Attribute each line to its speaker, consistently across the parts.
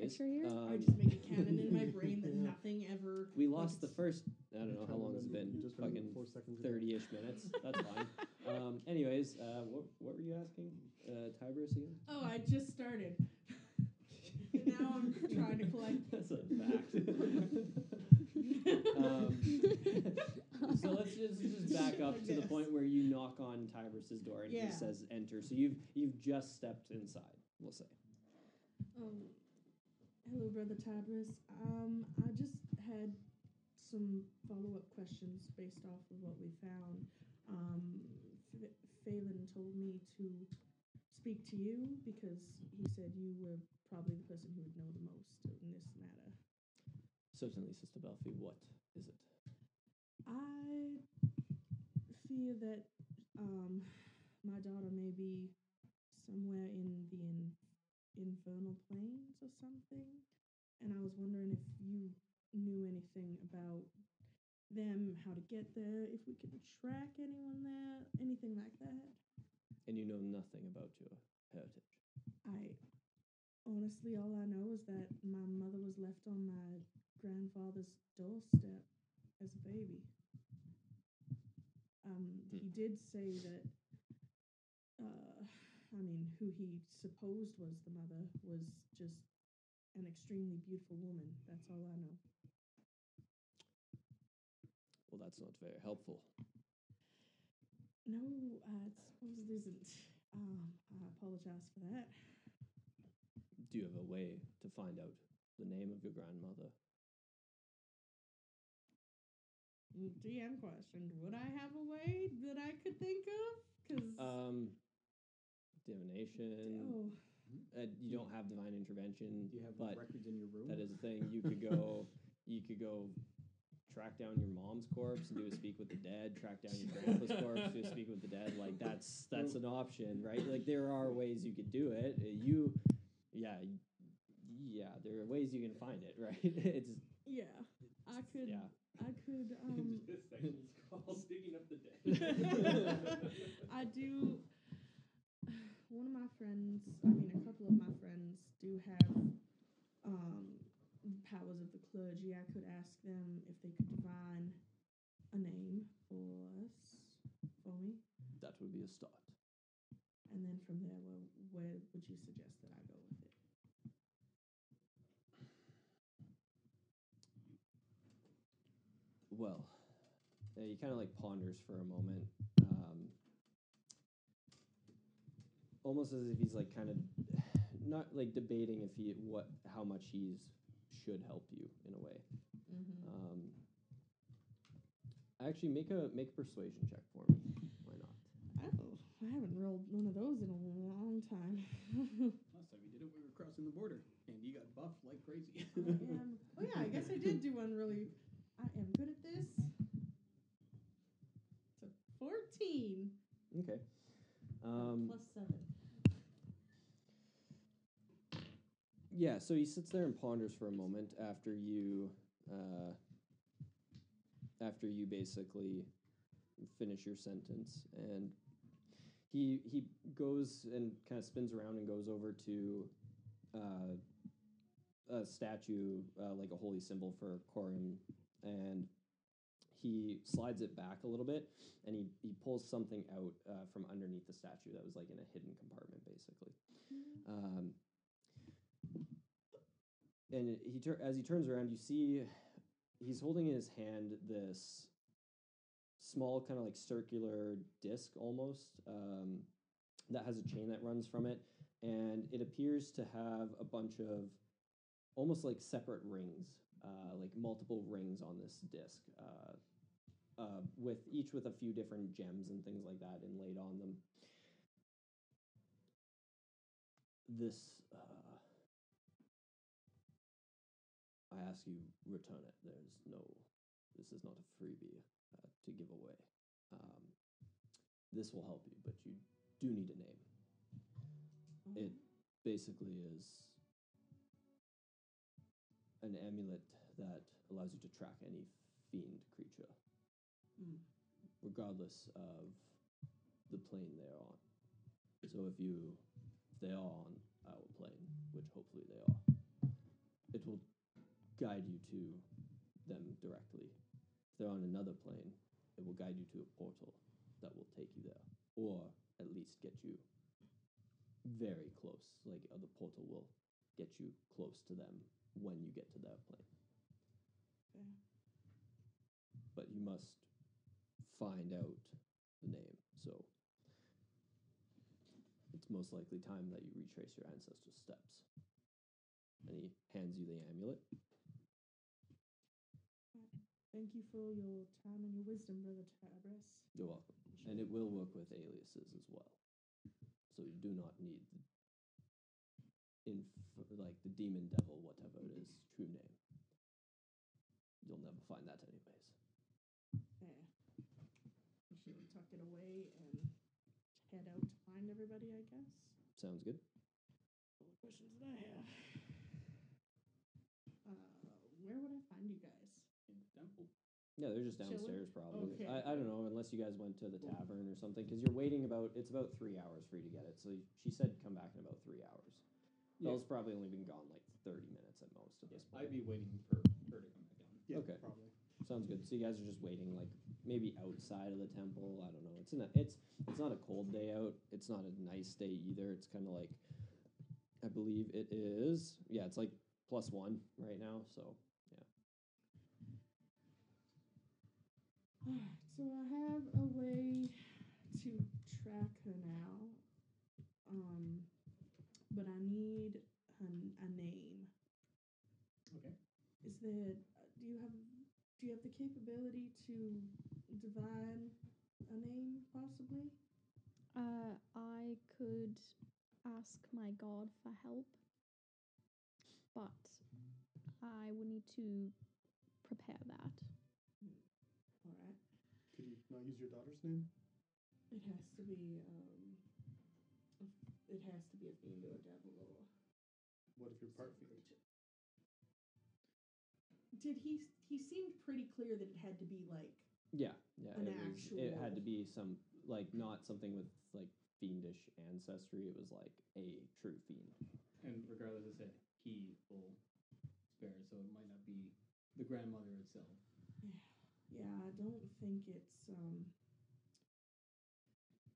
Speaker 1: picture here?
Speaker 2: Um,
Speaker 3: I just make a canon in my brain that
Speaker 2: Yeah.
Speaker 3: nothing ever.
Speaker 2: we lost the first. I don't know how long it's
Speaker 3: remember.
Speaker 2: been.
Speaker 3: Just
Speaker 2: fucking
Speaker 3: remember
Speaker 2: seconds. Thirty-ish minutes. That's fine. Um, anyways, uh, what, what were you asking, uh, Tiberius again?
Speaker 3: Oh, I just started. And now I'm trying to collect.
Speaker 2: That's a fact. um, so let's just, just back up to the
Speaker 3: Yes.
Speaker 2: point where you knock on Tiberius's door and
Speaker 3: Yeah.
Speaker 2: he says enter. So you've you've just stepped inside. We'll say.
Speaker 3: Um, hello, Brother Tabris. Um, I just had some follow up questions based off of what we found. Um, F- Phelan told me to speak to you because he said you were probably the person who would know the most in this matter.
Speaker 2: Certainly, Sister Belfi. What is it?
Speaker 3: I fear that um, my daughter may be somewhere in the in- infernal planes or something, and I was wondering if you knew anything about them, how to get there, if we could track anyone there, anything like that.
Speaker 2: And you know nothing about your heritage.
Speaker 3: I honestly, all I know is that my mother was left on my grandfather's doorstep as a baby. Um, he did say that. Uh, I mean, who he supposed was the mother was just an extremely beautiful woman. That's all I know.
Speaker 2: Well, that's not very helpful.
Speaker 3: No, I suppose it isn't. Um, I apologize for that.
Speaker 2: Do you have a way to find out the name of your grandmother?
Speaker 3: Mm, DM question: Would I have a way that I could think of? Because
Speaker 2: Um, divination.
Speaker 3: oh.
Speaker 2: Uh, you don't have divine intervention.
Speaker 4: Do you have
Speaker 2: but
Speaker 4: records in your room?
Speaker 2: that is a thing. You could go. you could go. Track down your mom's corpse and do a speak with the dead. Track down your grandpa's corpse, do a speak with the dead. Like that's that's an option, right? Like there are ways you could do it. Uh, You, yeah, y- yeah. There are ways you can find it, right? It's
Speaker 3: Yeah, I could.
Speaker 2: yeah.
Speaker 3: I could. Um,
Speaker 4: this section's called digging up the
Speaker 3: I do. One of my friends, I mean, a couple of my friends do have um, powers of the clergy. I could ask them if they could divine a name for us, for me,
Speaker 2: That would be a start.
Speaker 3: and then from there, where, where would you suggest that I go with it?
Speaker 2: Well, yeah, he kind of like ponders for a moment, um, almost as if he's like kind of not like debating if he what how much he's should help you in a way.
Speaker 3: Mm-hmm.
Speaker 2: Um, actually, make a make a persuasion check for me. Why not?
Speaker 3: Oh, I haven't rolled one of those in a long time.
Speaker 4: Last time we did it, we were crossing the border, and you got buffed like crazy.
Speaker 3: I am. Oh yeah, I guess I did do one really. I am good at this. So fourteen
Speaker 2: Okay. Um,
Speaker 3: plus seven.
Speaker 2: Yeah, so he sits there and ponders for a moment after you, uh, after you basically finish your sentence, and he he goes and kind of spins around and goes over to uh, a statue, uh, like a holy symbol for Corin, and he slides it back a little bit, and he he pulls something out uh, from underneath the statue that was like in a hidden compartment, basically. Um, and it- he tur- as he turns around, you see he's holding in his hand this small, kind of like circular disc almost um, that has a chain that runs from it, and it appears to have a bunch of almost like separate rings, uh, like multiple rings on this disc. Uh, uh, with each with a few different gems and things like that inlaid on them. This uh, I ask you, return it. There's no, this is not a freebie uh, to give away. Um, this will help you, but you do need a name.
Speaker 3: Oh,
Speaker 2: It basically is an amulet that allows you to track any fiend creature,
Speaker 3: Mm.
Speaker 2: regardless of the plane they're on. So if you, if they are on our plane, which hopefully they are, guide you to them directly. If they're on another plane, it will guide you to a portal that will take you there, or at least get you very close. Like uh, the portal will get you close to them when you get to their plane.
Speaker 3: Fair.
Speaker 2: But you must find out the name. So it's most likely time that you retrace your ancestors' steps. And he hands you the amulet.
Speaker 3: Thank you for your time and your wisdom, Brother Tabris.
Speaker 2: You're welcome. And it will work with aliases as well. So you do not need the inf- like the demon devil, whatever it is, true name. You'll never find that anyways.
Speaker 3: Fair. We should tuck it away and head out to find everybody, I guess.
Speaker 2: Sounds good.
Speaker 3: All the questions that I have. Uh, where would I find you guys?
Speaker 4: in the temple.
Speaker 2: Yeah, they're just
Speaker 3: Shall we-
Speaker 2: downstairs probably.
Speaker 3: Okay.
Speaker 2: I, I don't know unless you guys went to the
Speaker 4: Well-
Speaker 2: tavern or something because you're waiting about it's about three hours for you to get it. So y- she said come back in about three hours.
Speaker 4: Yeah.
Speaker 2: Belle's probably only been gone like thirty minutes at most at this point.
Speaker 1: I'd be waiting for her to come back down.
Speaker 4: Yeah,
Speaker 2: Okay.
Speaker 4: Probably.
Speaker 2: Sounds good. So you guys are just waiting like maybe outside of the temple. I don't know. It's in a, it's it's not a cold day out. It's not a nice day either. It's kind of like I believe it is. Yeah, it's like plus one right now. So
Speaker 3: Alright, so I have a way to track her now. Um, but I need a, a name.
Speaker 4: Okay.
Speaker 3: Is there? uh, Do you have? Do you have the capability to divine a name, possibly?
Speaker 5: Uh, I could ask my god for help, but I would need to prepare that.
Speaker 3: All right.
Speaker 6: Could you not use your daughter's name?
Speaker 3: It has to be. Um, a- it has to be a female devil or
Speaker 6: What if your part fiend?
Speaker 3: Did he? He seemed pretty clear that it had to be like.
Speaker 2: yeah, yeah.
Speaker 3: An
Speaker 2: it, was, it had to
Speaker 3: actual-
Speaker 2: be some like not something with like fiendish ancestry. It was like a true fiend.
Speaker 4: And regardless, it said he will spare, so it might not be the grandmother itself.
Speaker 3: Yeah, I don't think it's. Um,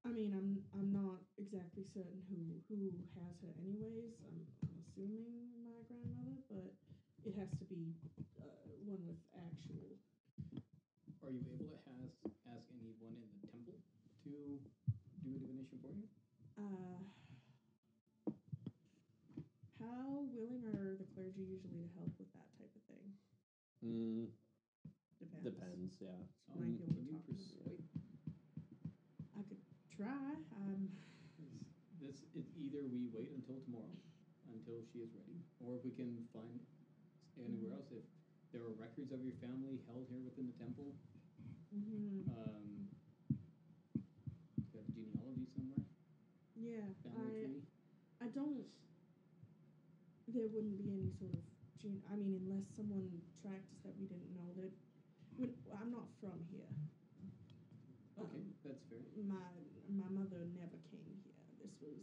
Speaker 3: I mean, I'm I'm not exactly certain who who has her, anyways. I'm, I'm assuming my grandmother, but it has to be uh, one with actual.
Speaker 4: Are you able to has, ask anyone in the temple to do a divination for you?
Speaker 3: Uh, how willing are the clergy usually to help with that type of thing?
Speaker 2: Mm,
Speaker 3: Depends.
Speaker 2: depends. Yeah.
Speaker 3: Might be able
Speaker 4: Um,
Speaker 3: to
Speaker 4: can
Speaker 3: talk to
Speaker 4: you
Speaker 3: them.
Speaker 4: persuade?
Speaker 3: I could try. Um,
Speaker 4: This it's either we wait until tomorrow, until she is ready, or if we can find anywhere
Speaker 3: Mm-hmm.
Speaker 4: else. If there are records of your family held here within the temple,
Speaker 3: mhm.
Speaker 4: um, you have a genealogy somewhere,
Speaker 3: Yeah,
Speaker 4: family
Speaker 3: I
Speaker 4: tree.
Speaker 3: I don't. There wouldn't be any sort of gene. I mean, unless someone tracked us that we didn't know that. When, I'm not from here.
Speaker 4: Okay,
Speaker 3: um,
Speaker 4: that's fair.
Speaker 3: My my mother never came here. This was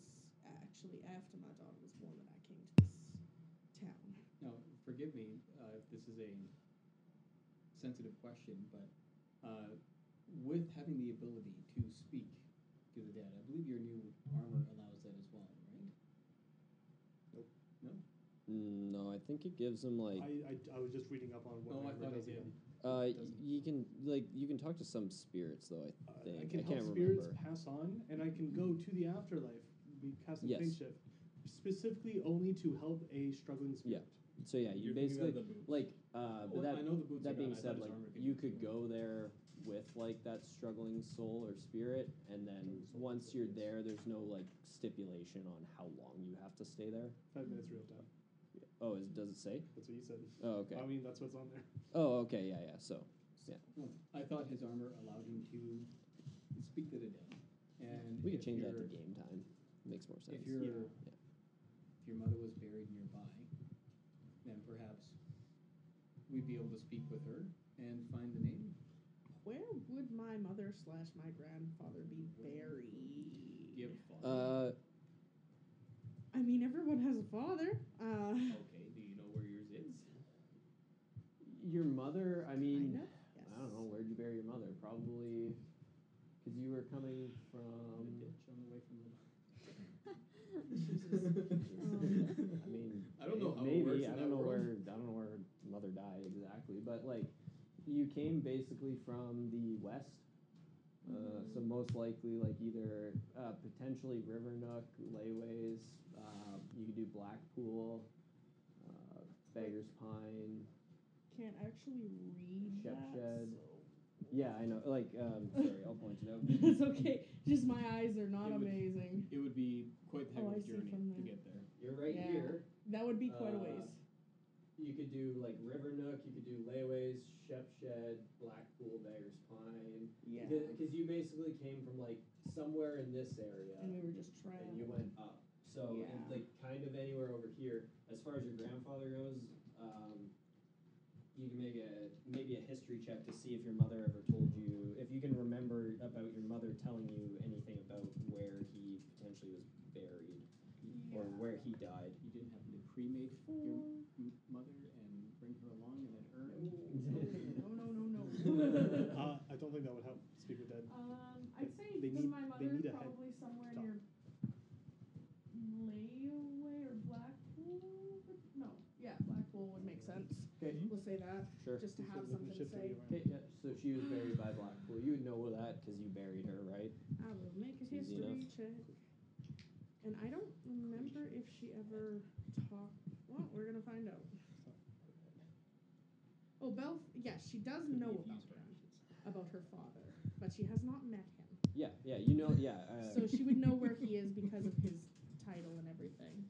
Speaker 3: actually after my daughter was born that I came to this town.
Speaker 4: Now, forgive me uh, if this is a sensitive question, but uh, with having the ability to speak to the dead, I believe your new armor allows that as well, right?
Speaker 2: Mm, no, I think it gives them like
Speaker 6: I, I, I was just reading up on what
Speaker 4: Oh, I
Speaker 6: armor
Speaker 4: thought it
Speaker 6: does
Speaker 4: did.
Speaker 6: again.
Speaker 2: uh, y-
Speaker 4: doesn't-
Speaker 2: you can like you can talk to some spirits though. I
Speaker 6: Uh,
Speaker 2: think.
Speaker 6: I can
Speaker 2: I
Speaker 6: help
Speaker 2: can't
Speaker 6: spirits
Speaker 2: remember.
Speaker 6: pass on, and I can go to the afterlife. We cast a
Speaker 2: Yes.
Speaker 6: plane shift, specifically only to help a struggling spirit.
Speaker 2: So yeah, you
Speaker 1: You're thinking
Speaker 2: basically
Speaker 1: of the boots.
Speaker 2: like uh,
Speaker 4: Well,
Speaker 2: but that
Speaker 4: I know the boots
Speaker 2: that
Speaker 4: are gone.
Speaker 2: being
Speaker 4: I thought
Speaker 2: said,
Speaker 4: his
Speaker 2: like
Speaker 4: armor could
Speaker 2: you
Speaker 4: be
Speaker 2: could
Speaker 4: stolen.
Speaker 2: go there with like that struggling soul or spirit, and then
Speaker 6: Struggling soul,
Speaker 2: once
Speaker 6: yes.
Speaker 2: you're there, there's no like stipulation on how long you have to stay there.
Speaker 6: Five minutes real time.
Speaker 2: Oh, is, does it say?
Speaker 6: That's what you said.
Speaker 2: Oh, okay.
Speaker 4: Um,
Speaker 6: I mean, that's what's on there.
Speaker 2: Oh, okay. Yeah, yeah. So
Speaker 4: No, I thought his armor allowed him to speak to the dead. And
Speaker 2: we could
Speaker 4: if
Speaker 2: change that to
Speaker 4: your-
Speaker 2: game time. Makes more sense.
Speaker 4: If your
Speaker 6: Yeah.
Speaker 4: if your mother was buried nearby, then perhaps we'd be able to speak with her and find the name.
Speaker 3: Where would my mother slash my grandfather be buried?
Speaker 4: Do you have a father?
Speaker 2: Uh,
Speaker 3: I mean, everyone has a father. Uh,
Speaker 4: okay, do you know where yours is?
Speaker 2: mother? I mean,
Speaker 3: Kinda? Yes.
Speaker 2: I don't know. Where'd you bury your mother? Probably because you were coming
Speaker 4: in a
Speaker 2: from.
Speaker 4: ditch on the way from the.
Speaker 2: I mean,
Speaker 4: I don't know
Speaker 2: may-
Speaker 4: how it
Speaker 2: maybe
Speaker 4: works in
Speaker 2: I
Speaker 4: that
Speaker 2: don't know
Speaker 4: world.
Speaker 2: where I don't know where her mother died exactly, but like you came basically from the west, uh, so
Speaker 1: Mm-hmm.
Speaker 2: most likely like either uh, potentially Rivernook, Layways, uh, you could do Blackpool, uh, Beggar's Pine.
Speaker 3: Can't actually read
Speaker 2: Shep
Speaker 3: that.
Speaker 2: shed.
Speaker 3: so-
Speaker 2: Yeah, I know. Like, um, sorry, I'll point it out.
Speaker 3: it's okay. Just my eyes are not
Speaker 4: It was-
Speaker 3: amazing.
Speaker 4: It would be quite the heck
Speaker 3: Oh, I
Speaker 4: of a
Speaker 3: see
Speaker 4: journey
Speaker 3: from there.
Speaker 4: to get there.
Speaker 1: You're right
Speaker 3: Yeah.
Speaker 1: here.
Speaker 3: That would be quite a
Speaker 1: Uh,
Speaker 3: ways.
Speaker 1: You could do like River Nook. You could do Layways, Shep Shed, Blackpool, Beggar's Pine.
Speaker 3: Yeah.
Speaker 1: Because you basically came from like somewhere in this area
Speaker 3: And we were just trying.
Speaker 1: and you went up. So
Speaker 3: Yeah.
Speaker 1: and, like kind of anywhere over here. As far as your grandfather goes, um, you can make a maybe a history check to see if your mother ever told you if you can remember about your mother telling you anything about where he potentially was buried or
Speaker 3: Yeah.
Speaker 1: where he died.
Speaker 4: You didn't happen to cremate your m- mother and bring her along in an urn?
Speaker 3: no, no, no, no.
Speaker 6: Uh, I don't think that would help. Speak with dead.
Speaker 7: Um, I'd
Speaker 6: They-
Speaker 7: say
Speaker 6: they
Speaker 7: then
Speaker 6: need-
Speaker 7: my
Speaker 6: they
Speaker 7: mother's
Speaker 6: need a head
Speaker 7: probably somewhere
Speaker 6: talk.
Speaker 7: near Layaway or Blackpool. No, yeah,
Speaker 3: Blackpool would make sense.
Speaker 2: Okay,
Speaker 3: We'll say that
Speaker 2: sure.
Speaker 3: just to
Speaker 6: So
Speaker 3: have
Speaker 6: we can
Speaker 3: something to
Speaker 6: shift
Speaker 3: say.
Speaker 6: it around.
Speaker 2: Okay, yeah, so she was buried by Blackpool. You would know that because you buried her, right?
Speaker 3: I will make a
Speaker 2: Easy
Speaker 3: history
Speaker 2: enough.
Speaker 3: check. And I don't remember if she ever talked. Well, we're gonna find out. Oh, Belle. Yes, she does know about her about her father, but she has not met him.
Speaker 2: Yeah, yeah. You know, yeah. Uh,
Speaker 3: so she would know where he is because of his title and everything.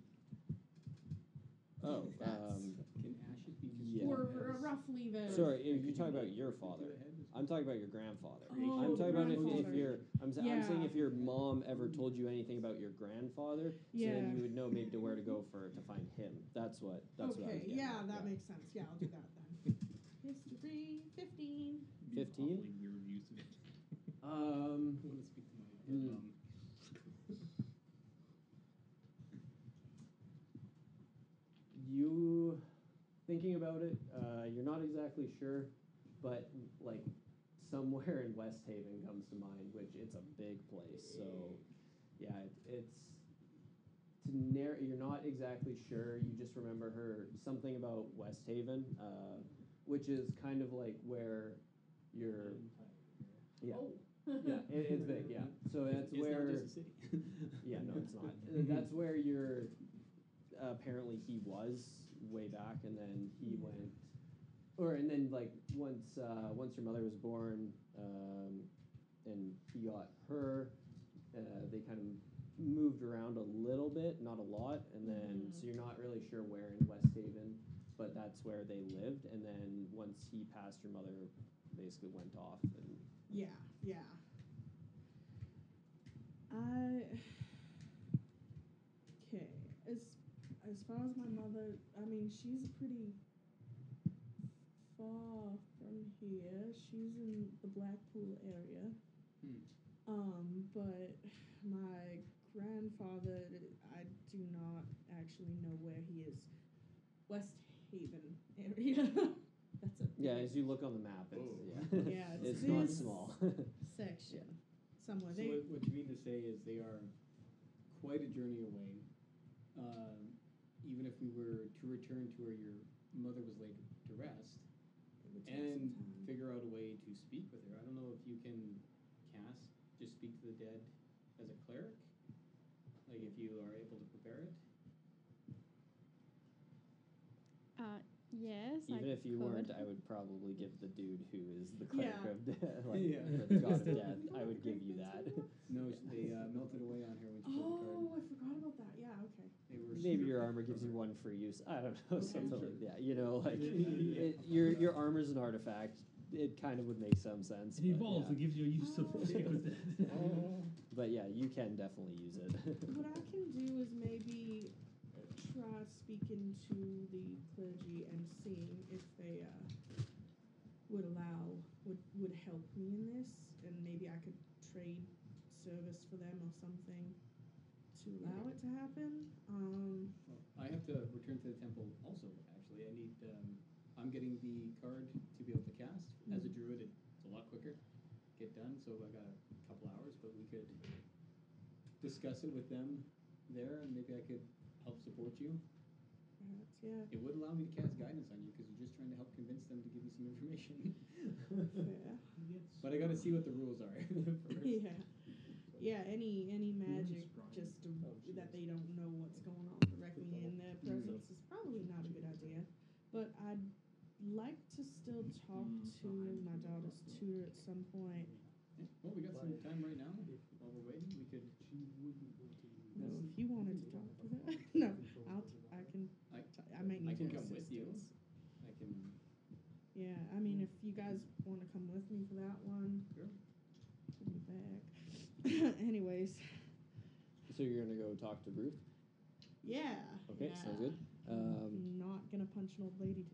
Speaker 2: oh,
Speaker 3: That's-
Speaker 2: um,
Speaker 4: Can ashes be
Speaker 2: Yeah.
Speaker 4: considered
Speaker 3: Or r-
Speaker 4: as-
Speaker 3: roughly the.
Speaker 2: sorry.
Speaker 4: Like,
Speaker 2: If
Speaker 4: could
Speaker 2: you're
Speaker 4: you
Speaker 2: talking
Speaker 4: make
Speaker 2: about your
Speaker 4: it to
Speaker 2: father.
Speaker 4: the head as-
Speaker 2: I'm talking about your grandfather.
Speaker 3: Oh,
Speaker 2: I'm talking about if, if
Speaker 3: grandfather.
Speaker 2: your I'm, s am saying
Speaker 3: Yeah.
Speaker 2: if your mom ever told you anything about your grandfather, so
Speaker 3: Yeah.
Speaker 2: then you would know maybe to where to go for to find him. That's what. That's what. I was
Speaker 3: okay.
Speaker 2: getting
Speaker 3: Yeah,
Speaker 2: at,
Speaker 3: that makes sense. Yeah, I'll do that then. history fifteen.
Speaker 4: Be an
Speaker 2: 15?
Speaker 4: awfully weird use of it.
Speaker 2: Um,
Speaker 4: I want to speak to my
Speaker 2: Hmm.
Speaker 3: Mm.
Speaker 4: dead mom.
Speaker 2: you thinking about it? Uh, you're not exactly sure, but like somewhere in West Haven comes to mind, which it's a big place. So yeah, it, it's to narr- You're not exactly sure. You just remember her something about West Haven, uh, which is kind of like where your yeah. yeah, it, it's big. Yeah, so that's
Speaker 4: It's- it's
Speaker 2: where.
Speaker 4: not just a city.
Speaker 2: Yeah, no, it's not. That's where your apparently he was way back, and then he went, or and then like once uh, once your mother was born, um, and he got her, uh, they kind of moved around a little bit, not a lot, and then
Speaker 3: Mhm.
Speaker 2: so you're not really sure where in West Haven, but that's where they lived, and then once he passed, your mother basically went off, and
Speaker 3: Yeah, yeah. I okay. As as far as my mother, I mean, she's pretty far from here. She's in the Blackpool area.
Speaker 4: Hmm.
Speaker 3: Um, but my grandfather, I do not actually know where he is. West Haven area. That's a
Speaker 2: yeah, as you look on the map, it's
Speaker 4: Whoa.
Speaker 2: yeah,
Speaker 3: Yeah,
Speaker 2: it's
Speaker 3: it's
Speaker 2: not
Speaker 3: this-
Speaker 2: small.
Speaker 3: section somewhere.
Speaker 4: So
Speaker 3: They
Speaker 4: what, what you mean to say is they are quite a journey away. Um, even if we were to return to where your mother was laid to rest and figure out a way to speak with her, I don't know if you can cast just speak to the dead as a cleric. Like if you are able to prepare it.
Speaker 5: Uh, yes. I
Speaker 2: Even if you
Speaker 5: could.
Speaker 2: weren't, I would probably give the dude who is the cleric
Speaker 3: Yeah.
Speaker 2: of death, like
Speaker 4: Yeah.
Speaker 2: the god of death. I would give you that.
Speaker 4: No, s- they uh, melted away on her when she pulled the
Speaker 3: Oh,
Speaker 4: card.
Speaker 3: I forgot about that. Yeah, okay.
Speaker 4: They were
Speaker 2: Maybe
Speaker 4: super
Speaker 2: your armor gives you
Speaker 4: prepared.
Speaker 2: one free use. I don't know,
Speaker 3: Okay.
Speaker 2: something like that. You know, like
Speaker 6: Yeah.
Speaker 2: it, your your armor's an artifact. It kind of would make some sense.
Speaker 8: It
Speaker 2: but
Speaker 8: evolves and
Speaker 2: yeah.
Speaker 8: gives you a use of
Speaker 3: Oh.
Speaker 8: stick with that.
Speaker 4: Oh.
Speaker 2: But yeah, you can definitely use it.
Speaker 3: What I can do is maybe try speaking to the clergy and seeing if they uh, would allow, would would help me in this, and maybe I could trade service for them or something to allow it to happen. Um,
Speaker 4: Well, I have to return to the temple also, actually. I need um, I'm getting the card to be able to cast as a druid. it- It's a lot quicker. Get done. So I got a couple hours, but we could discuss it with them there, and maybe I could help support you.
Speaker 3: Perhaps, yeah.
Speaker 4: It would allow me to cast guidance on you because you're just trying to help convince them to give you some information.
Speaker 3: Fair.
Speaker 4: but I got to see what the rules are first.
Speaker 3: yeah. Yeah, any any magic
Speaker 6: Brian.
Speaker 3: just to,
Speaker 6: Oh, she
Speaker 3: that
Speaker 6: is.
Speaker 3: they don't know what's going on directly in their
Speaker 4: Mm.
Speaker 3: presence is probably not a good idea. But I'd like to still talk
Speaker 6: Mm,
Speaker 3: to
Speaker 6: behind
Speaker 3: my
Speaker 6: you,
Speaker 3: daughter's
Speaker 6: Roswell.
Speaker 3: tutor at some point.
Speaker 4: Yeah, Well, we got some time right now while we're waiting. We could.
Speaker 3: No, if you wanted to talk to her, no, I'll I can
Speaker 4: I, t-
Speaker 3: I might need
Speaker 4: I can
Speaker 3: your
Speaker 4: come with you.
Speaker 3: assistance.
Speaker 4: I can.
Speaker 3: Yeah, I mean, if you guys want to come with me for that one,
Speaker 4: Sure.
Speaker 3: I'll be back. Anyways,
Speaker 2: So you're gonna go talk to Ruth.
Speaker 3: yeah.
Speaker 2: Okay,
Speaker 3: yeah.
Speaker 2: sounds good. Um,
Speaker 3: I'm not gonna punch an old lady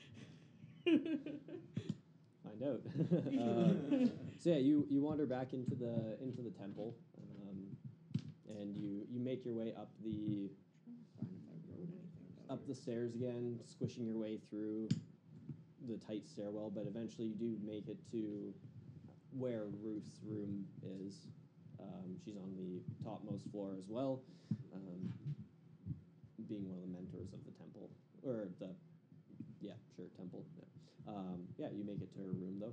Speaker 3: today.
Speaker 2: find out. um,
Speaker 4: uh,
Speaker 2: so yeah, you you wander back into the into the temple, um, and you you make your way up the
Speaker 3: Find if I wrote anything about
Speaker 2: up the stairs again, squishing your way through the tight stairwell. But eventually, you do make it to where Ruth's room is. Um, she's on the topmost floor as well, um, being one of the mentors of the temple or the yeah sure temple. Yeah. Um, yeah, you make it to her room though.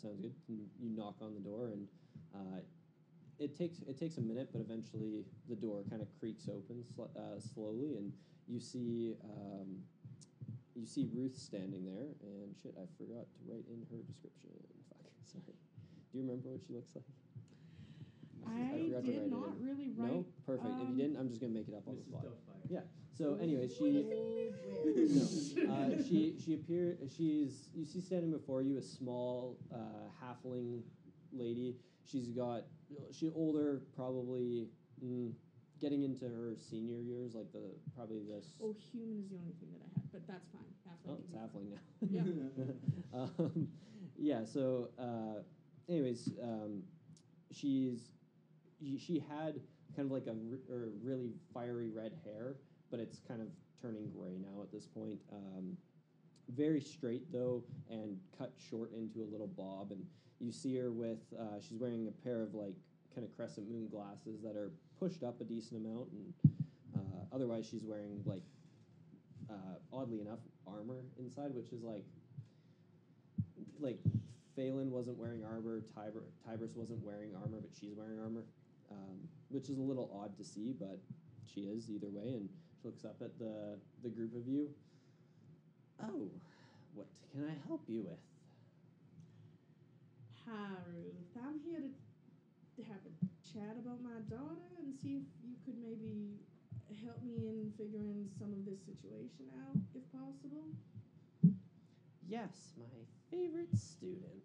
Speaker 2: Sounds good. You you knock on the door and. Uh, it takes it takes a minute, but eventually the door kind of creaks open sl- uh, slowly, and you see um, you see Ruth standing there. And shit, I forgot to write in her description. Fuck, sorry. Do you remember what she looks like?
Speaker 3: I
Speaker 2: forgot to write it
Speaker 3: did not
Speaker 2: in.
Speaker 3: really write.
Speaker 2: No, perfect. if you
Speaker 3: um,
Speaker 2: didn't, I'm just gonna make it up on the fly.
Speaker 4: Mrs. Duffire.
Speaker 2: Yeah. So, anyways, she
Speaker 7: No.
Speaker 2: uh, she she appear she's you see standing before you a small uh, halfling lady. She's got she older probably mm, getting into her senior years, like the probably this.
Speaker 3: Oh, human is the only thing that I had, but that's fine. That's fine.
Speaker 2: Oh, it's halfling now.
Speaker 3: Yeah.
Speaker 2: um, yeah. So, uh, anyways, um, she's she- she had kind of like a r- or really fiery red hair, but it's kind of turning gray now at this point. Um, very straight though, and cut short into a little bob. And you see her with uh, she's wearing a pair of like kind of crescent moon glasses that are pushed up a decent amount, and uh, otherwise she's wearing like uh, oddly enough armor inside, which is like like Phelan wasn't wearing armor, Tiber, Tiber's wasn't wearing armor, but she's wearing armor, um, which is a little odd to see, but she is either way. And she looks up at the the group of you. Oh, what can I help you with?
Speaker 3: Hi, Ruth. I'm here to have a chat about my daughter and see if you could maybe help me in figuring some of this situation out, if possible.
Speaker 2: Yes, my favorite student.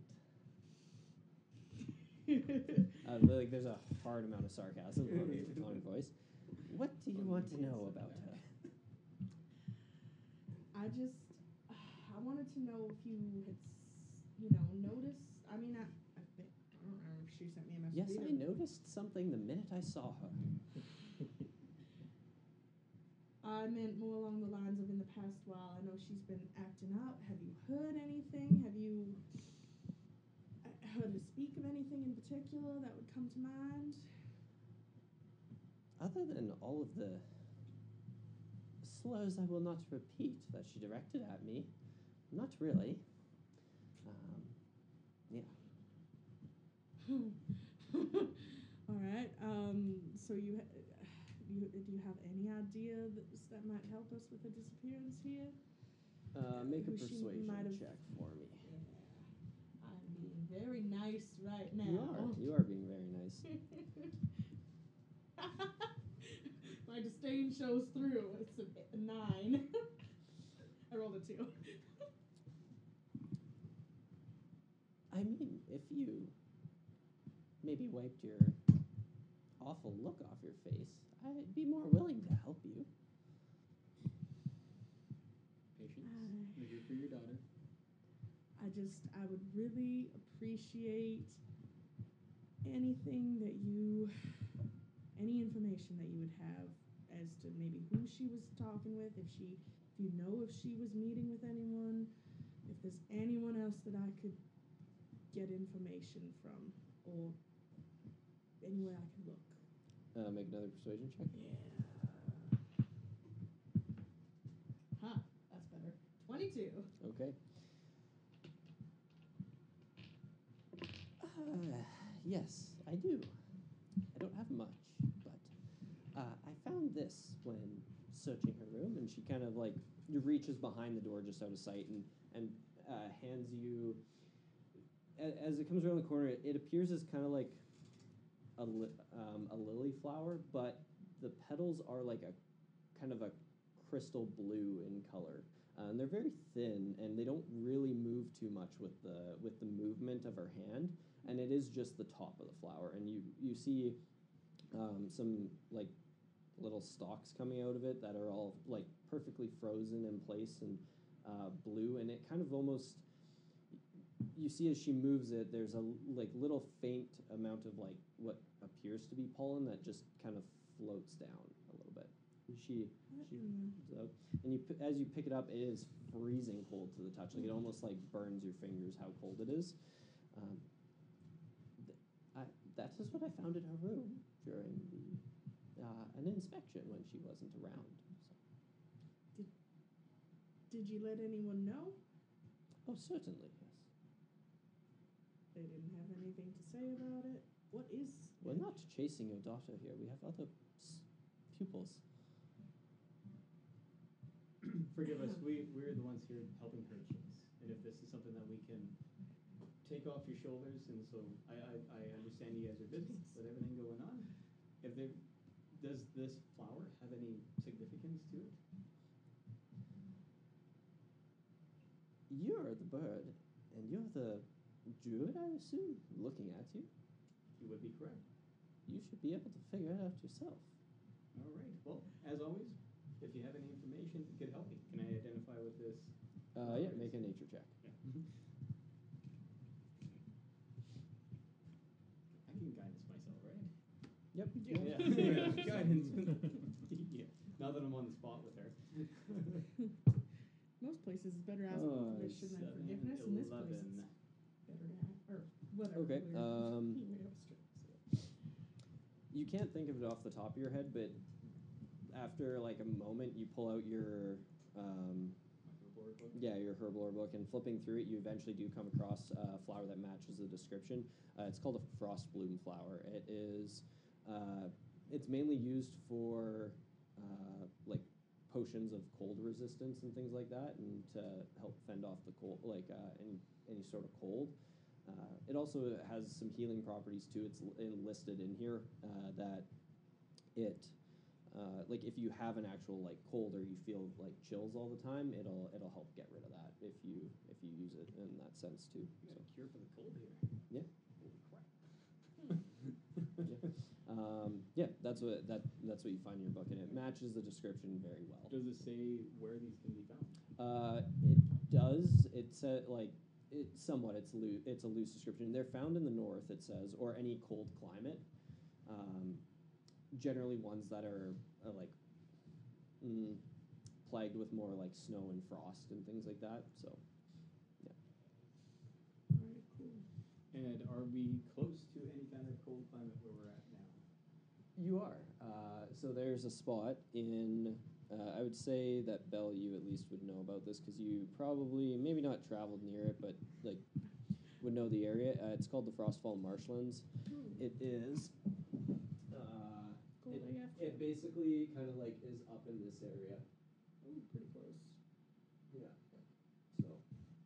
Speaker 3: I
Speaker 2: Uh, like, there's a hard amount of sarcasm on, on her voice. What do you want to know about her?
Speaker 3: just, I wanted to know if you had, s- you know, noticed. I mean, I, I, think, I don't know if she sent me a message.
Speaker 2: Yes, I
Speaker 3: either.
Speaker 2: noticed something the minute I saw her.
Speaker 3: I meant more along the lines of in the past while. I know she's been acting up. Have you heard anything? Have you uh, heard her speak of anything in particular that would come to mind?
Speaker 2: Other than all of the slurs I will not repeat that she directed at me, not really. Um,
Speaker 3: All right. Um, so you, ha- you do you have any idea that, that might help us with the disappearance here?
Speaker 2: uh, make a
Speaker 3: Who she
Speaker 2: persuasion
Speaker 3: might have-
Speaker 2: check for me.
Speaker 3: Yeah. I'm being very nice right now.
Speaker 2: You are. You are being very nice.
Speaker 3: My disdain shows through. It's a, a nine. I rolled a two.
Speaker 2: I mean, if you maybe wiped your awful look off your face, I'd be more willing to help you.
Speaker 4: Patience.
Speaker 5: Um,
Speaker 4: We're here for your daughter.
Speaker 3: I just, I would really appreciate anything that you, any information that you would have as to maybe who she was talking with, if she, if you know if she was meeting with anyone, if there's anyone else that I could get information from, or anywhere I can look.
Speaker 2: Uh, make another persuasion check.
Speaker 7: Yeah. Huh, that's better. 22.
Speaker 2: Okay. Uh, yes, I do. I don't have much, but uh, I found this when searching her room, and she kind of like reaches behind the door just out of sight and and uh, hands you. a- As it comes around the corner, it, it appears as kind of like a li- um, a lily flower, but the petals are like a kind of a crystal blue in color. Uh, and they're very thin, and they don't really move too much with the with the movement of her hand. And it is just the top of the flower, and you you see um, some like little stalks coming out of it that are all like perfectly frozen in place and uh, blue, and it kind of almost you see as she moves it. There's a l- like little faint amount of like what appears to be pollen that just kind of floats down a little bit. And She she so, and you p- as you pick it up, it is freezing cold to the touch. Like it almost like burns your fingers how cold it is. Um, th- I, that is what I found in her room during the uh, an inspection when she wasn't around.
Speaker 3: Did you let anyone know?
Speaker 2: So, oh, certainly yes.
Speaker 3: They didn't have anything to say about it. What is?
Speaker 2: We're not chasing your daughter here. We have other s- pupils.
Speaker 4: Forgive us. We we're the ones here helping her chase. And if this is something that we can take off your shoulders, and so I I, I understand you guys are busy with everything going on. If there does this flower have any significance to it?
Speaker 2: You're the bird, and you're the druid, I assume. Looking at you,
Speaker 4: You would be correct.
Speaker 2: you should be able to figure it out yourself.
Speaker 4: All right. Well, as always, if you have any information that could help me, can I identify with this?
Speaker 2: Uh, yeah, make a nature check.
Speaker 4: I can guidance myself, right?
Speaker 2: Yep.
Speaker 4: Yeah. guidance. yeah. Now that I'm on the spot with her.
Speaker 3: Most places it's better ask
Speaker 2: Uh,
Speaker 3: for permission than forgiveness, and this place it's better ask or whatever.
Speaker 2: Okay.
Speaker 3: weird.
Speaker 2: Um,
Speaker 3: We have strict-
Speaker 2: you can't think of it off the top of your head, but after like a moment, you pull out your um, yeah your herblore book and flipping through it, you eventually do come across a flower that matches the description. Uh, it's called a frost bloom flower. It is uh, it's mainly used for uh, like potions of cold resistance and things like that, and to help fend off the cold like uh, any any sort of cold. Uh, it also has some healing properties too. It's l- in- listed in here uh, that it, uh, like if you have an actual like cold or you feel like chills all the time, it'll it'll help get rid of that if you if you use it in that sense too.
Speaker 4: You
Speaker 2: So,
Speaker 4: got a cure for the cold here.
Speaker 2: Yeah.
Speaker 4: Holy crap.
Speaker 2: um, yeah, that's what that that's what you find in your book, and it matches the description very well.
Speaker 4: Does it say where these can be found?
Speaker 2: Uh, it does. It said like it somewhat. It's loo- It's a loose description. They're found in the north. It says or any cold climate. Um, generally, ones that are, uh like mm, plagued with more like snow and frost and things like that. So
Speaker 3: All right, cool.
Speaker 4: And are we close to any kind of cold climate where we're at now?
Speaker 2: you are. Uh, so there's a spot in. Uh, I would say that Bell, you at least would know about this because you probably maybe not traveled near it, but like would know the area. Uh, it's called the Frostfall Marshlands. It is. Uh,
Speaker 3: Cool. I have to.
Speaker 2: it basically kind of like is up in this area.
Speaker 3: Ooh, pretty close.
Speaker 2: Yeah. So.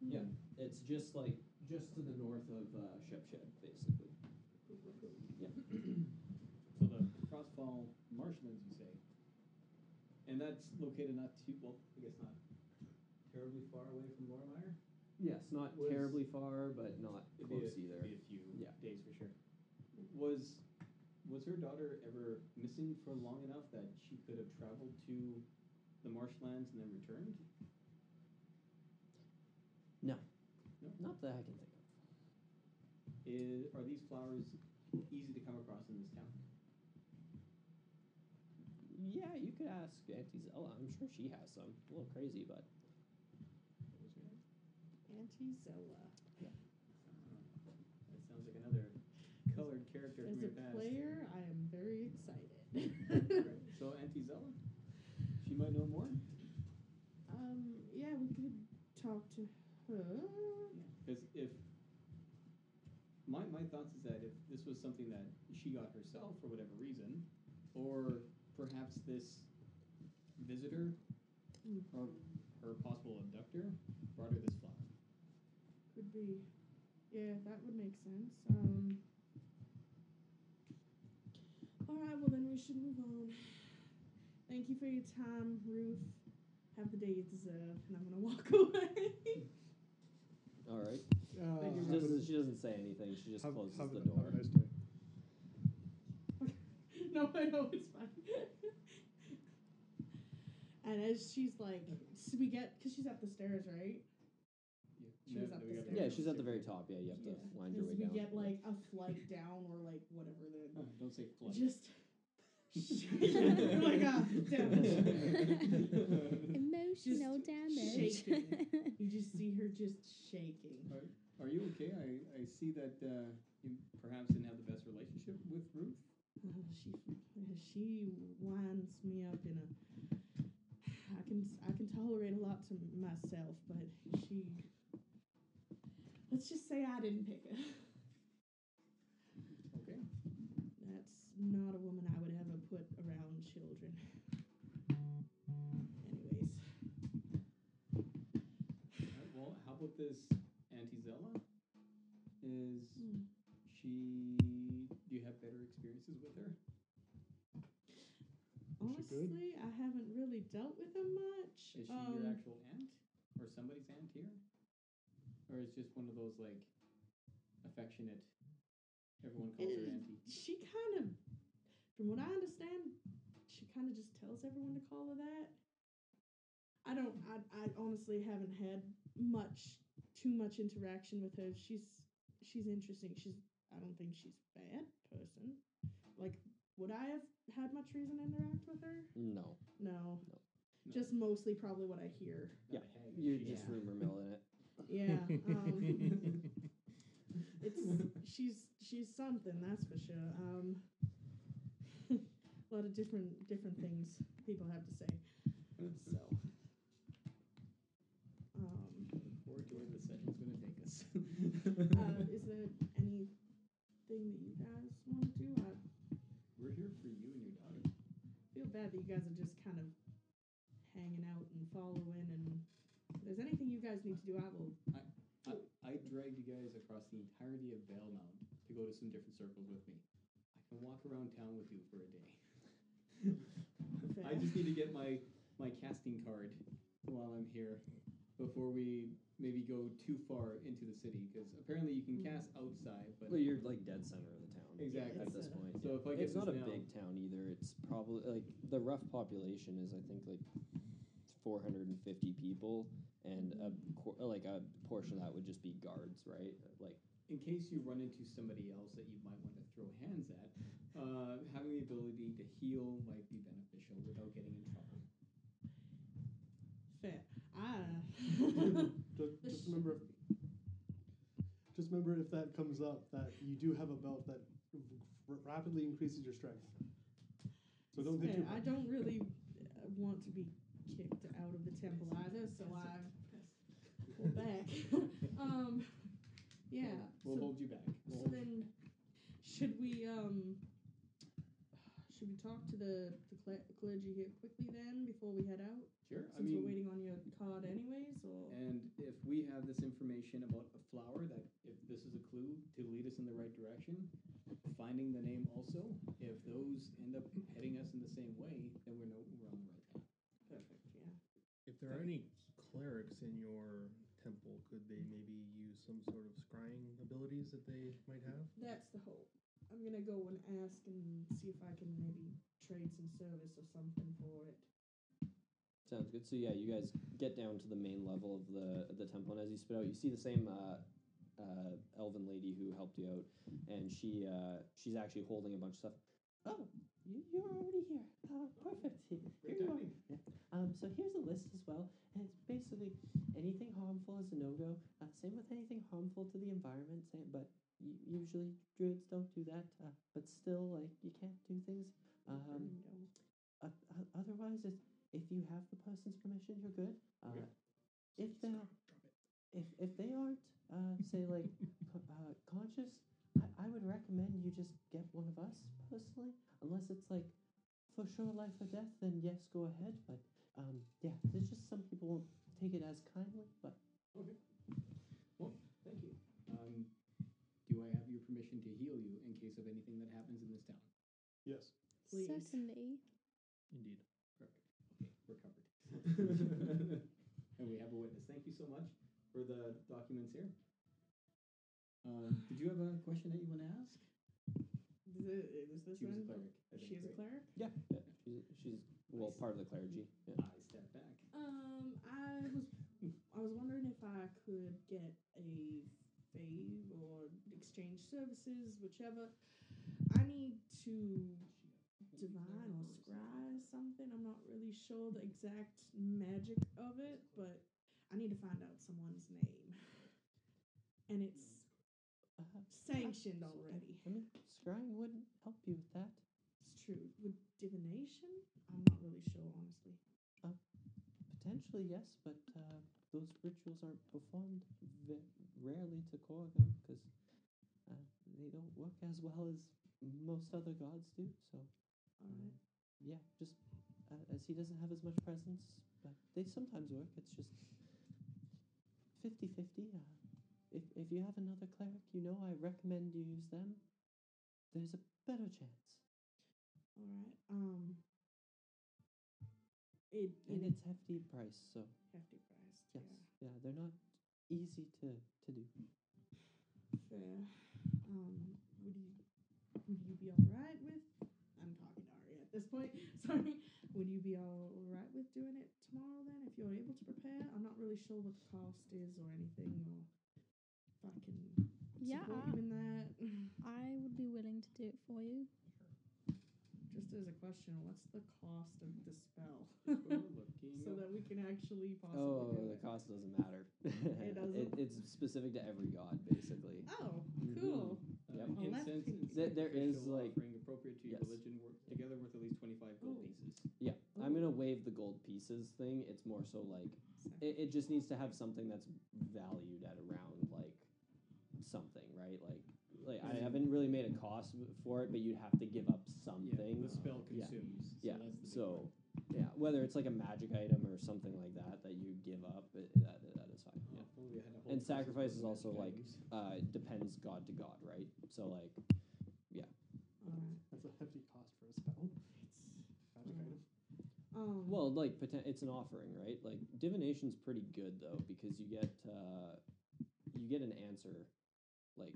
Speaker 2: Yeah, it's just like just to the north of uh, Shepshed, basically.
Speaker 4: So the Crossfall Marshlands, you say, and that's located not too well. I guess not terribly far away from Lormire.
Speaker 2: Yes, not
Speaker 4: Was-
Speaker 2: terribly far, but not
Speaker 4: It'd
Speaker 2: close
Speaker 4: be a,
Speaker 2: either.
Speaker 4: It'd be a few
Speaker 2: Yeah.
Speaker 4: days for sure. Was was her daughter ever missing for long enough that she could have traveled to the marshlands and then returned?
Speaker 2: Not that I can think of.
Speaker 4: Is, are these flowers easy to come across in this town?
Speaker 2: Yeah, you can should ask Auntie Zella. I'm sure she has some. A little crazy, but
Speaker 4: What was her name?
Speaker 3: Auntie Zella.
Speaker 4: Uh, That sounds like another colored character
Speaker 3: As
Speaker 4: from
Speaker 3: a
Speaker 4: your past.
Speaker 3: player, I am very excited.
Speaker 4: Alright, so Auntie Zella, she might know more
Speaker 3: um, yeah, we could talk to her.
Speaker 4: because if my my thoughts is that if this was something that she got herself for whatever reason, or perhaps this visitor
Speaker 3: Mm.
Speaker 4: or her possible abductor brought her this flower.
Speaker 3: Could be. Yeah, that would make sense. Um. All right, well then we should move on. Thank you for your time, Ruth. Have the day you deserve, and I'm gonna walk away.
Speaker 2: all right.
Speaker 6: Uh,
Speaker 4: Thank you.
Speaker 2: She
Speaker 6: have
Speaker 2: doesn't,
Speaker 6: a-
Speaker 2: she doesn't say anything. She just
Speaker 6: have-
Speaker 2: closes
Speaker 6: have
Speaker 2: the
Speaker 6: a-
Speaker 2: door.
Speaker 6: Have a nice day.
Speaker 3: no, I know it's fine. and as she's like, so we get because she's up the stairs, right?
Speaker 4: Yeah.
Speaker 3: She
Speaker 4: No,
Speaker 3: was
Speaker 4: no,
Speaker 3: up
Speaker 4: we
Speaker 3: the
Speaker 4: gotta
Speaker 3: stairs.
Speaker 4: go
Speaker 2: Yeah, she's at the very
Speaker 4: upstairs.
Speaker 2: top. Yeah, you have to wind your way
Speaker 3: 'cause
Speaker 2: down.
Speaker 3: we get like a flight down or like whatever the
Speaker 4: Oh, don't say flood.
Speaker 3: Just like oh, a
Speaker 5: Emotional damage.
Speaker 3: shaking. You just see her just shaking.
Speaker 4: Are you okay? I, I see that uh, you perhaps didn't have the best relationship with Ruth.
Speaker 3: Oh, she she winds me up in a. I can I can tolerate a lot to myself, but she. Let's just say I didn't pick her.
Speaker 4: Okay.
Speaker 3: That's not a woman I would ever put around children. Anyways,
Speaker 4: Alright, well, how about this Auntie Zella? Is
Speaker 3: Hmm.
Speaker 4: she? Do you have better experiences with her?
Speaker 6: Is she good?
Speaker 3: honestly, I haven't really dealt with her much.
Speaker 4: Is she
Speaker 3: um,
Speaker 4: your actual aunt, or somebody's aunt here, or is just one of those like affectionate? Everyone calls her
Speaker 3: Uh,
Speaker 4: Auntie.
Speaker 3: she kind of, from what I understand, she kind of just tells everyone to call her that. I don't. I, I honestly haven't had much, too much interaction with her. She's she's interesting. She's. I don't think she's a bad person. Like, would I have had much reason to interact with her?
Speaker 2: no,
Speaker 3: No.
Speaker 4: No.
Speaker 3: Just mostly probably what I hear.
Speaker 2: yeah,
Speaker 4: Not a hag, is
Speaker 2: you're
Speaker 4: she?
Speaker 2: just rumor milling it.
Speaker 3: Yeah. Um, it's she's she's something that's for sure. Um, a lot of different different things people have to say. So, um,
Speaker 4: Look forward to where the session's going to take us.
Speaker 3: uh, is there anything that you guys want to do? I
Speaker 4: We're here for you and your daughter.
Speaker 3: feel bad that you guys are just kind of hanging out and following. And if there's anything you guys need to do, I will.
Speaker 4: I, I dragged you guys across the entirety of Bale Mound to go to some different circles with me. I can walk around town with you for a day. I just need to get my, my casting card while I'm here before we maybe go too far into the city because apparently you can cast outside, but
Speaker 2: Well, you're like dead center of the town.
Speaker 4: exactly.
Speaker 2: At this
Speaker 3: Yeah.
Speaker 2: point,
Speaker 4: So if I get
Speaker 2: it's not a
Speaker 4: this now-
Speaker 2: big town either. It's probably like the rough population is I think like 450 people, and a qu- like a portion of that would just be guards, right? Like
Speaker 4: in case you run into somebody else that you might want to throw hands at, uh, having the ability to heal might be beneficial without getting in trouble.
Speaker 3: Fair. I.
Speaker 6: Just, just remember. Just remember if that comes up that you do have a belt that r- rapidly increases your strength. So don't
Speaker 3: Fair.
Speaker 6: think too
Speaker 3: I
Speaker 6: hard.
Speaker 3: don't really uh, want to be kicked out of the temple either, so I pull back. um, yeah.
Speaker 4: We'll
Speaker 3: so,
Speaker 4: hold you back. We'll
Speaker 3: so
Speaker 4: hold-
Speaker 3: then, should we um, should we talk to the the cle- clergy here quickly then before we head out?
Speaker 4: sure. I
Speaker 3: Since
Speaker 4: mean,
Speaker 3: we're waiting on your card anyways, or
Speaker 4: And if we have this information about a flower, that if this is a clue to lead us in the right direction, finding the name also, if those end up heading us in the same way, then we're, no, we're on the right path.
Speaker 3: perfect, yeah.
Speaker 8: If there are any clerics in your temple, could they maybe use some sort of scrying abilities that they might have?
Speaker 3: That's the hope. I'm gonna go and ask and see if I can maybe trade some service or something for it.
Speaker 2: Sounds good. So yeah, you guys get down to the main level of the the temple, and as you spit out, you see the same uh, uh, elven lady who helped you out, and she uh, she's actually holding a bunch of stuff.
Speaker 9: Oh, you, you're already here. Uh, perfect. Here you are. Um, so here's a list as well, and it's basically anything harmful is a no-go. Uh, same with anything harmful to the environment. Same, but u- usually druids don't do that. Uh, but still, like you can't do things. Um, uh, otherwise, if, if you have the person's permission, you're good. Uh, If they are, if if they aren't, uh, say like co- uh, conscious, I, I would recommend you just get one of us personally, unless it's like for sure life or death. Then yes, go ahead. But um, yeah, there's just some people won't take it as kindly. But
Speaker 4: Thank you. Um, do I have your permission to heal you in case of anything that happens in this town?
Speaker 6: Yes.
Speaker 3: Please.
Speaker 5: Certainly.
Speaker 8: Indeed.
Speaker 4: Perfect. Okay, we're covered. and we have a witness. Thank you so much for the documents here. Um, did you have a question that you want to ask?
Speaker 3: Is it- is this
Speaker 4: She was a
Speaker 3: one?
Speaker 4: cleric. I
Speaker 3: She
Speaker 4: think,
Speaker 3: is a
Speaker 4: right?
Speaker 3: cleric.
Speaker 2: Yeah, yeah. She's, she's well
Speaker 4: Nice.
Speaker 2: part of the clergy. Yeah.
Speaker 4: I step back.
Speaker 3: Um, I was I was wondering if I could get a fave or exchange services, whichever. I need to divine or scry something. I'm not really sure the exact magic of it, but I need to find out someone's name. And it's
Speaker 9: uh,
Speaker 3: sanctioned already.
Speaker 9: I mean, scrying wouldn't help you with that.
Speaker 3: It's true. With divination, I'm not really sure, honestly.
Speaker 9: Potentially, yes, but uh, those rituals aren't performed ve- rarely to Korrigan because uh, they don't work as well as most other gods do. So,
Speaker 3: All right.
Speaker 9: yeah, just uh, as he doesn't have as much presence, but they sometimes work. It's just 50 50. Uh, if, if you have another cleric you know, I recommend you use them. There's a better chance.
Speaker 3: All right. Um. It,
Speaker 9: And
Speaker 3: it
Speaker 9: it's hefty price, so
Speaker 3: hefty priced.
Speaker 9: yes. Yeah, they're not easy to, to do.
Speaker 3: Yeah. Fair. Um. Would you Would you be all right with? I'm talking to Ari at this point. Sorry. Would you be all right with doing it tomorrow then, if you're able to prepare? I'm not really sure what the cost is or anything, or if I can
Speaker 5: Yeah,
Speaker 3: support you in that.
Speaker 5: I would be willing to do it for you.
Speaker 3: Just as a question, what's the cost of the spell,
Speaker 4: That's what we're looking
Speaker 3: so
Speaker 4: at.
Speaker 3: that we can actually possibly
Speaker 2: Oh,
Speaker 3: do
Speaker 2: the
Speaker 3: it?
Speaker 2: cost doesn't matter. it
Speaker 3: doesn't?
Speaker 2: it's specific to every god, basically.
Speaker 3: Oh,
Speaker 2: Mm-hmm.
Speaker 3: cool.
Speaker 4: Uh,
Speaker 2: Yep.
Speaker 3: Unless
Speaker 4: incense
Speaker 3: he-
Speaker 4: and
Speaker 2: There- there is,
Speaker 4: sacrificial
Speaker 2: like-
Speaker 4: offering appropriate to your
Speaker 2: Yes.
Speaker 4: religion work together with at least 25 gold
Speaker 3: Oh.
Speaker 4: pieces.
Speaker 2: Yeah, I'm gonna waive the gold pieces thing. It's more so like it, it just needs to have something that's valued at around like something, right? Like, like I haven't really made a cost for it, but you'd have to give up something.
Speaker 4: Yeah, the spell
Speaker 2: Yeah.
Speaker 4: consumes. So
Speaker 2: Yeah,
Speaker 4: That's the big
Speaker 2: so,
Speaker 4: part.
Speaker 2: yeah, whether it's like a magic item or something like that that you give up, it, that, that is fine. Yeah.
Speaker 4: Oh, well, we had a whole
Speaker 2: And
Speaker 4: process
Speaker 2: sacrifice
Speaker 4: for
Speaker 2: is
Speaker 4: the
Speaker 2: also,
Speaker 4: magic
Speaker 2: like,
Speaker 4: items.
Speaker 2: Uh, it depends god to god, right? So like,
Speaker 3: All right.
Speaker 6: That's a hefty cost for a spell. Magic
Speaker 3: Alright.
Speaker 6: item.
Speaker 3: Um,
Speaker 2: well, like poten- it's an offering, right? Like divination's pretty good though because you get uh, you get an answer, like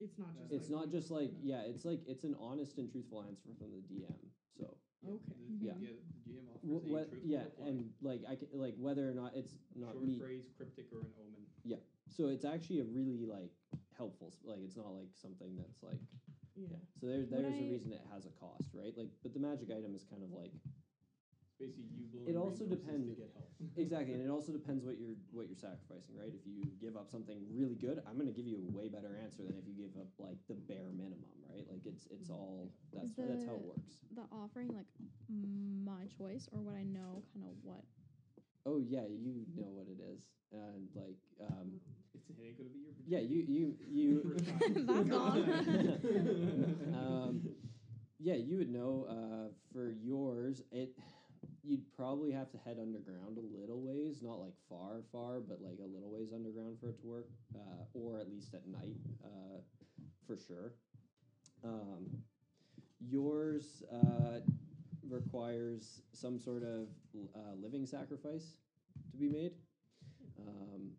Speaker 3: it's not just.
Speaker 2: it's
Speaker 3: like,
Speaker 2: not just like yeah, it's like it's an honest and truthful answer from the DM. So
Speaker 3: Okay.
Speaker 4: The,
Speaker 2: Yeah.
Speaker 4: yeah. The GM offers
Speaker 2: Wh-
Speaker 4: a
Speaker 2: what?
Speaker 4: truthful
Speaker 2: Yeah,
Speaker 4: reply.
Speaker 2: and like I c- like whether or not it's not
Speaker 4: short
Speaker 2: me.
Speaker 4: phrase, cryptic, or an omen.
Speaker 2: So it's actually a really like helpful. s- Like it's not like something that's like
Speaker 3: Yeah.
Speaker 2: So there,
Speaker 5: Would
Speaker 2: there's a
Speaker 5: I-
Speaker 2: reason it has a cost, right? Like, but the magic item is kind of like
Speaker 4: It's basically you blowing
Speaker 2: It also
Speaker 4: resources
Speaker 2: depends-
Speaker 4: to get help.
Speaker 2: exactly, and it also depends what you're what you're sacrificing, right? If you give up something really good, I'm gonna give you a way better answer than if you give up like the bare minimum, right? Like it's it's all that's that's how it
Speaker 5: The-
Speaker 2: works.
Speaker 5: The offering, like my choice or what I know, kind of what.
Speaker 2: Oh yeah, you know what it is, and like um,
Speaker 4: It's it ain't gonna be your
Speaker 2: yeah, you you you.
Speaker 5: That's
Speaker 4: all.
Speaker 2: um, yeah, you would know uh, for yours. It you'd probably have to head underground a little ways, not like far, far, but like a little ways underground for it to work, uh, or at least at night uh, for sure. Um, yours uh, requires some sort of uh, living sacrifice to be made. Um,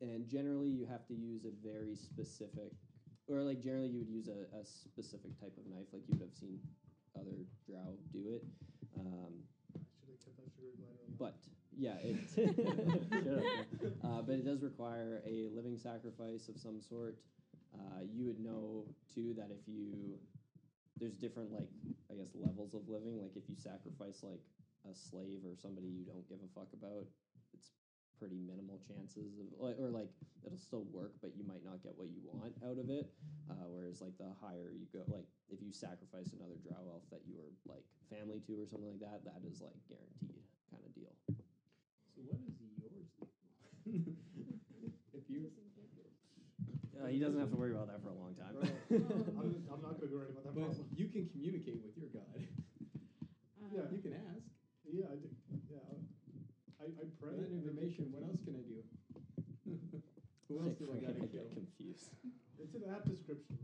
Speaker 2: and generally, you have to use a very specific or like generally you would use a, a specific type of knife like you would have seen other drow do it um,
Speaker 6: Should have kept that sugar glider alive.
Speaker 8: Mm.
Speaker 2: but yeah it Shut up. uh, but it does require a living sacrifice of some sort uh, you would know too that if you there's different like I guess levels of living. Like if you sacrifice like a slave or somebody you don't give a fuck about, it's pretty minimal chances of like, or like it'll still work, but you might not get what you want out of it. Uh, whereas like the higher you go, like if you sacrifice another drow elf that you were like family to or something like that, that is like guaranteed kind of deal.
Speaker 4: So what is yours? Nicole? if you
Speaker 2: Uh, he doesn't have to worry about that for a long time.
Speaker 6: Bro, I'm, I'm not going to be worried about that
Speaker 4: but
Speaker 6: problem.
Speaker 4: you can communicate with your god.
Speaker 3: Um,
Speaker 6: Yeah.
Speaker 4: You can ask.
Speaker 6: Yeah, I, did- yeah, I, I pray.
Speaker 4: With that
Speaker 6: and then-
Speaker 4: information, what else can I do? Who else do I
Speaker 2: I
Speaker 4: gotta kill?
Speaker 2: get confused.
Speaker 6: It's an app description.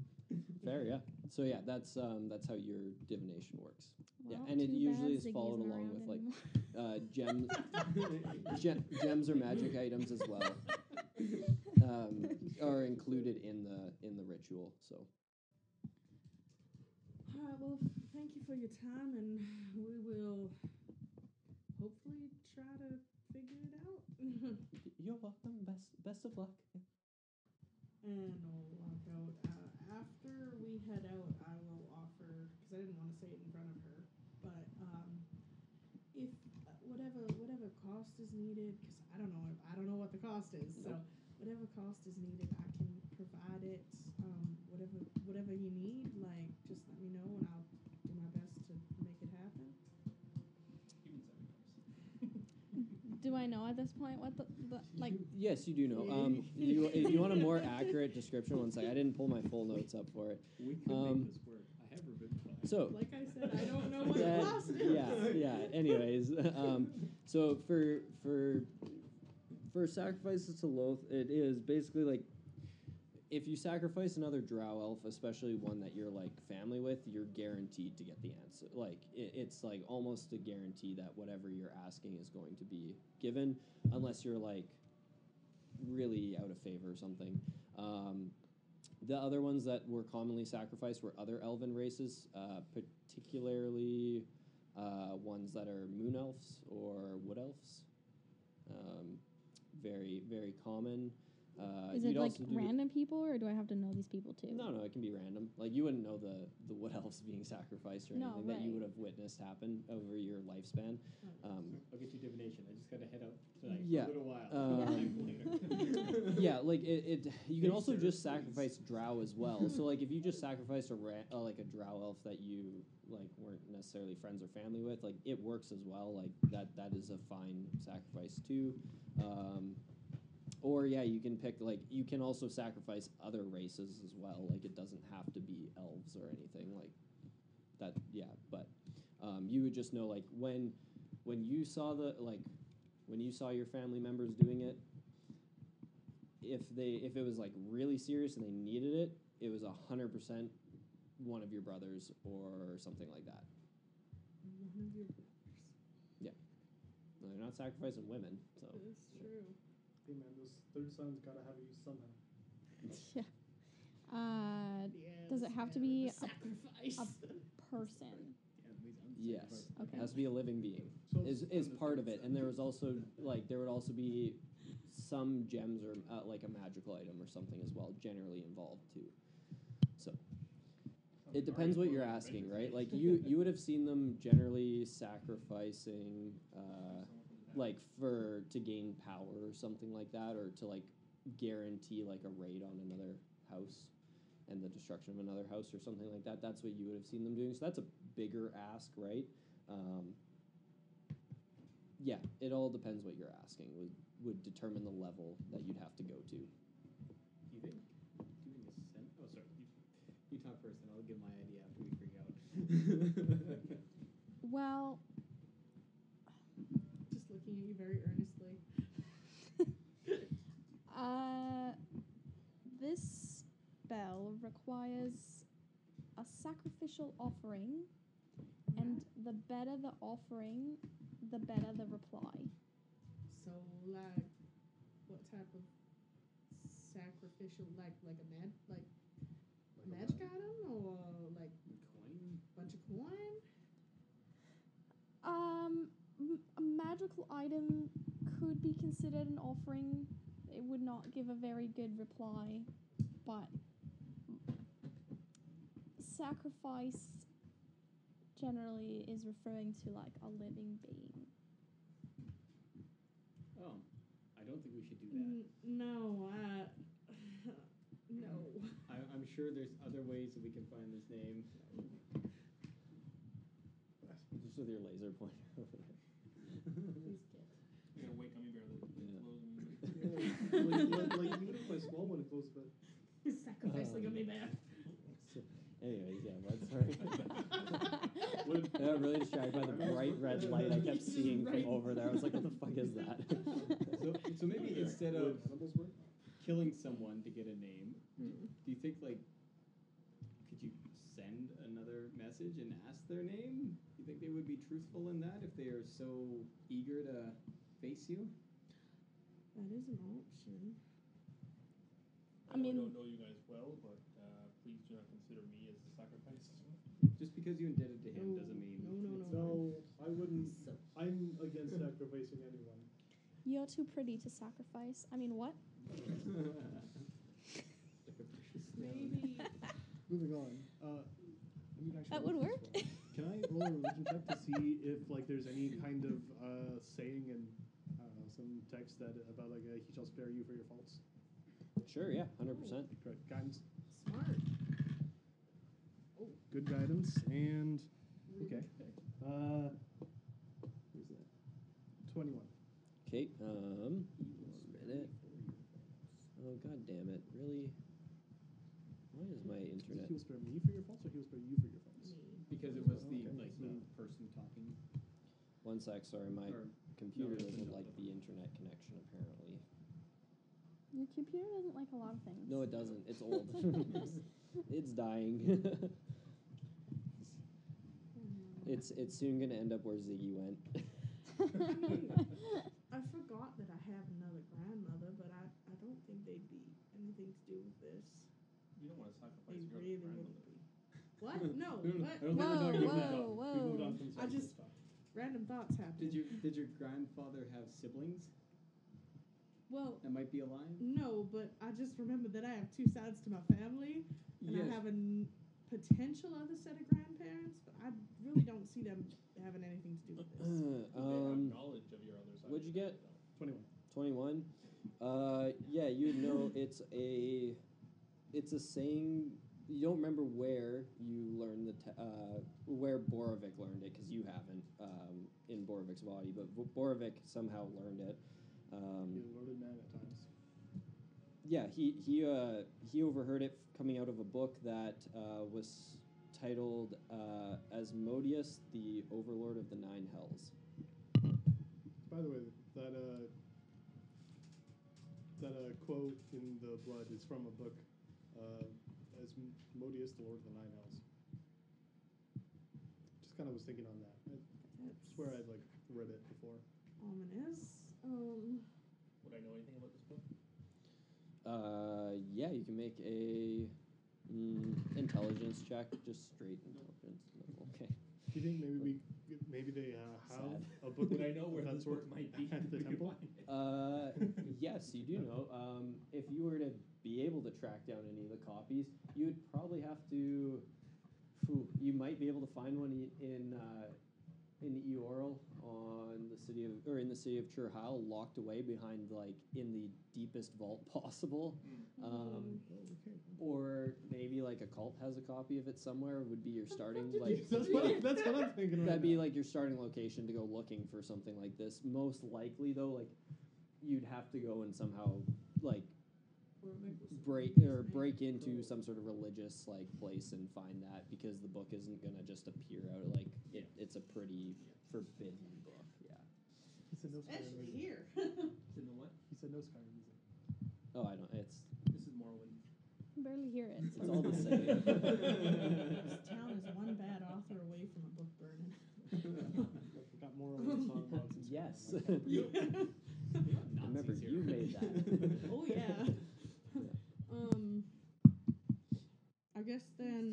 Speaker 2: Fair, yeah. So yeah, that's um, that's how your divination works. Yeah,
Speaker 5: Well,
Speaker 2: and it
Speaker 5: too
Speaker 2: usually is
Speaker 5: bad Ziggy
Speaker 2: followed
Speaker 5: isn't
Speaker 2: along
Speaker 5: around
Speaker 2: with, like,
Speaker 5: anymore.
Speaker 2: Uh, gem, gem, gems or magic items as well um, are included in the in the ritual. So
Speaker 3: All right. Well, thank you for your time, and we will hopefully try to figure it out. and
Speaker 9: You're welcome. Best best of luck.
Speaker 5: Mm.
Speaker 3: I'll walk out. Uh, after we head out, I will offer because I didn't want to say it in front of her, but um, if uh, whatever whatever cost is needed, because I don't know I don't know what the cost is, so whatever cost is needed, I can provide it. Um, whatever whatever you need, like just let me know, and I'll do my best to make it happen.
Speaker 5: Do I know at this point what the, the like?
Speaker 2: yes, you do know. Um, you if you want a more accurate description, one sec. I didn't pull my full notes up for it.
Speaker 4: We could
Speaker 2: Um,
Speaker 4: make this work. I have Rubik's
Speaker 2: So
Speaker 3: Like I said, I don't know what
Speaker 2: That-
Speaker 3: cost is.
Speaker 2: yeah, yeah. Anyways, um, so for for for sacrifices to Loth, it is basically like if you sacrifice another Drow elf, especially one that you're like family with, you're guaranteed to get the answer. Like it, it's like almost a guarantee that whatever you're asking is going to be given, unless you're like really out of favor or something. Um, the other ones that were commonly sacrificed were other elven races, uh, particularly uh, ones that are moon elves or wood elves. Um, very, very common. Uh,
Speaker 5: is
Speaker 2: you'd
Speaker 5: it like
Speaker 2: also do-
Speaker 5: random people, or do I have to know these people too?
Speaker 2: No, no, it can be random. Like you wouldn't know the the wood elves being sacrificed or
Speaker 5: No,
Speaker 2: anything that you
Speaker 5: right. Hmm.
Speaker 2: would have witnessed happen over your lifespan. Um,
Speaker 4: I'll get you divination. I just gotta head out tonight
Speaker 2: Yeah,
Speaker 4: for a little while.
Speaker 2: uh,
Speaker 4: Come back later.
Speaker 2: yeah, like it, it you can
Speaker 4: Hey,
Speaker 2: also
Speaker 4: sir,
Speaker 2: just
Speaker 4: please.
Speaker 2: sacrifice drow as well. So like if you just sacrifice a ra- uh, like a drow elf that you like weren't necessarily friends or family with, like it works as well. Like that that is a fine sacrifice too. Um, or yeah, you can pick like you can also sacrifice other races as well. Like it doesn't have to be elves or anything like that. Yeah, but um, you would just know like when when you saw the like when you saw your family members doing it if they if it was like really serious and they needed it, it was a hundred percent one of your brothers or something like that.
Speaker 3: One of your brothers.
Speaker 2: No, they're not sacrificing women, so
Speaker 3: That's true.
Speaker 6: Hey man, those third sons gotta have a use somehow.
Speaker 5: Yeah. Uh, Does it have to be a-
Speaker 3: sacrifice?
Speaker 5: person.
Speaker 4: Yeah, please, I'm
Speaker 2: yes,
Speaker 4: sacrificing.
Speaker 5: Okay.
Speaker 2: it has to be a living being
Speaker 6: So
Speaker 2: is
Speaker 6: I'm
Speaker 2: is
Speaker 6: the
Speaker 2: part
Speaker 6: third
Speaker 2: of it.
Speaker 6: son.
Speaker 2: And there was also like there would also be some gems or uh, like a magical item or something as well, generally involved too. it depends what you're asking, right? Like you you would have seen them generally sacrificing, uh, like for to gain power or something like that, or to like guarantee like a raid on another house and the destruction of another house or something like that. That's what you would have seen them doing. So that's a bigger ask, right? Um, yeah, it all depends what you're asking. Would would determine the level that you'd have to go to.
Speaker 4: You think doing a sen- Oh, sorry. You, you talk first, and I'll give my idea after we figure out.
Speaker 5: Well,
Speaker 3: Just looking at you very earnestly.
Speaker 5: uh, this spell requires a sacrificial offering, and the better the offering, the better the reply.
Speaker 3: So, like, what type of sacrificial, like, like a mag, like magic item, or like
Speaker 4: Coin?
Speaker 3: bunch of coin?
Speaker 5: Um, m- a magical item could be considered an offering. It would not give a very good reply, but sacrifice generally is referring to like a living being.
Speaker 4: Oh, I don't think we should do that.
Speaker 3: N- no, I. no.
Speaker 4: I, I'm sure there's other ways that we can find this name.
Speaker 2: Just with your laser pointer over there.
Speaker 3: Please get.
Speaker 8: You gotta wake gummy bear that
Speaker 2: Yeah.
Speaker 8: blows him.
Speaker 6: Yeah, like, like, like even if I swallow one, it goes. But
Speaker 3: Sacrifice the
Speaker 2: Um,
Speaker 3: gummy bear.
Speaker 2: So, anyways, yeah, but sorry.
Speaker 4: Would-
Speaker 2: I got really distracted by the bright red light I kept seeing from
Speaker 3: Right.
Speaker 2: over there. I was like, what the fuck is that?
Speaker 4: So, so maybe instead of
Speaker 6: Would animals work?
Speaker 4: killing someone to get a name,
Speaker 3: Uh,
Speaker 4: do you think like could you send another message and ask their name? Do you think they would be truthful in that if they are so eager to face you?
Speaker 3: That is an option.
Speaker 5: I mean-
Speaker 8: I don't know you guys well, but uh, please do not consider me as a sacrifice.
Speaker 4: Just because you indebted to him doesn't mean
Speaker 3: No, no, no.
Speaker 6: No, I wouldn't. I'm against sacrificing anyone.
Speaker 5: You're too pretty to sacrifice. I mean, what?
Speaker 4: Like a precious stone.
Speaker 7: Maybe.
Speaker 6: Moving on. Uh, I mean, actually,
Speaker 5: That
Speaker 6: I
Speaker 5: would
Speaker 6: was
Speaker 5: work.
Speaker 6: just wrong. Can I roll a religion check to see if like there's any kind of uh, saying in I don't know, some text that about like uh, he shall spare you for your faults?
Speaker 2: sure, yeah, 100%.
Speaker 6: Correct guidance.
Speaker 3: Smart.
Speaker 6: Good guidance and okay. Uh, where's that? Twenty-one.
Speaker 2: Okay, um, minute. Oh, god damn it. Really? Why is my
Speaker 6: Is it
Speaker 2: internet?
Speaker 6: he will spare me for your faults, or he will spare you for your faults?
Speaker 4: because it was the
Speaker 6: Okay,
Speaker 4: like
Speaker 6: so-
Speaker 4: the person talking.
Speaker 2: One sec, sorry, my
Speaker 4: or-
Speaker 2: computer
Speaker 4: it's
Speaker 2: doesn't
Speaker 4: not
Speaker 2: like
Speaker 4: up.
Speaker 2: the internet connection apparently.
Speaker 5: Your computer doesn't like a lot of things.
Speaker 2: No, it doesn't. It's old. it's dying. it's it's soon gonna end up where Ziggy went.
Speaker 3: I forgot that I have another grandmother, but I, I don't think they'd be anything to do with this.
Speaker 8: You don't want to sacrifice
Speaker 3: They
Speaker 8: your
Speaker 3: really
Speaker 8: other grandmother.
Speaker 3: wouldn't be. What? No.
Speaker 4: No, no, no, I
Speaker 3: what?
Speaker 4: don't think we're
Speaker 5: Whoa,
Speaker 4: talking about
Speaker 5: whoa,
Speaker 6: We moved on
Speaker 5: whoa.
Speaker 6: from
Speaker 3: I
Speaker 6: sexual
Speaker 3: just-
Speaker 6: stuff.
Speaker 3: Random thoughts happen.
Speaker 4: Did your did your grandfather have siblings
Speaker 3: Well,
Speaker 4: that might be alive?
Speaker 3: no, but I just remember that I have two sides to my family, and
Speaker 2: Uh,
Speaker 3: I have a n- potential other set of grandparents, but I really don't see them having anything to do with
Speaker 2: Uh,
Speaker 3: this.
Speaker 8: they have
Speaker 2: um,
Speaker 8: knowledge of your other side.
Speaker 2: what'd you get?
Speaker 6: Twenty-one.
Speaker 2: twenty one. Uh, yeah, you would know it's a, it's a saying. You don't remember where you learned the te- uh, where Borovic learned it because you haven't um, in Borovic's body, but Bo- Borovic somehow learned it. Um,
Speaker 6: He's a learned man at times.
Speaker 2: yeah, he he uh, he overheard it f- coming out of a book that uh, was titled uh, "Asmodeus, the Overlord of the Nine Hells."
Speaker 6: By the way, that uh, that uh, quote in the blood is from a book, uh, as Modius, the Lord of the Nine Hells. Just kind of was thinking on that. I swear I'd like read it before.
Speaker 3: Ominous. Um,
Speaker 8: Would I know anything about this book?
Speaker 2: Uh, yeah, you can make a mm, intelligence check, just straight intelligence. level. Okay.
Speaker 6: Do you think maybe we, maybe they uh, have
Speaker 2: Sad.
Speaker 6: a book?
Speaker 8: Would I know where
Speaker 6: of that
Speaker 8: this
Speaker 6: sort
Speaker 8: book might be?
Speaker 6: at the
Speaker 8: Where you
Speaker 6: temple?
Speaker 8: find it?
Speaker 2: Uh, yes, you do know. Um, if you were to be able to track down any of the copies, you would probably have to. phew, you might be able to find one i- in uh, in Eoral on the city of or in the city of Churhal, locked away behind like in the deepest vault possible.
Speaker 3: Hmm.
Speaker 2: Um,
Speaker 6: Oh,
Speaker 2: or maybe like a cult has a copy of it somewhere. Would be your starting
Speaker 3: did you
Speaker 2: like
Speaker 6: that's what I, that's what I'm thinking.
Speaker 2: That'd
Speaker 6: right
Speaker 2: be
Speaker 6: now.
Speaker 2: like your starting location to go looking for something like this. Most likely, though, like you'd have to go and somehow like break or break into some sort of religious like place and find that because the book isn't gonna just appear out like it, it's a pretty forbidden book. Yeah.
Speaker 6: he said no Skyrim.
Speaker 3: especially
Speaker 6: music.
Speaker 3: here.
Speaker 8: It's in the what?
Speaker 6: He said no Skyrim music.
Speaker 2: Oh, I don't. It's
Speaker 8: This is Morrowind.
Speaker 5: can barely hear it.
Speaker 2: it's all the same.
Speaker 3: this town is one bad author away from a book burning.
Speaker 6: Look, we got more of the song about some Skyrim.
Speaker 2: yes.
Speaker 4: Nazis
Speaker 2: Remember,
Speaker 4: here.
Speaker 2: you made that.
Speaker 3: oh yeah. um, I guess then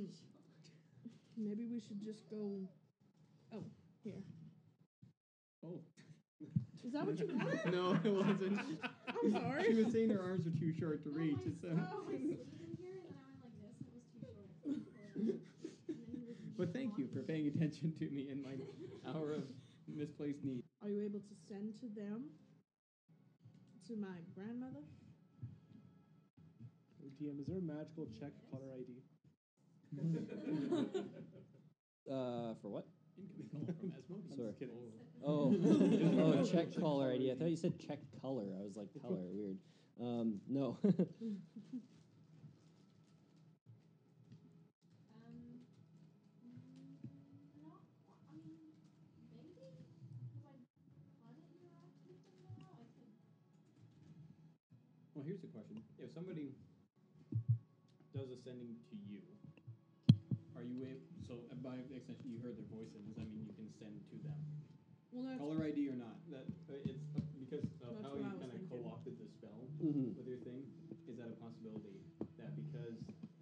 Speaker 3: maybe we should just go. Oh, here.
Speaker 4: Oh.
Speaker 3: Is that what you wanted?
Speaker 4: no, it wasn't.
Speaker 3: I'm
Speaker 4: She
Speaker 3: sorry. Oh
Speaker 4: was saying her arms are too Oh short to reach.
Speaker 5: my
Speaker 4: it's, uh,
Speaker 5: God.
Speaker 4: But thank you for paying attention to me in my hour of misplaced need.
Speaker 3: Are you able to send to them? To my grandmother?
Speaker 6: Oh, DM, is there a magical check color ID?
Speaker 2: Uh, for what?
Speaker 4: Incoming call from Asmodeus.
Speaker 2: Sorry.
Speaker 6: Kidding.
Speaker 2: Oh,
Speaker 4: Yeah.
Speaker 2: oh, check color ID. I thought you said check color. I was like color, weird. Um, no.
Speaker 7: Um, mm, not, I mean, maybe? Have I done it interacting with them now? I could
Speaker 4: Well, here's the question: If somebody does a sending to you, are you able? So uh, by extension, you heard their voices. Does that mean you can send to them,
Speaker 3: Well, that's
Speaker 4: color ID or not? That uh, it's uh, because of
Speaker 3: That's
Speaker 4: how
Speaker 3: what
Speaker 4: you
Speaker 3: I was
Speaker 4: kind of
Speaker 3: thinking.
Speaker 4: co-opted the spell
Speaker 2: Mhm.
Speaker 4: with your thing. Is that a possibility that because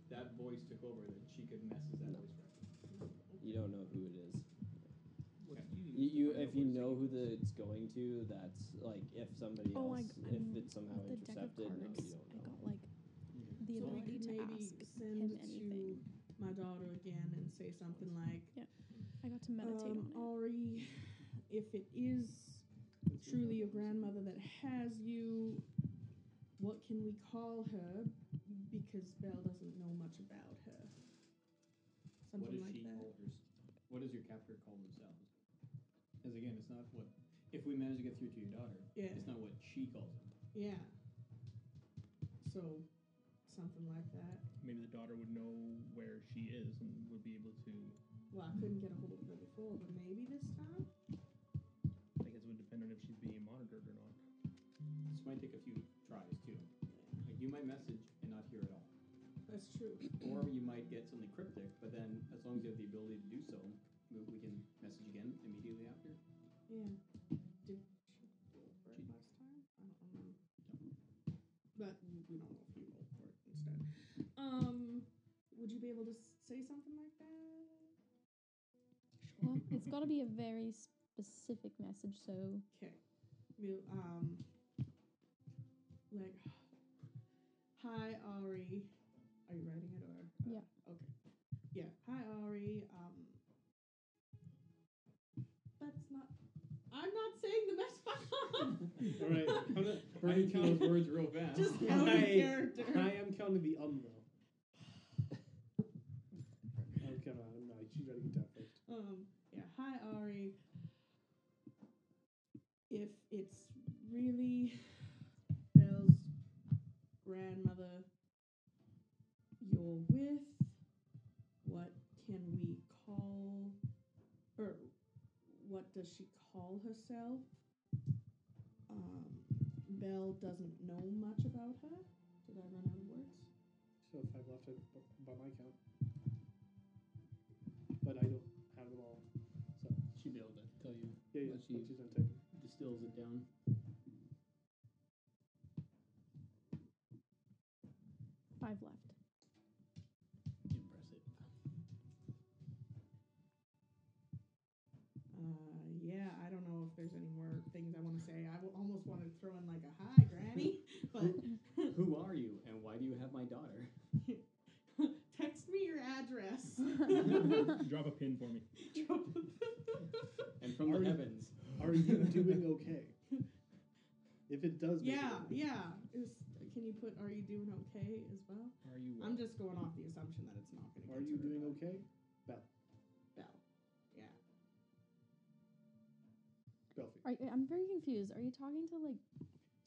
Speaker 4: that voice took over, that she could message that voice? back?
Speaker 2: You don't know who it is.
Speaker 4: Okay.
Speaker 2: You, you
Speaker 4: Find out
Speaker 2: if you
Speaker 4: what it's
Speaker 2: know who
Speaker 4: thinking.
Speaker 2: the it's going to, that's like if somebody
Speaker 5: Oh my
Speaker 2: else,
Speaker 5: g-
Speaker 2: if
Speaker 5: I'm-
Speaker 2: it's somehow
Speaker 5: the deck
Speaker 2: intercepted,
Speaker 5: of
Speaker 2: no, you
Speaker 5: cards. I
Speaker 2: don't know.
Speaker 5: got like the
Speaker 3: so I
Speaker 5: ability
Speaker 3: could
Speaker 5: to
Speaker 3: maybe
Speaker 5: ask
Speaker 3: send
Speaker 5: him
Speaker 3: to
Speaker 5: anything.
Speaker 3: my daughter again and say something like,
Speaker 5: I got to meditate on
Speaker 3: um,
Speaker 5: it.
Speaker 3: Ari, if it is truly your grandmother that has you, what can we call her? Because Belle doesn't know much about her.
Speaker 4: What
Speaker 3: Something
Speaker 4: does
Speaker 3: like
Speaker 4: she
Speaker 3: that.
Speaker 4: call her, What does your captor call themselves? Because again, it's not what. If we manage to get through to your daughter,
Speaker 3: Yeah,
Speaker 4: it's not what she calls them.
Speaker 3: yeah. So, something like that.
Speaker 8: Maybe the daughter would know where she is and would be able to.
Speaker 3: Well, I couldn't get a hold of her before, but maybe this time.
Speaker 8: I guess it would depend on if she's being monitored or not.
Speaker 4: This might take a few tries too. Like you might message and not hear at all,
Speaker 3: That's true.
Speaker 4: or you might get something cryptic. But then, as long as you have the ability to do so, we, we can message again immediately after.
Speaker 3: Yeah. Did she roll for it last time? I don't remember. But we we don't know if you rolled for it instead. Um, would you be able to s- say something like that?
Speaker 5: Well, it's got to be a very specific message, so
Speaker 3: Okay. We'll, um, like, hi, Ari. Are you writing it or? uh,
Speaker 5: Yeah.
Speaker 3: Okay. Yeah. Hi, Ari. Um, that's not. I'm not saying the best
Speaker 6: All right. I'm not- I
Speaker 4: counting
Speaker 6: am counting,
Speaker 4: those words real fast.
Speaker 3: Just
Speaker 6: Yeah.
Speaker 3: out of
Speaker 6: Hi.
Speaker 3: character.
Speaker 6: I am counting the um though. I'm counting. I'm not. She's writing it down first.
Speaker 3: Um, yeah, hi Ari. If it's really Belle's grandmother you're with, what can we call or what does she call herself? Um, Belle doesn't know much about her. Did I run out of words?
Speaker 6: So if I've left it b- by my count, but I don't have them all. So
Speaker 4: She'd be able to tell you.
Speaker 6: yeah, yeah.
Speaker 4: Well,
Speaker 6: Once
Speaker 4: she-
Speaker 6: she's done typing.
Speaker 4: Distills it down.
Speaker 5: five left.
Speaker 4: Impressive.
Speaker 3: Uh, yeah, I don't know if there's any more things I want to say. I w- almost wanted to throw in like a hi, Granny, but
Speaker 4: Who are you, and why do you have my daughter?
Speaker 3: text me your address.
Speaker 8: Drop a pin for me.
Speaker 4: And from
Speaker 6: Are
Speaker 4: the
Speaker 6: you-
Speaker 4: heavens.
Speaker 6: Are you doing okay? If it does, make it
Speaker 3: yeah,
Speaker 6: okay.
Speaker 3: yeah. Is, can you put "Are you doing okay" as well?
Speaker 8: Are you?
Speaker 3: I'm just going off the assumption that it's not going to.
Speaker 6: Are you doing okay?
Speaker 3: Bell? Yeah.
Speaker 6: Belfie.
Speaker 5: Are, you- I'm very confused. Are you talking to like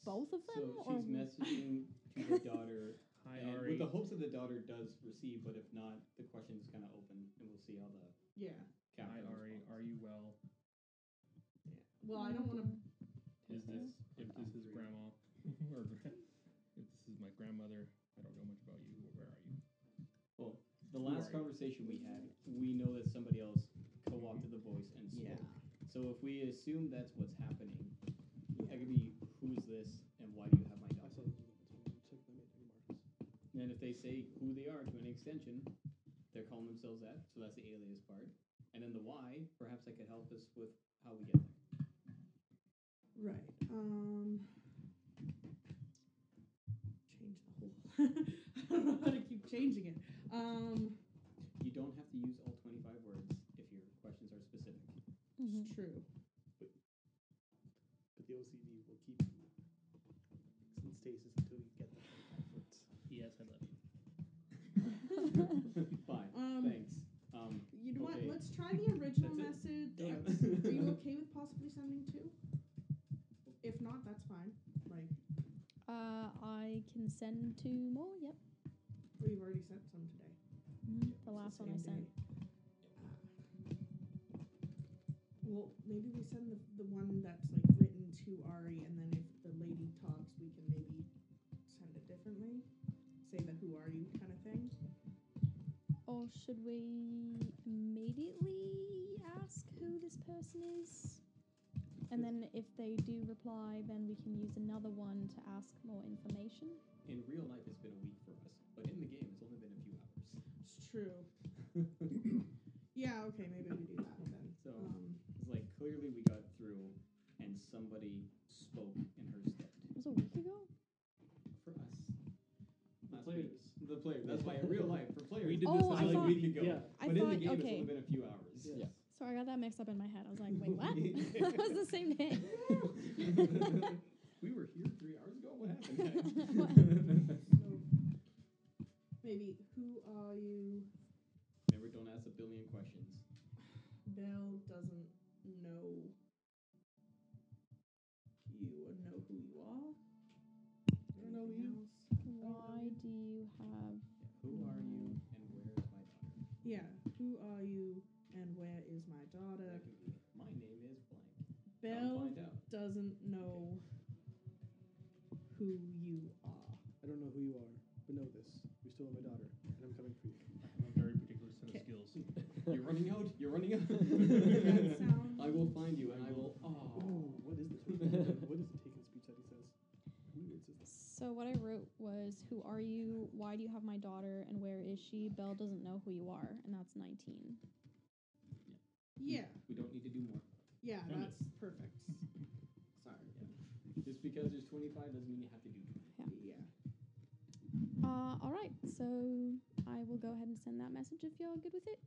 Speaker 5: both of them?
Speaker 4: So
Speaker 5: or
Speaker 4: she's messaging to the daughter
Speaker 8: Hi,
Speaker 4: And
Speaker 8: Ari.
Speaker 4: with the hopes that the daughter does receive, but if not, the question is kind of open, and we'll see how the
Speaker 3: Yeah.
Speaker 8: Hi,
Speaker 4: captain
Speaker 8: Ari. Are you well?
Speaker 3: Well, I don't want to.
Speaker 8: Is
Speaker 5: Okay.
Speaker 8: this if this is
Speaker 4: Three.
Speaker 8: grandma or gra- if this is my grandmother? I don't know much about you. Where are you?
Speaker 4: The
Speaker 8: Who
Speaker 4: last
Speaker 8: are you?
Speaker 4: conversation we had, we know that somebody else
Speaker 8: Mm-hmm.
Speaker 4: co-opted the voice and
Speaker 6: Mm-hmm.
Speaker 4: spoke.
Speaker 3: Yeah.
Speaker 4: So if we assume that's what's happening, that could be who's this and why do you have my
Speaker 6: I saw
Speaker 4: daughter?
Speaker 6: the email, so I'm gonna check if I made any marks.
Speaker 4: And then if they say who they are to an extension, they're calling themselves that, so that's the alias part. And then the why, perhaps that could help us with how we get there.
Speaker 3: Right. Um. Change the whole. I don't know how to keep changing it. Um.
Speaker 4: You don't have to use all 25 words.
Speaker 5: Mhm.
Speaker 6: Mm-hmm.
Speaker 3: It's true.
Speaker 6: But the OCD will keep you in stasis until you get the effort.
Speaker 8: Yes, I love you.
Speaker 4: Bye.
Speaker 3: Um,
Speaker 4: Thanks. Um,
Speaker 3: You know what?
Speaker 4: Okay.
Speaker 3: Let's try the original
Speaker 4: That's
Speaker 3: method.
Speaker 4: Damn.
Speaker 3: That's- Are you okay with possibly sending two? If not, that's fine. Like,
Speaker 5: Uh, I can send two more. Yep.
Speaker 3: well, you've already sent some today.
Speaker 5: Mm, the
Speaker 3: It's
Speaker 5: last one I
Speaker 3: same
Speaker 5: sent.
Speaker 3: day. Ah. Well, maybe we send the, the one that's like written to Ari, and then if the lady talks, we can maybe send it differently. Say the "Who are you?" kind of thing.
Speaker 5: Or should we immediately ask who this person is? And then if they do reply, then we can use another one to ask more information.
Speaker 4: in real life, it's been a week for us, but in the game, it's only been a few hours.
Speaker 3: It's true. Yeah. Okay. Maybe we do that then.
Speaker 4: So-
Speaker 3: Um,
Speaker 4: It's like clearly we got through, and somebody spoke in her stead
Speaker 5: It was a week ago?
Speaker 4: for us.
Speaker 6: The
Speaker 4: Last
Speaker 6: players.
Speaker 4: week. The player. That's why in real life, for players,
Speaker 8: We did
Speaker 5: Oh,
Speaker 8: this
Speaker 5: I
Speaker 8: as
Speaker 5: thought-
Speaker 8: a week ago.
Speaker 6: Yeah.
Speaker 5: I
Speaker 4: but in
Speaker 5: thought,
Speaker 4: the game, it's
Speaker 5: okay.
Speaker 4: only been a few hours.
Speaker 6: Yes.
Speaker 2: Yeah.
Speaker 5: Sorry, I got that mixed up in my head. I was like, wait, what? it was the same day.
Speaker 4: we were here three hours ago. What happened?
Speaker 5: What?
Speaker 4: guys?
Speaker 3: so maybe who are you?
Speaker 4: Remember, don't ask a billion questions.
Speaker 3: Belle doesn't know you or know who you are.
Speaker 6: I don't know
Speaker 3: Anything
Speaker 6: you.
Speaker 3: else?
Speaker 5: Why do you have.
Speaker 4: Who are you, and where is my
Speaker 3: Yeah. Who are you and where is my
Speaker 4: daughter?
Speaker 3: daughter?
Speaker 4: That could be, my name is blank. I'll
Speaker 3: Belle
Speaker 4: find out.
Speaker 3: doesn't know who you are.
Speaker 6: I don't know who you are, but know this. You stole my daughter, and I'm coming for you.
Speaker 8: I have a very particular set
Speaker 3: Okay.
Speaker 8: of skills.
Speaker 4: You're running out. You're running out.
Speaker 3: That sounds
Speaker 4: I will find you, and I will. Oh.
Speaker 6: Oh, what is the taken, what is the taken speech that he says? Weird says that.
Speaker 5: So, what I wrote was, Who are you? Why do you have my daughter? And where is she? Belle doesn't know who you are. And that's 19.
Speaker 3: yeah,
Speaker 4: We don't need to do more.
Speaker 3: yeah,
Speaker 8: Found it.
Speaker 3: that's perfect. Sorry.
Speaker 4: Just because there's 25 doesn't mean you have to do 20.
Speaker 5: Yeah.
Speaker 3: Yeah.
Speaker 5: Uh, all right, so I will go ahead and send that message if you're good with it.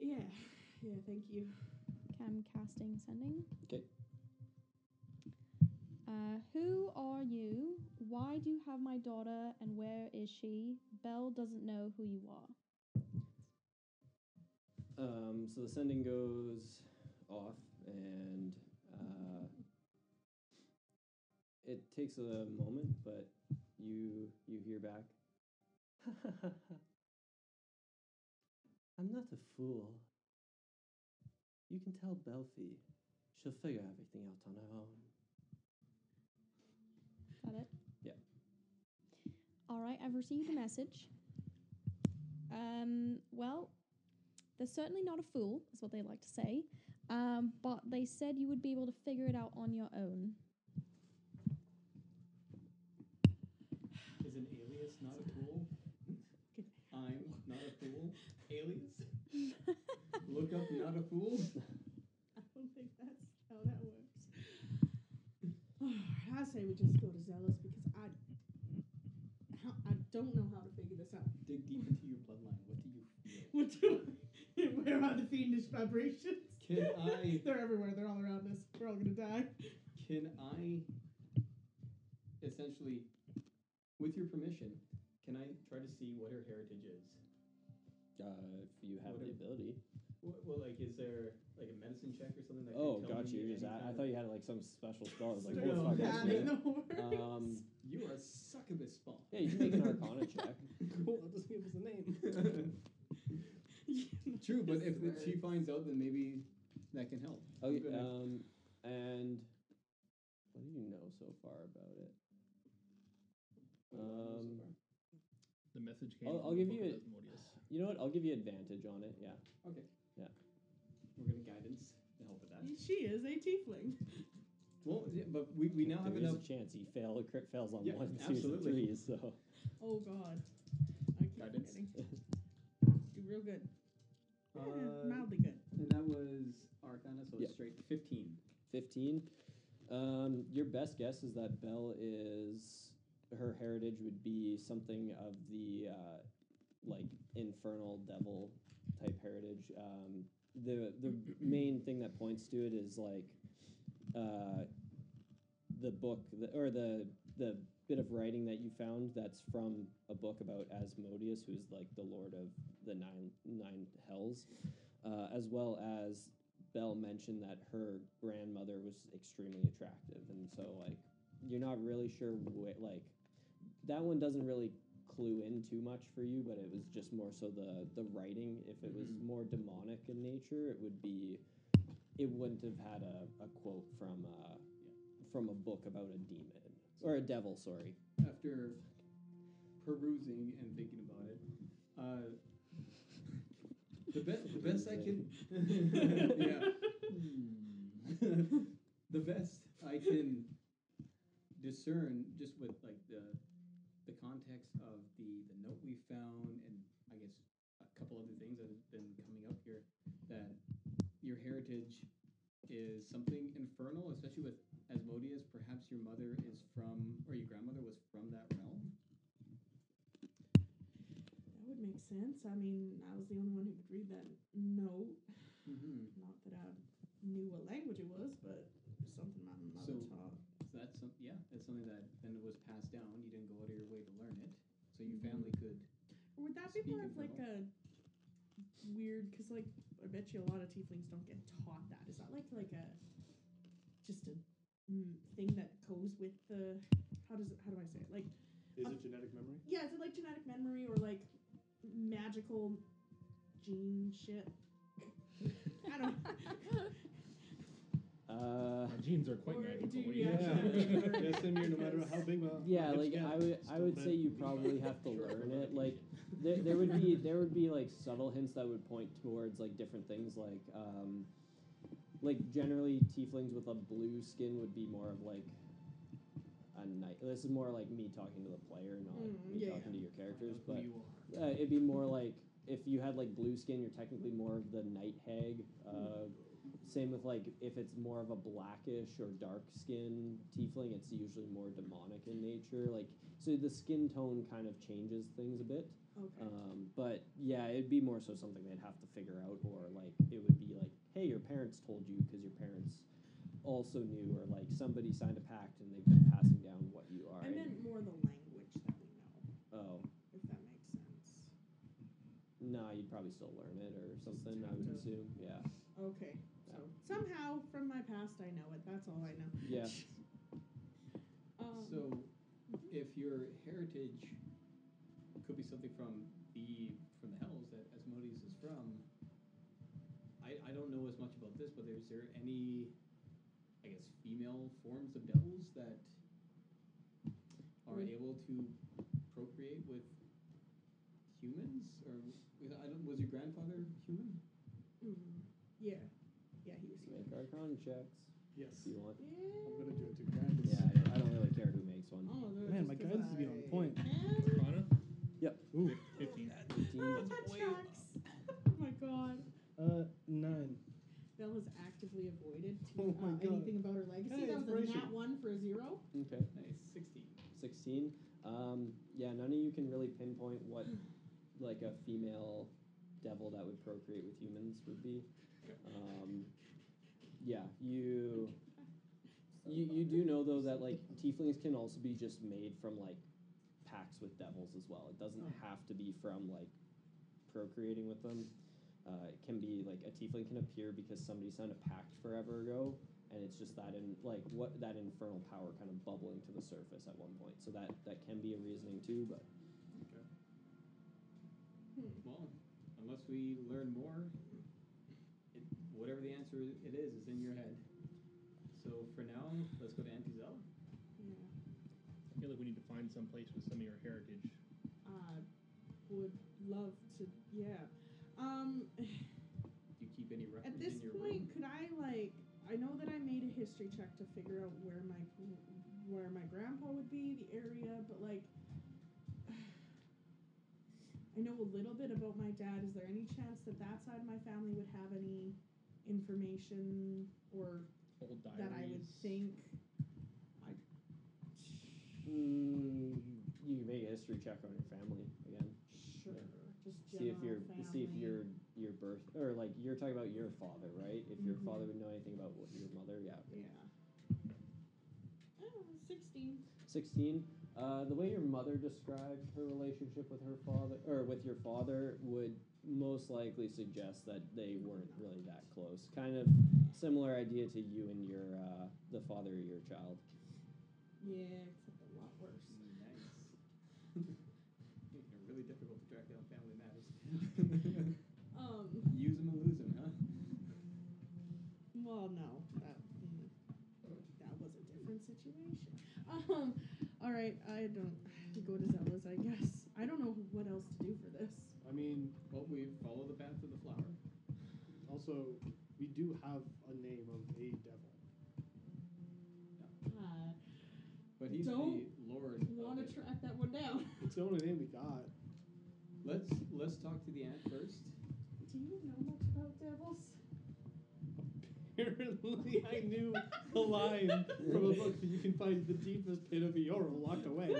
Speaker 3: Yeah. Yeah, thank you.
Speaker 5: Okay, I'm casting sending.
Speaker 2: 'Kay.
Speaker 5: Uh, who are you? Why do you have my daughter? And where is she? Belle doesn't know who you are.
Speaker 2: Um, so the sending goes off, and uh, it takes a moment, but you you hear back.
Speaker 9: I'm not a fool. You can tell Belfie. She'll figure everything out on her own.
Speaker 5: Is that it?
Speaker 2: Yeah.
Speaker 5: All right, I've received a message. Um, well, they're certainly not a fool, is what they like to say. Um, but they said you would be able to figure it out on your own.
Speaker 4: Is an alias not a tool? I'm not a fool. Alias? Look up not a fool?
Speaker 3: I don't think that's how that works. I say we just go to Zealous because I how, I don't know how to figure this out.
Speaker 4: Dig deep into your bloodline. What do you feel?
Speaker 3: What do I, where are the fiendish vibrations?
Speaker 4: Can I-
Speaker 3: They're everywhere. They're all around us. We're all gonna die.
Speaker 4: Can I essentially, with your permission, can I try to see what her heritage is?
Speaker 2: Uh, if you have the
Speaker 4: Whatever.
Speaker 2: ability.
Speaker 4: Wh- Well, like, is there like a medicine check or something that can
Speaker 2: Oh,
Speaker 4: tell
Speaker 2: got you.
Speaker 4: me
Speaker 2: You're just
Speaker 4: any
Speaker 2: at, I
Speaker 4: kind
Speaker 2: thought
Speaker 4: of-
Speaker 2: you had like some special spell. I was like,
Speaker 4: Still
Speaker 2: what the fuck?
Speaker 4: had
Speaker 2: is that?
Speaker 3: adding
Speaker 4: it. Uh,
Speaker 3: the words.
Speaker 2: Um,
Speaker 4: you are a succubus spawn.
Speaker 2: yeah, you can make an Arcana check.
Speaker 6: Cool, that doesn't give us a name.
Speaker 4: True, but if
Speaker 3: Yes,
Speaker 4: the- she
Speaker 3: words.
Speaker 4: finds out, then maybe that can help.
Speaker 2: Okay.
Speaker 4: Good enough.
Speaker 2: Um, and what do you know so far about it?
Speaker 4: What do I know
Speaker 2: um,
Speaker 4: so far?
Speaker 8: The message came.
Speaker 2: I'll-
Speaker 8: from
Speaker 2: I'll
Speaker 8: the
Speaker 2: give
Speaker 8: Book
Speaker 2: you
Speaker 8: of
Speaker 2: a-
Speaker 8: Asmodeus.
Speaker 2: You know what? I'll give you advantage on it. Yeah.
Speaker 4: Okay.
Speaker 2: Yeah.
Speaker 4: We're gonna guidance to help with that.
Speaker 3: she is a tiefling.
Speaker 4: Well, yeah, but we, we now have
Speaker 2: There is
Speaker 4: enough.
Speaker 2: a chance he fail, crit fails on
Speaker 4: Yeah,
Speaker 2: one, twos, and
Speaker 4: absolutely.
Speaker 2: threes. So
Speaker 3: Oh God. I keep
Speaker 4: Guidance.
Speaker 3: forgetting. Do real good. Eh,
Speaker 4: Uh,
Speaker 3: mildly good.
Speaker 4: and that was Arcana, so
Speaker 2: Yeah.
Speaker 4: it's straight fifteen.
Speaker 2: fifteen. Um, your best guess is that Belle is her heritage would be something of the uh, like infernal devil type heritage. Um, the the main thing that points to it is like uh, the book the, or the the bit of writing that you found that's from a book about Asmodeus, who's like the lord of the nine nine hells, uh, as well as Belle mentioned that her grandmother was extremely attractive, and so like you're not really sure what like that one doesn't really clue in too much for you, but it was just more so the the writing. If it was
Speaker 4: Mhm.
Speaker 2: more demonic in nature, it would be it wouldn't have had a, a quote from uh, from a book about a demon or a devil. Sorry.
Speaker 4: After perusing and thinking about it, uh, the, be- the best I can, yeah, Hmm. the best I can discern just with like the the context of the the note we found and I guess a couple other things that have been coming up here that your heritage is something infernal, especially with Asmodeus. Perhaps your mother is from or your grandmother was from that realm.
Speaker 3: That would make sense. I mean, I was the only one who could read that note.
Speaker 4: Mm-hmm.
Speaker 3: Not that I knew what language it was, but it's something my mother
Speaker 4: So-
Speaker 3: taught.
Speaker 4: So that's some, yeah, that's something that then was passed down. You didn't go out of your way to learn it, so your
Speaker 3: Mhm.
Speaker 4: family could.
Speaker 3: Would that be more
Speaker 4: Speaking
Speaker 3: of like a weird? Because like I bet you a lot of tieflings don't get taught that. Is that like like a just a mm, thing that goes with the? How does it, how do I say it? Like
Speaker 6: Is
Speaker 3: Uh,
Speaker 6: it genetic memory?
Speaker 3: yeah, is it like genetic memory or like magical gene shit? I don't.
Speaker 2: Uh,
Speaker 8: My genes are quite
Speaker 3: Or do
Speaker 8: magical.
Speaker 3: you
Speaker 8: what do you
Speaker 3: actually
Speaker 8: think?
Speaker 3: have to learn
Speaker 6: Yes, in here, no matter
Speaker 3: because-
Speaker 6: how big. My, my
Speaker 2: yeah,
Speaker 6: hips
Speaker 2: like
Speaker 6: get,
Speaker 2: I would I
Speaker 6: still
Speaker 2: would
Speaker 6: fit.
Speaker 2: say you probably have to learn it. Like there, there would be there would be like subtle hints that would point towards like different things like um like generally tieflings with a blue skin would be more of like a night this is more like me talking to the player not me
Speaker 3: Mm, yeah,
Speaker 2: talking to your characters
Speaker 4: Who
Speaker 2: but
Speaker 4: you are.
Speaker 2: uh, it'd be more like if you had like blue skin, you're technically more of the night hag. Uh, same with like if it's more of a blackish or dark skin tiefling, it's usually more demonic in nature. Like so, the skin tone kind of changes things a bit.
Speaker 3: Okay.
Speaker 2: Um, but yeah, it'd be more so something they'd have to figure out, or like it would be like, hey, your parents told you because your parents also knew, or like somebody signed a pact and they've been passing down what you are.
Speaker 3: I
Speaker 2: and-
Speaker 3: meant more the language that we know,
Speaker 2: oh.
Speaker 3: if that makes sense.
Speaker 2: No, you'd probably still learn it or something. I
Speaker 3: have
Speaker 2: would
Speaker 3: to-
Speaker 2: assume. Yeah.
Speaker 3: Okay. So somehow from my past I know it. That's all I know.
Speaker 2: Yeah.
Speaker 3: Um,
Speaker 4: So, if your heritage could be something from the from the hells that Asmodeus is from, I, I don't know as much about this, but is there any, I guess, female forms of devils that are
Speaker 3: Would-
Speaker 4: able to procreate with humans? Or I don't, was your grandfather human?
Speaker 3: mm, yeah, yeah, he was here.
Speaker 2: Make arcana checks if
Speaker 6: Yes.
Speaker 2: you want.
Speaker 6: I'm
Speaker 3: Yeah.
Speaker 6: gonna do it to Grandis.
Speaker 2: Yeah, I don't, I don't really care who makes one.
Speaker 3: Oh,
Speaker 6: Man, my guidance is being on point.
Speaker 8: Arcana?
Speaker 6: Ooh.
Speaker 8: Fif- Fifteen.
Speaker 2: 15.
Speaker 3: that tracks. oh my god.
Speaker 6: Uh, nine.
Speaker 3: Belle has actively avoided to,
Speaker 6: Oh my
Speaker 3: uh,
Speaker 6: God.
Speaker 3: anything about her legacy.
Speaker 6: Hey,
Speaker 3: that was a nat
Speaker 6: inspiration.
Speaker 3: one for a zero.
Speaker 2: Okay.
Speaker 4: Nice, sixteen.
Speaker 2: 16. Um, yeah, none of you can really pinpoint what like a female devil that would procreate with humans would be. Um, yeah, you you you do know though that like tieflings can also be just made from like pacts with devils as well. It doesn't have to be from like procreating with them. Uh, it can be like a tiefling can appear because somebody signed a pact forever ago, and it's just that in like what that infernal power kind of bubbling to the surface at one point. So that that can be a reasoning too, but
Speaker 3: Hmm,
Speaker 4: Well, unless we learn more, it, whatever the answer it is is in your head. So for now, let's go to Auntie Zell.
Speaker 3: Yeah.
Speaker 8: I feel like we need to find some place with some of your heritage.
Speaker 3: I uh, would love to. Yeah. Um,
Speaker 4: Do you keep any records
Speaker 3: At this
Speaker 4: in your room?
Speaker 3: point, could I like? I know that I made a history check to figure out where my where my grandpa would be, the area, but like, I know a little bit about my dad. Is there any chance that that side of my family would have any information or
Speaker 8: Old diaries.
Speaker 3: that I would think? I,
Speaker 2: mm, you can make a history check on your family again.
Speaker 3: sure. Just
Speaker 2: See if
Speaker 3: general
Speaker 2: your see if
Speaker 3: family.
Speaker 2: your your birth or like you're talking about your father, right? If your
Speaker 3: Mhm.
Speaker 2: father would know anything about what your mother, yeah.
Speaker 3: Yeah. Oh, 16.
Speaker 2: 16 uh, the way your mother described her relationship with her father or with your father would most likely suggest that they weren't really that close kind of similar idea to you and your uh, the father of your child
Speaker 3: Yeah, except a lot worse.
Speaker 4: Nice. Making it really difficult to track down family matters.
Speaker 3: Um,
Speaker 4: Use them and lose them, huh?
Speaker 3: Well, no, that that was a different situation. Um, all right, I don't go to Zella's, I guess. I don't know what else to do for this.
Speaker 6: I mean,
Speaker 4: Well, we follow the path of the flower.
Speaker 6: also, we do have a name of a devil.
Speaker 3: Uh,
Speaker 4: But he's
Speaker 3: Don't
Speaker 4: the lord. of
Speaker 3: want
Speaker 4: it.
Speaker 3: to track that one down?
Speaker 6: It's the only name we got.
Speaker 4: let's let's talk to the ant first.
Speaker 3: Do you know much about devils?
Speaker 6: Apparently, I knew the line from a book that you can find the deepest pit of Eora locked away.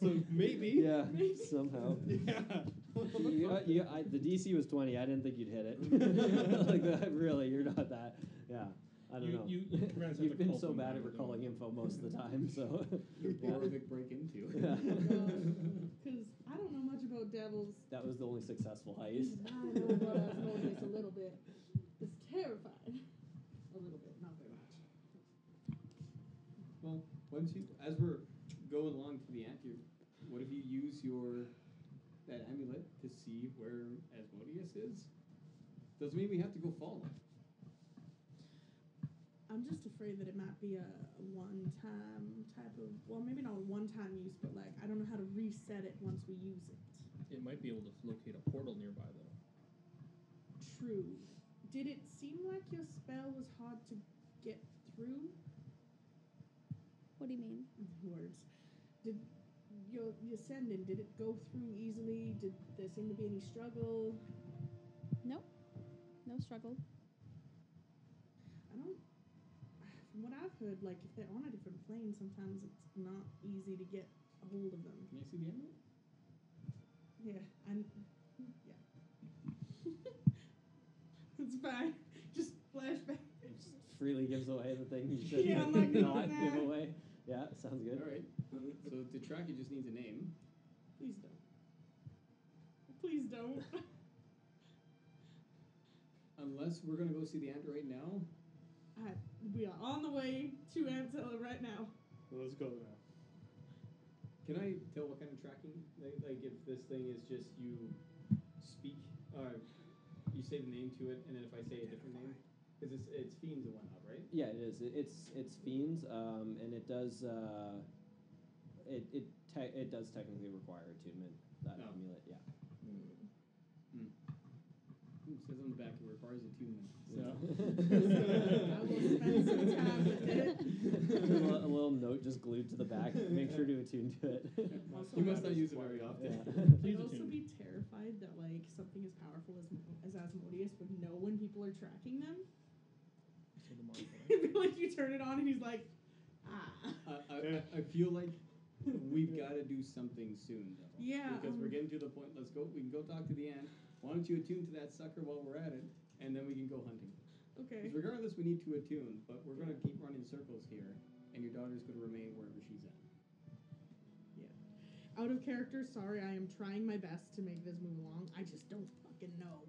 Speaker 6: So maybe.
Speaker 10: Yeah,
Speaker 3: Maybe.
Speaker 10: somehow.
Speaker 6: Yeah.
Speaker 2: you, uh, you, I, the dc was 20 i didn't think you'd hit it like that really you're not that yeah i don't
Speaker 11: You-
Speaker 2: know
Speaker 11: you- you guys have to
Speaker 2: have been
Speaker 11: call
Speaker 2: so
Speaker 11: them
Speaker 2: bad
Speaker 11: out
Speaker 2: at
Speaker 11: of the-
Speaker 2: recalling info most of the time so
Speaker 4: They're
Speaker 2: Yeah.
Speaker 4: Borrowick break into.
Speaker 3: Oh,
Speaker 2: Yeah.
Speaker 3: Because I don't know much about devils.
Speaker 2: that was the only successful
Speaker 3: I
Speaker 2: heist
Speaker 3: know about osmosis a little bit. It's terrifying. A little bit, not very much.
Speaker 4: well, once you as we're going along to the ant here, what if you use your that amulet to see where Asmodeus is? Doesn't mean we have to go follow him.
Speaker 3: I'm just afraid that it might be a one-time type of, well, maybe not a one-time use, but like I don't know how to reset it once we use it.
Speaker 11: It might be able to locate a portal nearby, though.
Speaker 3: True. Did it seem like your spell was hard to get through?
Speaker 5: What do you mean?
Speaker 3: Words. Did your your sending? Did it go through easily? Did there seem to be any struggle?
Speaker 5: No struggle.
Speaker 3: I don't. From what I've heard, like if they're on a different plane, sometimes it's not easy to get a hold of them.
Speaker 4: Can you see the amulet?
Speaker 3: Yeah, and yeah. it's fine. Just flashback.
Speaker 2: just freely gives away the thing you should
Speaker 3: Yeah, I'm like, no,
Speaker 2: not
Speaker 3: nah.
Speaker 2: give away. Yeah, sounds good.
Speaker 4: All right. So to track it just needs a name.
Speaker 3: Please don't. Please don't.
Speaker 4: Unless we're gonna go see the ant right now.
Speaker 3: I, we are on the way to Antilla right now.
Speaker 6: Let's go now.
Speaker 4: Can I tell what kind of tracking? Like, like if this thing is just you speak or you say the name to it, and then if I say a different name, because it's it's fiends and whatnot, right?
Speaker 2: Yeah, it is. It, it's it's fiends, um, and it does uh, it it te- it does technically require attunement. That
Speaker 4: Oh.
Speaker 2: amulet, yeah.
Speaker 4: Hmm, It says on the back it requires attunement. So
Speaker 3: I will spend some time with it.
Speaker 2: a, little, a little note just glued to the back. Make sure to attune to it.
Speaker 3: Also,
Speaker 4: you must
Speaker 3: I'd
Speaker 4: not use it very often.
Speaker 11: Please
Speaker 3: I'd also
Speaker 11: attune.
Speaker 3: be terrified that like something as powerful as Mo- as Asmodeus would know when people are tracking them.
Speaker 11: So the modifier.
Speaker 3: It'd be like you turn it on and he's like, ah.
Speaker 4: I, I, I feel like we've got to do something soon, though.
Speaker 3: Yeah,
Speaker 4: Because we're
Speaker 3: um,
Speaker 4: getting to the point. Let's go. We can go talk to the ant. Why don't you attune to that sucker while we're at it, and then we can go hunting.
Speaker 3: Okay.
Speaker 4: Because regardless, we need to attune, but we're going to keep running circles here, and your daughter's going to remain wherever she's at.
Speaker 3: Out of character, sorry, I am trying my best to make this move along. I just don't fucking know.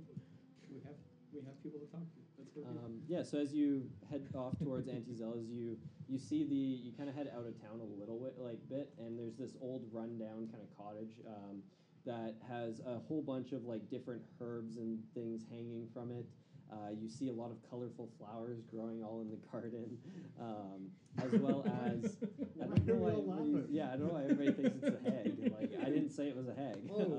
Speaker 4: We have we have people to talk to. Let's go. do it.
Speaker 2: Um, yeah, so as you head off towards Antizella's, you you see the you kind of head out of town a little bit, like bit, and there's this old rundown kind of cottage um, that has a whole bunch of like different herbs and things hanging from it. Uh, you see a lot of colorful flowers growing all in the garden, um, as well as I
Speaker 6: Why
Speaker 2: don't know
Speaker 6: are we
Speaker 2: why
Speaker 6: all
Speaker 2: everybody's-
Speaker 6: laughing?
Speaker 2: yeah I don't know why everybody thinks it's a hag. Like I didn't say it was a hag.
Speaker 6: Oh,
Speaker 2: Um,
Speaker 6: I,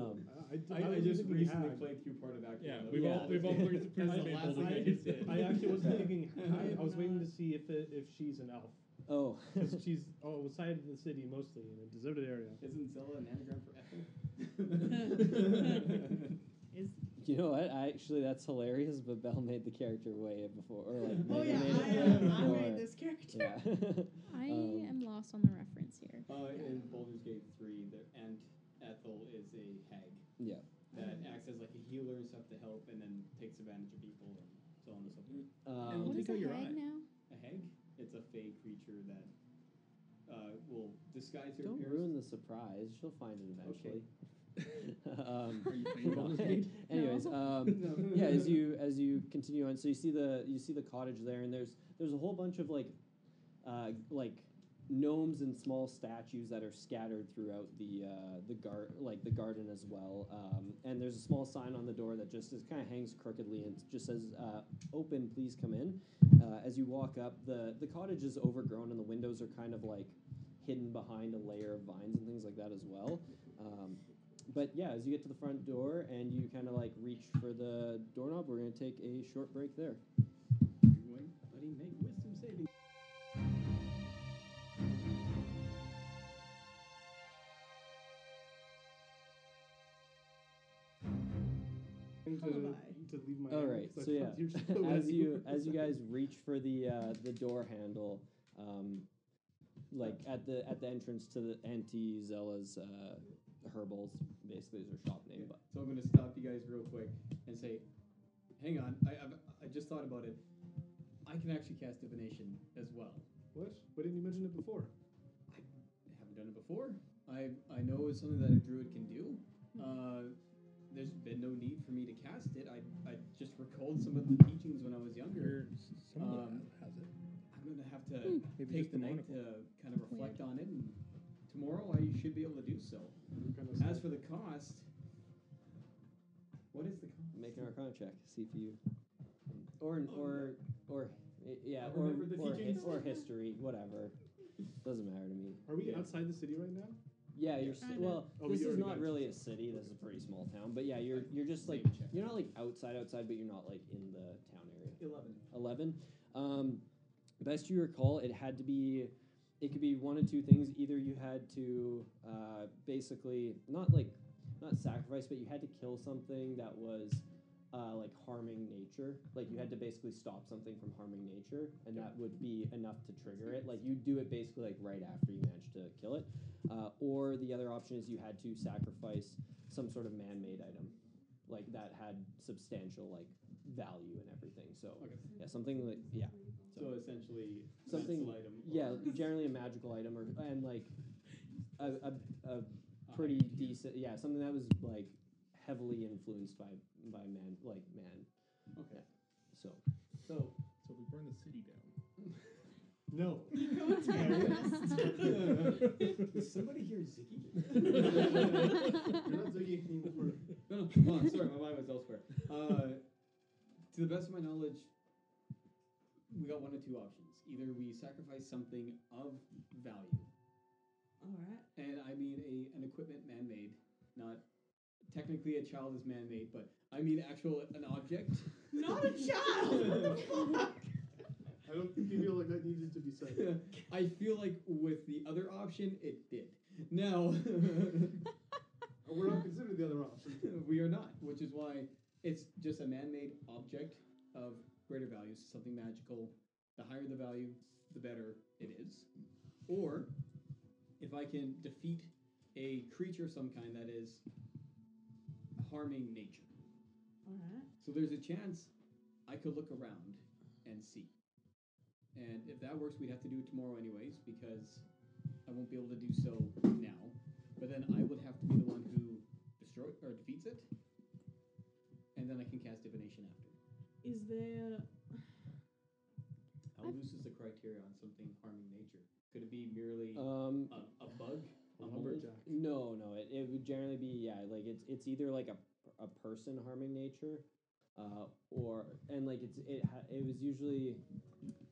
Speaker 6: I,
Speaker 4: I, I
Speaker 6: wasn't
Speaker 4: just
Speaker 6: thinking
Speaker 4: recently
Speaker 6: hag.
Speaker 4: played through part of Act
Speaker 11: Yeah,
Speaker 4: One.
Speaker 11: we've
Speaker 2: Yeah.
Speaker 11: all we've all learned
Speaker 4: That's the
Speaker 11: participated in
Speaker 4: last thing I
Speaker 11: it.
Speaker 4: just did.
Speaker 6: I actually wasn't thinking
Speaker 3: I
Speaker 6: hag. I was
Speaker 3: am
Speaker 6: waiting to
Speaker 3: not.
Speaker 6: see if it, if she's an elf.
Speaker 2: oh,
Speaker 6: 'Cause she's oh, outside of the city mostly in a deserted area.
Speaker 4: Isn't Zella an anagram for Ethel?
Speaker 3: Is
Speaker 2: You know what? I actually that's hilarious, but Bell made the character way before or like
Speaker 3: oh
Speaker 2: Megan
Speaker 3: yeah,
Speaker 2: made
Speaker 3: I,
Speaker 2: it way
Speaker 3: uh, I
Speaker 2: before.
Speaker 3: made this character.
Speaker 2: Yeah.
Speaker 5: I
Speaker 2: Um,
Speaker 5: am lost on the reference here.
Speaker 4: uh, in Baldur's Gate 3, the, and Ethel is a hag.
Speaker 2: Yeah.
Speaker 4: that acts as like a healer and stuff to help, and then takes advantage of people and so on and so forth.
Speaker 2: Um,
Speaker 8: I'll
Speaker 5: what is
Speaker 8: take
Speaker 5: a
Speaker 8: out your eye.
Speaker 5: hag now?
Speaker 4: A hag? It's a fey creature that uh, will disguise her
Speaker 2: don't ruin
Speaker 4: appearance.
Speaker 2: the surprise. She'll find it eventually.
Speaker 4: Okay.
Speaker 2: um,
Speaker 8: Are you playing Baldur's Gate?
Speaker 2: anyways, um,
Speaker 4: No.
Speaker 2: yeah, as you as you continue on, so you see the you see the cottage there, and there's there's a whole bunch of like uh, like gnomes and small statues that are scattered throughout the uh, the gar- like the garden as well. Um, and there's a small sign on the door that just is kind of hangs crookedly and just says uh, "Open, please come in." Uh, as you walk up, the the cottage is overgrown and the windows are kind of like hidden behind a layer of vines and things like that as well. Um, but yeah, as you get to the front door and you kind of like reach for the doorknob, we're gonna take a short break there.
Speaker 4: Everyone, buddy, make wisdom saving.
Speaker 6: I'm going to,
Speaker 3: Lullaby.
Speaker 6: to leave my
Speaker 2: All
Speaker 6: hand,
Speaker 2: right,
Speaker 6: 'cause I
Speaker 2: so yeah,
Speaker 6: thought you were just
Speaker 2: as
Speaker 6: letting
Speaker 2: you
Speaker 6: me-
Speaker 2: as you guys reach for the uh, the door handle, um, like at the at the entrance to the Auntie Zella's uh, herbals, basically is her shop name. But
Speaker 4: So I'm going to stop you guys real quick and say, hang on, I, I've, I just thought about it. I can actually cast divination as well.
Speaker 6: What? Why didn't you mention it before?
Speaker 4: I haven't done it before. I I know it's something that a druid can do. Uh, there's been no need for me to cast it. I, I just recalled some of the teachings when I was younger.
Speaker 8: Your someone
Speaker 4: Um,
Speaker 8: has it.
Speaker 4: I'm gonna have
Speaker 2: Hmm.
Speaker 4: to
Speaker 8: Maybe
Speaker 4: take
Speaker 8: just
Speaker 4: the
Speaker 8: the
Speaker 4: night to kind of reflect on it, and tomorrow I should be able to do so.
Speaker 6: Kind of
Speaker 4: As for the cost, what is the cost?
Speaker 2: make an Arcana check, see if you or an,
Speaker 4: Oh,
Speaker 2: or or i- yeah
Speaker 4: I
Speaker 2: or
Speaker 4: remember the
Speaker 2: or, hi-
Speaker 4: teachings.
Speaker 2: or history, whatever. Doesn't matter to me.
Speaker 6: Are we
Speaker 4: Yeah.
Speaker 6: outside the city right now?
Speaker 2: Yeah, you're s
Speaker 3: I know.
Speaker 2: well.
Speaker 6: Oh,
Speaker 2: this is
Speaker 6: you already
Speaker 2: not
Speaker 6: got it.
Speaker 2: really a city. This is a pretty small town. But yeah, you're you're just like
Speaker 4: Name check.
Speaker 2: you're not like outside outside, but you're not like in the town area.
Speaker 4: Eleven.
Speaker 2: Eleven. Um, best you recall, it had to be. It could be one of two things. Either you had to uh, basically not like not sacrifice, but you had to kill something that was uh, like harming nature. Like you had to basically stop something from harming nature, and that would be enough to trigger it. Like you do it basically like right after you manage to kill it, uh, or the other option is you had to sacrifice some sort of man-made item, like that had substantial like value and everything. So
Speaker 4: Okay.
Speaker 2: yeah, something like yeah,
Speaker 4: So essentially,
Speaker 2: Something-
Speaker 4: mental item.
Speaker 2: yeah,
Speaker 4: or-
Speaker 2: generally a magical item or and like a a, a
Speaker 4: Uh,
Speaker 2: pretty decent yeah something that was like heavily influenced by by man like man
Speaker 4: Okay.
Speaker 2: so
Speaker 4: So.
Speaker 8: So we burn the city down.
Speaker 6: No.
Speaker 4: Is somebody here Ziggy?
Speaker 6: You're not Ziggy anymore.
Speaker 4: No, no, come on. Sorry, my mind was elsewhere. Uh, to the best of my knowledge, we got one of two options. Either we sacrifice something of value,
Speaker 3: All right.
Speaker 4: and I mean a an equipment man-made, not technically a child is man-made, but I mean actual an object.
Speaker 3: Not a child. What the fuck?
Speaker 6: I don't think you feel like that needed to be said.
Speaker 4: I feel like with the other option, it did. Now
Speaker 6: Uh, We're not considering the other option.
Speaker 4: we are not, which is why it's just a man-made object of greater value, so something magical. The higher the value, the better it is. Or if I can defeat a creature of some kind that is harming nature.
Speaker 3: All right.
Speaker 4: So there's a chance I could look around and see. And if that works, we'd have to do it tomorrow anyways because I won't be able to do so now. But then I would have to be the one who destroys or defeats it, and then I can cast divination after.
Speaker 3: Is there?
Speaker 4: How loose is the criteria on something harming nature? Could it be merely
Speaker 2: um
Speaker 4: a, a bug?
Speaker 6: A
Speaker 4: A mold?
Speaker 6: lumberjack.
Speaker 2: Mm-hmm. no no it, it would generally be yeah like it's it's either like a a person harming nature uh or and like it's it ha- it was usually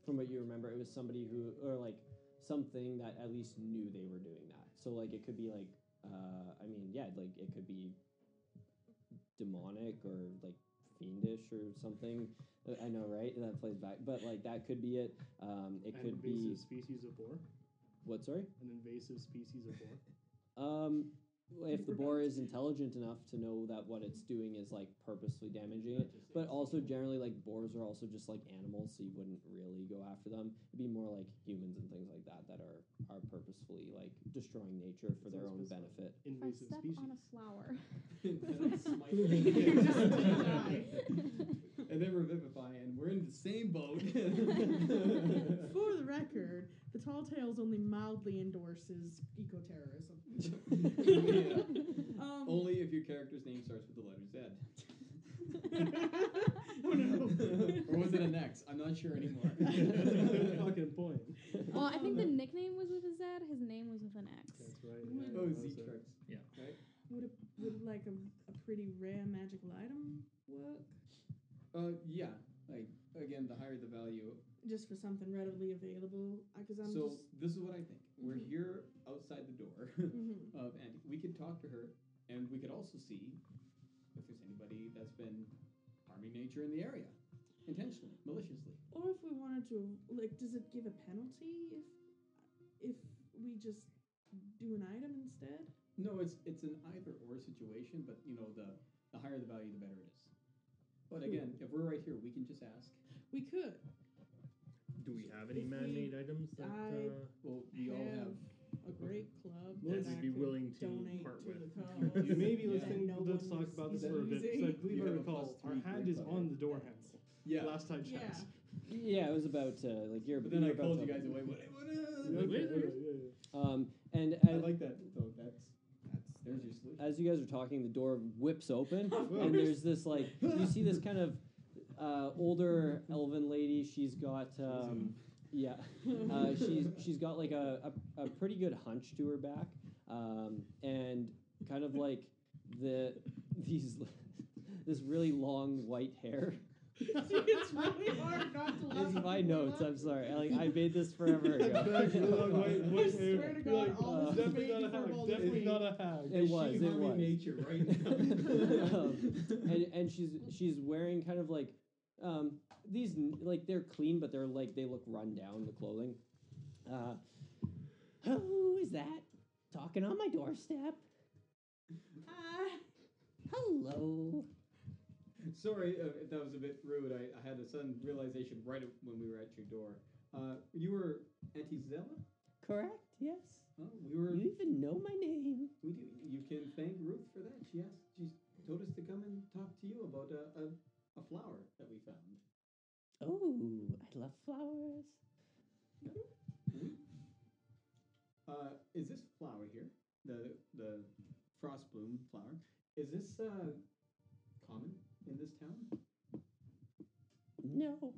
Speaker 2: from what you remember it was somebody who or like something that at least knew they were doing that so like it could be like uh i mean yeah like it could be demonic or like fiendish or something Uh, i know right that plays back but like that could be it um it
Speaker 6: An
Speaker 2: could
Speaker 6: invasive
Speaker 2: be
Speaker 6: species of boar.
Speaker 2: what sorry
Speaker 6: An invasive species of boar.
Speaker 2: Um, if the boar is intelligent enough to know that what it's doing is like purposely damaging it. But also generally like boars are also just like animals, so you wouldn't really go after them. It'd be more like humans and things like that that are are purposefully like destroying nature for their own
Speaker 6: Sounds specific.
Speaker 2: benefit.
Speaker 5: If I
Speaker 6: Invasive
Speaker 5: step
Speaker 6: species.
Speaker 5: on a flower.
Speaker 4: and then revivify, and we're in the same boat.
Speaker 3: For the record, the Tall Tales only mildly endorses eco-terrorism.
Speaker 4: Yeah.
Speaker 3: Um,
Speaker 4: Only if your character's name starts with the letter Z.
Speaker 3: oh no.
Speaker 4: or was it an X? I'm not sure anymore. Oh,
Speaker 6: Fucking point.
Speaker 5: well, I think the nickname was with a Z. His name was with an X.
Speaker 6: That's right.
Speaker 3: Would-
Speaker 4: oh,
Speaker 6: Z
Speaker 4: Z tricks.
Speaker 3: Would, a, would like a, a pretty rare magical item work?
Speaker 4: Uh, yeah. Like again, the higher the value.
Speaker 3: Just for something readily available? Because I'm
Speaker 4: so
Speaker 3: just.
Speaker 4: this is what I think. We're
Speaker 3: Mhm.
Speaker 4: here outside the door
Speaker 3: Mhm.
Speaker 4: of Andy. We could talk to her, and we could also see if there's anybody that's been harming nature in the area, intentionally, maliciously.
Speaker 3: Or if we wanted to, like, does it give a penalty if if we just do an item instead?
Speaker 4: No, it's it's an either or situation, but you know the the higher the value, the better it is. But again, if we're right here, we can just ask.
Speaker 3: We could.
Speaker 8: Do we have any
Speaker 3: If we-
Speaker 8: man-made items that
Speaker 3: I-
Speaker 8: uh,
Speaker 4: Well, we all have.
Speaker 3: a great club
Speaker 8: Well,
Speaker 3: that
Speaker 8: we'd
Speaker 3: I
Speaker 8: be
Speaker 3: could
Speaker 8: willing to
Speaker 3: donate
Speaker 8: part
Speaker 3: to
Speaker 8: with.
Speaker 3: the cause.
Speaker 6: You may be
Speaker 4: Yeah.
Speaker 6: listening.
Speaker 3: No
Speaker 6: let's
Speaker 3: one
Speaker 6: talk
Speaker 3: was
Speaker 6: about this
Speaker 4: using
Speaker 6: for a bit.
Speaker 3: using.
Speaker 6: So I believe
Speaker 4: You
Speaker 6: I
Speaker 4: have a
Speaker 6: recall
Speaker 4: plus
Speaker 6: our
Speaker 4: three
Speaker 6: hand is
Speaker 4: grip
Speaker 6: on
Speaker 4: on
Speaker 6: the door handle.
Speaker 4: Yeah.
Speaker 6: Last time
Speaker 3: Yeah.
Speaker 6: checked.
Speaker 2: Yeah, it was about uh, like you're
Speaker 4: But then
Speaker 2: you're
Speaker 4: I
Speaker 2: about
Speaker 4: called
Speaker 2: to-
Speaker 4: you guys away. What? uh,
Speaker 6: Okay,
Speaker 4: what-
Speaker 8: Wait,
Speaker 6: okay, yeah, yeah.
Speaker 2: Um and
Speaker 4: I
Speaker 2: as,
Speaker 4: like that though. That's that's there's your solution.
Speaker 2: as you guys are talking, the door whips open
Speaker 6: course.
Speaker 2: and there's this like you see this kind of uh, older elven lady, she's got um, yeah. uh, she's she's got like a, a, a pretty good hunch to her back, um, and kind of like the these this really long white hair.
Speaker 3: it's really hard not to laugh.
Speaker 2: It's my notes. I'm sorry. I, like I made this forever
Speaker 6: Exactly. Long white-
Speaker 2: ago.
Speaker 6: white
Speaker 3: I swear to
Speaker 6: hair. You're
Speaker 3: God,
Speaker 6: like,
Speaker 3: all
Speaker 2: this is
Speaker 6: definitely
Speaker 3: made
Speaker 6: not a
Speaker 3: for Baldur's
Speaker 6: hag.
Speaker 3: Gate.
Speaker 6: Definitely not a hag.
Speaker 2: It was.
Speaker 4: She
Speaker 2: It
Speaker 4: harming
Speaker 2: was.
Speaker 4: nature right now.
Speaker 2: Um, and and she's she's wearing kind of like um, these n- like they're clean but they're like they look run down the clothing. Uh,
Speaker 9: Who is that talking on my doorstep?
Speaker 3: Hi.
Speaker 9: Hello.
Speaker 4: Sorry uh, if that was a bit rude. I, I had a sudden realization right at- when we were at your door. Uh, you were Auntie Zella.
Speaker 9: Correct? Yes.
Speaker 4: Oh, we were.
Speaker 9: You even know my name.
Speaker 4: We do. You can thank Ruth for that. She asked. She told us to come and talk to you about a, a, a flower that we found.
Speaker 9: Oh, I love flowers.
Speaker 4: Uh, is this flower here, the the frost bloom flower, is this uh, common in this town?
Speaker 9: No,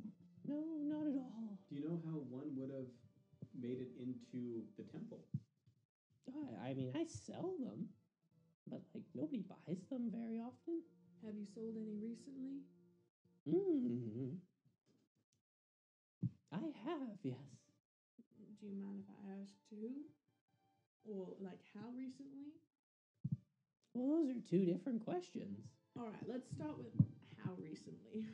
Speaker 9: no, not at all.
Speaker 4: Do you know how one would have made it into the temple?
Speaker 9: I, I mean, I sell them, but like nobody buys them very often.
Speaker 3: Have you sold any recently?
Speaker 9: Mm. I have, yes.
Speaker 3: Do you mind if I ask to who? Or like how recently?
Speaker 9: Well, those are two different questions.
Speaker 3: All right, let's start with how recently.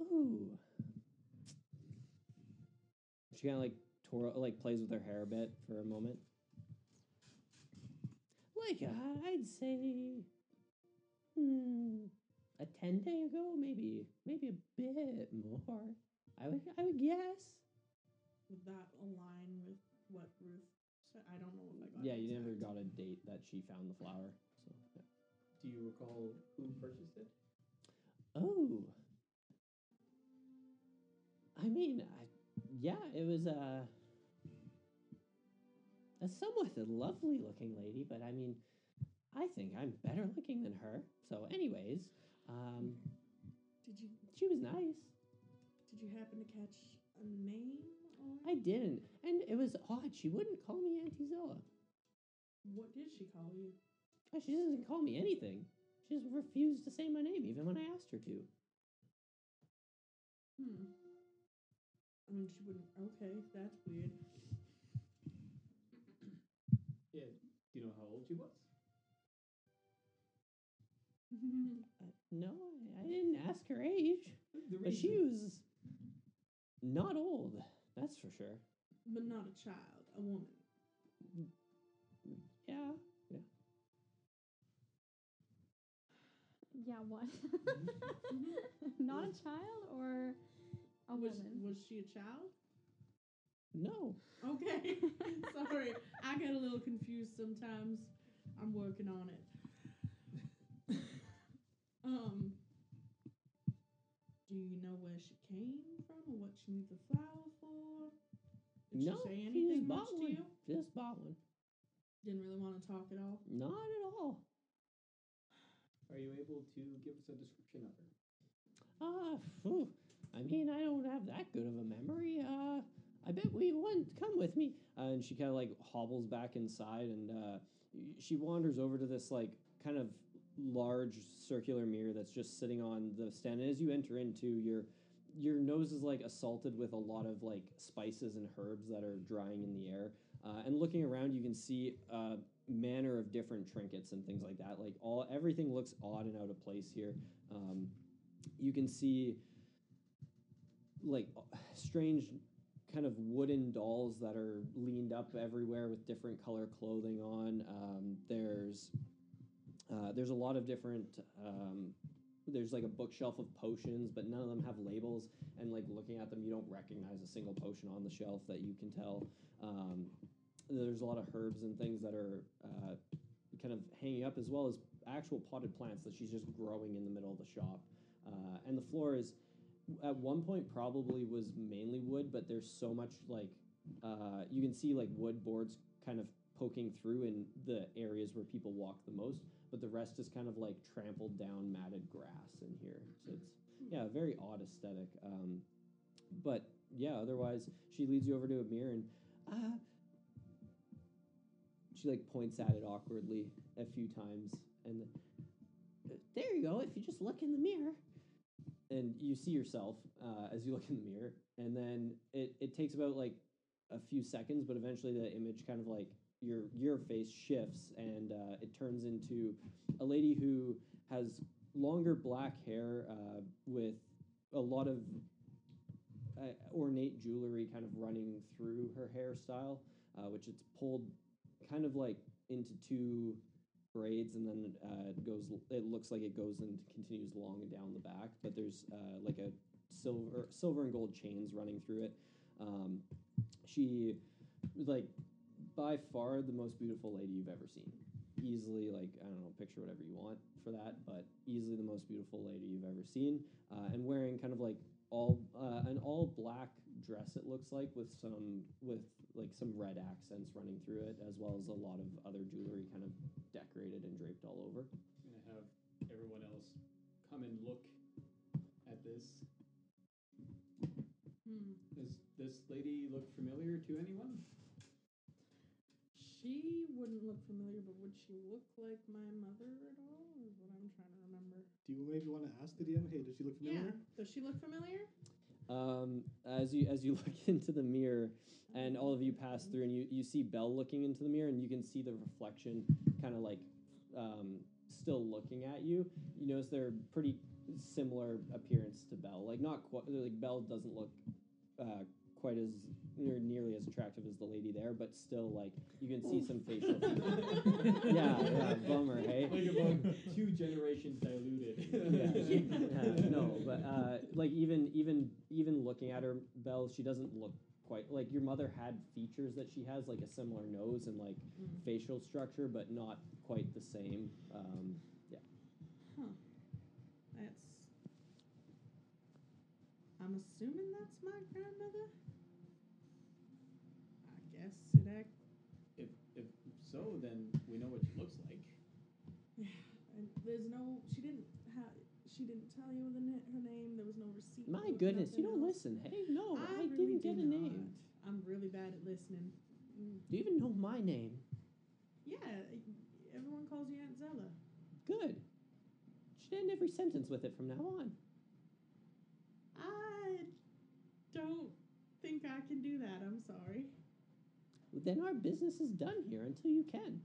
Speaker 9: Ooh,
Speaker 2: she kind of like twirl like plays with her hair a bit for a moment.
Speaker 9: like uh, I'd say, hmm, a ten day ago, maybe, maybe a bit more. I would, I would guess.
Speaker 3: Would that align with what Ruth said? I don't know if I got
Speaker 2: Yeah,
Speaker 3: it
Speaker 2: you never
Speaker 3: exact.
Speaker 2: got a date that she found the flower. So yeah.
Speaker 4: Do you recall who purchased it?
Speaker 9: Oh. I mean, I, yeah, it was a a somewhat lovely looking lady, but I mean, I think I'm better looking than her. So, anyways, um,
Speaker 3: Did you
Speaker 9: she was nice.
Speaker 3: did you happen to catch a name or
Speaker 9: I didn't, and it was odd. She wouldn't call me Auntie Zella.
Speaker 3: what did she call you?
Speaker 9: Uh, She doesn't call me anything. She just refused to say my name, even when I asked her to.
Speaker 3: Hmm. I mean, she wouldn't. Okay, that's weird.
Speaker 4: Yeah. Do you know how old she was?
Speaker 9: Uh, no, I, I didn't ask her age,
Speaker 4: The
Speaker 9: but she was not old. That's for sure.
Speaker 3: but not a child, a woman. Yeah.
Speaker 5: Yeah, what? Not a child or a
Speaker 3: was,
Speaker 5: woman?
Speaker 3: was she a child?
Speaker 9: No.
Speaker 3: Okay. Sorry. I get a little confused sometimes. I'm working on it. um do you know where she came from or what she needs the flower for? Did
Speaker 9: no.
Speaker 3: she say
Speaker 9: she
Speaker 3: anything
Speaker 9: just
Speaker 3: much
Speaker 9: bought
Speaker 3: to
Speaker 9: one.
Speaker 3: you?
Speaker 9: Just bought one.
Speaker 3: Didn't really want to talk at all.
Speaker 9: Not at all.
Speaker 4: Are you able to give us a description of her?
Speaker 9: Ah, phew. I mean, I don't have that good of a memory. Uh, I bet we wouldn't come with me.
Speaker 2: Uh, and she kind of like hobbles back inside and uh, she wanders over to this like kind of large circular mirror that's just sitting on the stand and as you enter into your your nose is like assaulted with a lot of like spices and herbs that are drying in the air uh, and looking around you can see a manner of different trinkets and things like that like all everything looks odd and out of place here um, you can see like strange kind of wooden dolls that are leaned up everywhere with different color clothing on. Um, there's uh, there's a lot of different. Um, there's like a bookshelf of potions, but none of them have labels. And like looking at them, you don't recognize a single potion on the shelf that you can tell. Um, there's a lot of herbs and things that are uh, kind of hanging up, as well as actual potted plants that she's just growing in the middle of the shop. Uh, and the floor is at one point probably was mainly wood, but there's so much like uh, you can see like wood boards kind of poking through in the areas where people walk the most, but the rest is kind of like trampled down matted grass in here. So it's yeah, a very odd aesthetic. Um, but yeah, otherwise she leads you over to a mirror and uh, she like points at it awkwardly a few times and
Speaker 9: There you go. If you just look in the mirror.
Speaker 2: and you see yourself uh, as you look in the mirror and then it, it takes about like a few seconds but eventually the image kind of like your your face shifts and uh, it turns into a lady who has longer black hair uh, with a lot of uh, ornate jewelry kind of running through her hairstyle uh, which it's pulled kind of like into two braids and then uh, it goes it looks like it goes and continues long and down the back but there's uh, like a silver silver and gold chains running through it um, she like by far the most beautiful lady you've ever seen easily like i don't know picture whatever you want for that but easily the most beautiful lady you've ever seen uh, and wearing kind of like all uh, an all black dress it looks like with some with like some red accents running through it as well as a lot of other jewelry kind of decorated and draped all over.
Speaker 4: I'm gonna have everyone else come and look at this.
Speaker 3: Hmm.
Speaker 4: Does this lady look familiar to anyone?
Speaker 3: She wouldn't look familiar, but would she look like my mother at all? Is what I'm trying to remember.
Speaker 6: Do you maybe want to ask the DM? Hey, does she look familiar?
Speaker 3: Does she look familiar?
Speaker 2: Um, as you as you look into the mirror, and all of you pass through, and you you see Belle looking into the mirror, and you can see the reflection, kind of like um, still looking at you. You notice they're pretty similar appearance to Belle. Like not quite like Belle doesn't look uh, quite as near, nearly as attractive as the lady there, but still like you can see some facial. yeah, yeah, bummer, hey.
Speaker 4: Like about two generations diluted.
Speaker 2: Yeah. yeah, no, but uh, like even even even looking at her, Belle, she doesn't look quite like your mother had features that she has, like a similar nose and like
Speaker 3: Mm.
Speaker 2: facial structure, but not quite the same. Um,
Speaker 3: That's. I'm assuming that's my grandmother. I guess it act.
Speaker 4: If, if so, then we know what she looks like.
Speaker 3: Yeah, and there's no. She didn't have. She didn't tell you the na- her name. There was no receipt.
Speaker 9: My
Speaker 3: there was
Speaker 9: goodness, you
Speaker 3: nothing
Speaker 9: don't
Speaker 3: else.
Speaker 9: listen. Hey, no, I,
Speaker 3: really
Speaker 9: didn't get
Speaker 3: do
Speaker 9: a name.
Speaker 3: not. I'm really bad at listening. Mm.
Speaker 9: Do you even know my name?
Speaker 3: Yeah, everyone calls you Aunt Zella.
Speaker 9: Good. Should end every sentence with it from now on.
Speaker 3: I don't think I can do that. I'm sorry.
Speaker 9: Then our business is done here until you can.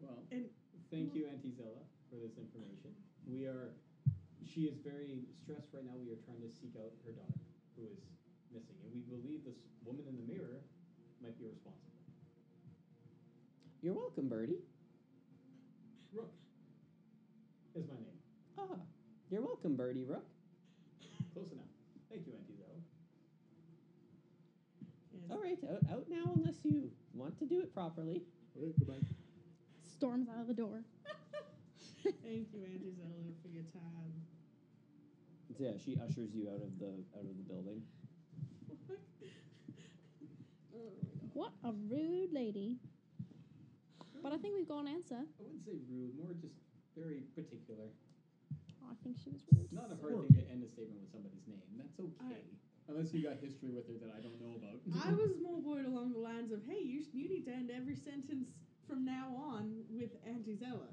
Speaker 4: Well,
Speaker 3: And-
Speaker 4: thank you, Auntie Zella, for this information. We are, she is very stressed right now. We are trying to seek out her daughter, who is missing, and we believe this woman in the mirror might be responsible.
Speaker 9: You're welcome, Birdie.
Speaker 1: Rook is my name.
Speaker 9: Ah, you're welcome, Birdie Rook.
Speaker 1: Close enough. Thank you, Auntie Zoe.
Speaker 3: Yes.
Speaker 9: All right, out, out now unless you want to do it properly.
Speaker 6: All right, goodbye.
Speaker 5: Storms out of the door.
Speaker 3: Thank you, Auntie Zelda, for your time.
Speaker 2: So yeah, she ushers you out of the out of the building.
Speaker 3: oh my god.
Speaker 5: What a rude lady. But I think we've got an answer.
Speaker 4: I wouldn't say rude, more just very particular.
Speaker 5: Oh, I think she was rude.
Speaker 4: Not a
Speaker 5: So-
Speaker 4: hard thing to end a statement with somebody's name. That's okay. Unless you got history with her that I don't know about.
Speaker 3: I was more worried along the lines of, hey, you, sh- you need to end every sentence from now on with Auntie Zella.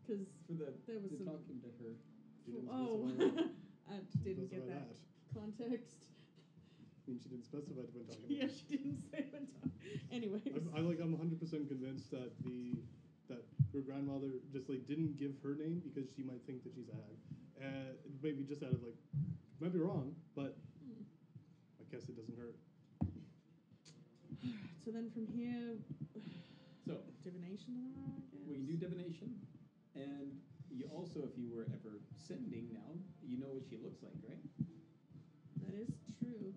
Speaker 3: Because
Speaker 4: for the,
Speaker 3: there was
Speaker 4: the
Speaker 3: some.
Speaker 4: talking to her.
Speaker 6: She didn't
Speaker 3: oh,
Speaker 6: specify that.
Speaker 3: I
Speaker 6: She
Speaker 3: didn't get
Speaker 6: specify
Speaker 3: that context.
Speaker 6: I mean, she didn't specify when talking.
Speaker 3: yeah,
Speaker 6: about it.
Speaker 3: she didn't say when time. Anyways.
Speaker 6: I'm, I'm like I'm 100 percent convinced that the that her grandmother just like didn't give her name because she might think that she's a hag, and maybe just out of like might be wrong, but
Speaker 3: Mm.
Speaker 6: I guess it doesn't hurt.
Speaker 3: Alright, so then from here,
Speaker 4: So
Speaker 3: divination tomorrow, I guess?
Speaker 4: we can do divination, and you also, if you were ever sending now, you know what she looks like, right?
Speaker 3: That is true.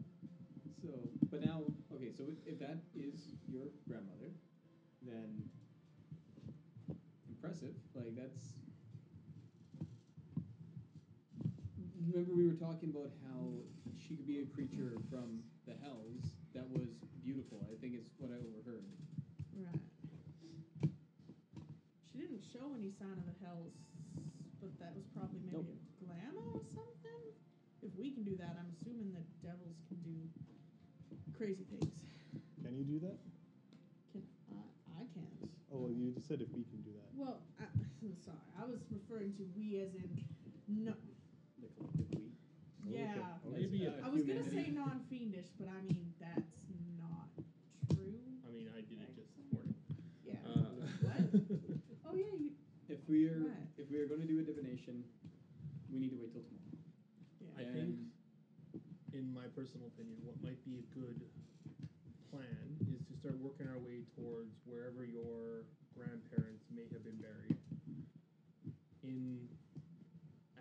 Speaker 4: So, but now, okay, so if- if that is your grandmother, then impressive. Like, that's. Remember, we were talking about how she could be a creature from the hells that was beautiful, I think is what I overheard.
Speaker 3: Right. She didn't show any sign of the hells, but that was probably maybe a glamour or something. If we can do that, I'm assuming that devils can do crazy things.
Speaker 6: Can you do that?
Speaker 3: Can I? I can't.
Speaker 6: Oh, you just said if we can do that.
Speaker 3: Well, I, I'm sorry. I was referring to we as in no.
Speaker 4: The collective we.
Speaker 6: Oh,
Speaker 3: Yeah.
Speaker 4: As,
Speaker 8: Maybe
Speaker 4: uh,
Speaker 8: a
Speaker 3: I was gonna say
Speaker 4: humanity.
Speaker 3: non-fiendish, but I mean that's not true.
Speaker 8: I mean, I did it just this morning.
Speaker 3: Yeah.
Speaker 8: Uh,
Speaker 3: What? oh yeah, you,
Speaker 4: If we are
Speaker 3: Right.
Speaker 4: if we are going to do a divination, we need to wait till tomorrow.
Speaker 3: yeah.
Speaker 8: I think, in my personal opinion, what might be a good plan is to start working our way towards wherever your grandparents may have been buried in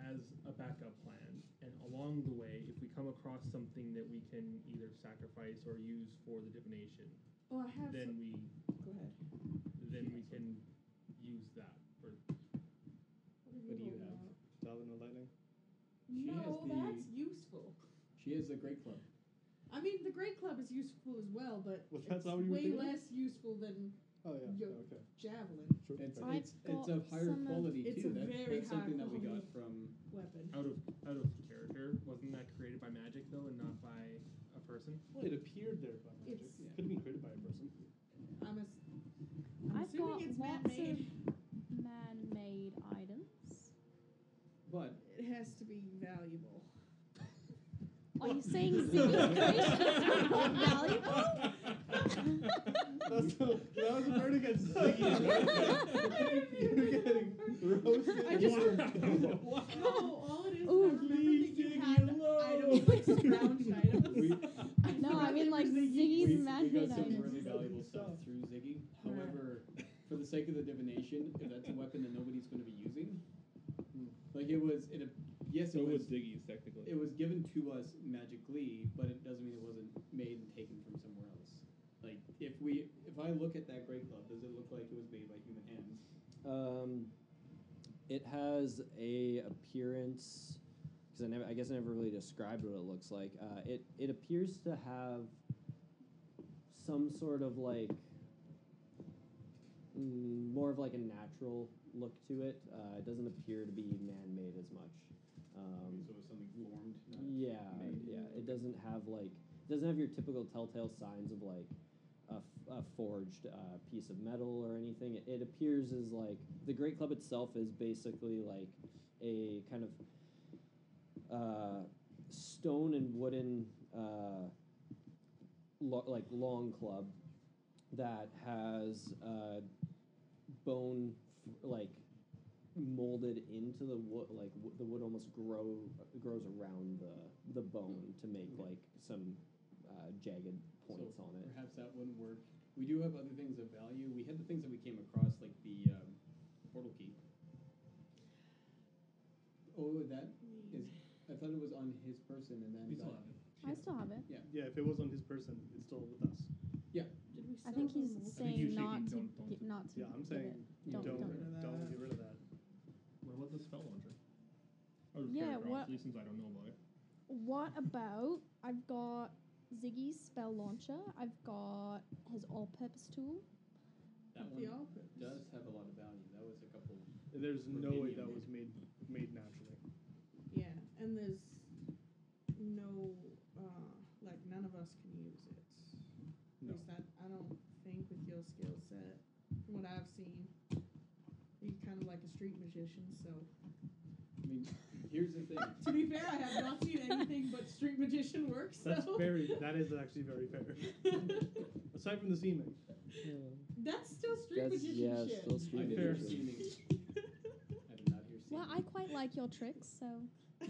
Speaker 8: as a backup plan. And along the way, if we come across something that we can either sacrifice or use for the divination,
Speaker 3: Oh, I have.
Speaker 8: then
Speaker 3: some-
Speaker 8: we
Speaker 3: Go ahead.
Speaker 8: then we can use that. Or
Speaker 4: What do you have?
Speaker 6: Talon and lightning.
Speaker 4: She has
Speaker 3: No,
Speaker 4: the-
Speaker 3: that's useful.
Speaker 4: She is a great club.
Speaker 3: I mean, the Great Club is useful as well, but
Speaker 6: Well, that's
Speaker 3: it's
Speaker 6: how you were
Speaker 3: way
Speaker 6: thinking?
Speaker 3: less useful than
Speaker 6: Oh yeah.
Speaker 3: Yo.
Speaker 6: Okay.
Speaker 3: javelin
Speaker 6: Sure.
Speaker 4: It's
Speaker 6: Okay.
Speaker 5: I've
Speaker 4: it's, it's
Speaker 5: got
Speaker 4: of higher
Speaker 5: some um, of-
Speaker 4: quality
Speaker 3: It's
Speaker 4: too.
Speaker 3: a
Speaker 4: That-
Speaker 3: very
Speaker 4: that's
Speaker 3: high
Speaker 4: something that we got
Speaker 3: quality.
Speaker 4: from
Speaker 3: weapon.
Speaker 8: out of out of character, wasn't that created by magic though, and not by a person?
Speaker 6: Well, it appeared there by magic.
Speaker 3: It's-
Speaker 6: It could have been created by a person.
Speaker 3: I'm, ass- I'm
Speaker 5: I've
Speaker 3: assuming
Speaker 5: got
Speaker 3: it's
Speaker 5: lots
Speaker 3: man-made.
Speaker 5: of man-made items.
Speaker 4: but
Speaker 3: It has to be valuable.
Speaker 5: Are you saying Ziggy's creations are valuable?
Speaker 6: That's the, that was a bird against Ziggy. right? You're getting roasted.
Speaker 3: I just-
Speaker 6: warm.
Speaker 3: No, all it is.
Speaker 5: Ooh.
Speaker 3: I remember that you had items like scrounged
Speaker 4: we,
Speaker 3: items.
Speaker 5: No, I mean like
Speaker 4: we,
Speaker 5: Ziggy's
Speaker 4: we got
Speaker 5: man-made
Speaker 4: some
Speaker 5: items.
Speaker 4: really valuable stuff
Speaker 3: Oh.
Speaker 4: through Ziggy. However, for the sake of the divination, if that's a weapon that nobody's going to be using,
Speaker 3: Hmm.
Speaker 4: like it was, it a- yes, it was
Speaker 8: Diggy's technically.
Speaker 4: it was given to us magically, but it doesn't mean it wasn't made and taken from somewhere else. Like if we, if I look at that great club, does it look like it was made by human hands?
Speaker 2: Um, it has a appearance because I never, I guess I never really described what it looks like. Uh, it it appears to have some sort of like mm, more of like a natural look to it. Uh, it doesn't appear to be man made as much. Um,
Speaker 4: so it was something formed. Not,
Speaker 2: yeah,
Speaker 4: made.
Speaker 2: yeah. It doesn't have like it doesn't have your typical telltale signs of like a, f- a forged uh, piece of metal or anything. It, it appears as like the Great Club itself is basically like a kind of uh, stone and wooden uh, lo- like long club that has uh, bone f- like molded into the wood like w- the wood almost grow grows around the the bone to make like some uh, jagged points on it
Speaker 4: Perhaps that wouldn't work We do have other things of value. We had the things that we came across, like the um, portal key. Oh, that is. I thought it was on his person, and then
Speaker 8: He's
Speaker 4: that-
Speaker 8: on it.
Speaker 5: I still have it.
Speaker 6: Yeah, if it was on his person, it's still with us.
Speaker 3: Did we
Speaker 5: I
Speaker 3: sell
Speaker 5: think
Speaker 3: them
Speaker 5: he's
Speaker 3: all?
Speaker 8: think you
Speaker 5: saying
Speaker 8: should
Speaker 5: not
Speaker 8: even
Speaker 5: to
Speaker 8: don't- don't
Speaker 5: get,
Speaker 8: do-
Speaker 5: not to.
Speaker 6: Yeah, I'm
Speaker 5: give
Speaker 6: saying
Speaker 5: it.
Speaker 4: you
Speaker 5: Don't-
Speaker 6: don't,
Speaker 5: don't.
Speaker 6: don't get rid of that.
Speaker 8: What about the spell launcher? Out of
Speaker 5: Yeah,
Speaker 8: character,
Speaker 5: what-
Speaker 8: obviously, since I don't know about it.
Speaker 5: What about I've got Ziggy's spell launcher. I've got his all-purpose tool.
Speaker 4: that
Speaker 3: The
Speaker 4: one
Speaker 3: Alpers.
Speaker 4: does have a lot of value. That was a couple.
Speaker 6: There's no way
Speaker 4: Rubidium.
Speaker 6: that was made made naturally.
Speaker 3: Yeah, and there's no, uh, like none of us can use it.
Speaker 6: No.
Speaker 3: At least I, I don't think with your skill set, from what I've seen, you're kind of like a street magician. So
Speaker 4: I mean, here's the thing.
Speaker 3: to be fair, I have not seen anything but street magician work. So
Speaker 6: That's very. That is actually very fair. Aside from the seeming,
Speaker 3: that's still street
Speaker 2: That's
Speaker 3: magician
Speaker 2: yeah,
Speaker 3: shit.
Speaker 2: still
Speaker 4: I
Speaker 2: street
Speaker 4: did
Speaker 6: fair.
Speaker 4: not
Speaker 2: magician.
Speaker 4: see any. I did not hear see
Speaker 5: Well,
Speaker 4: any.
Speaker 5: I quite like your tricks, so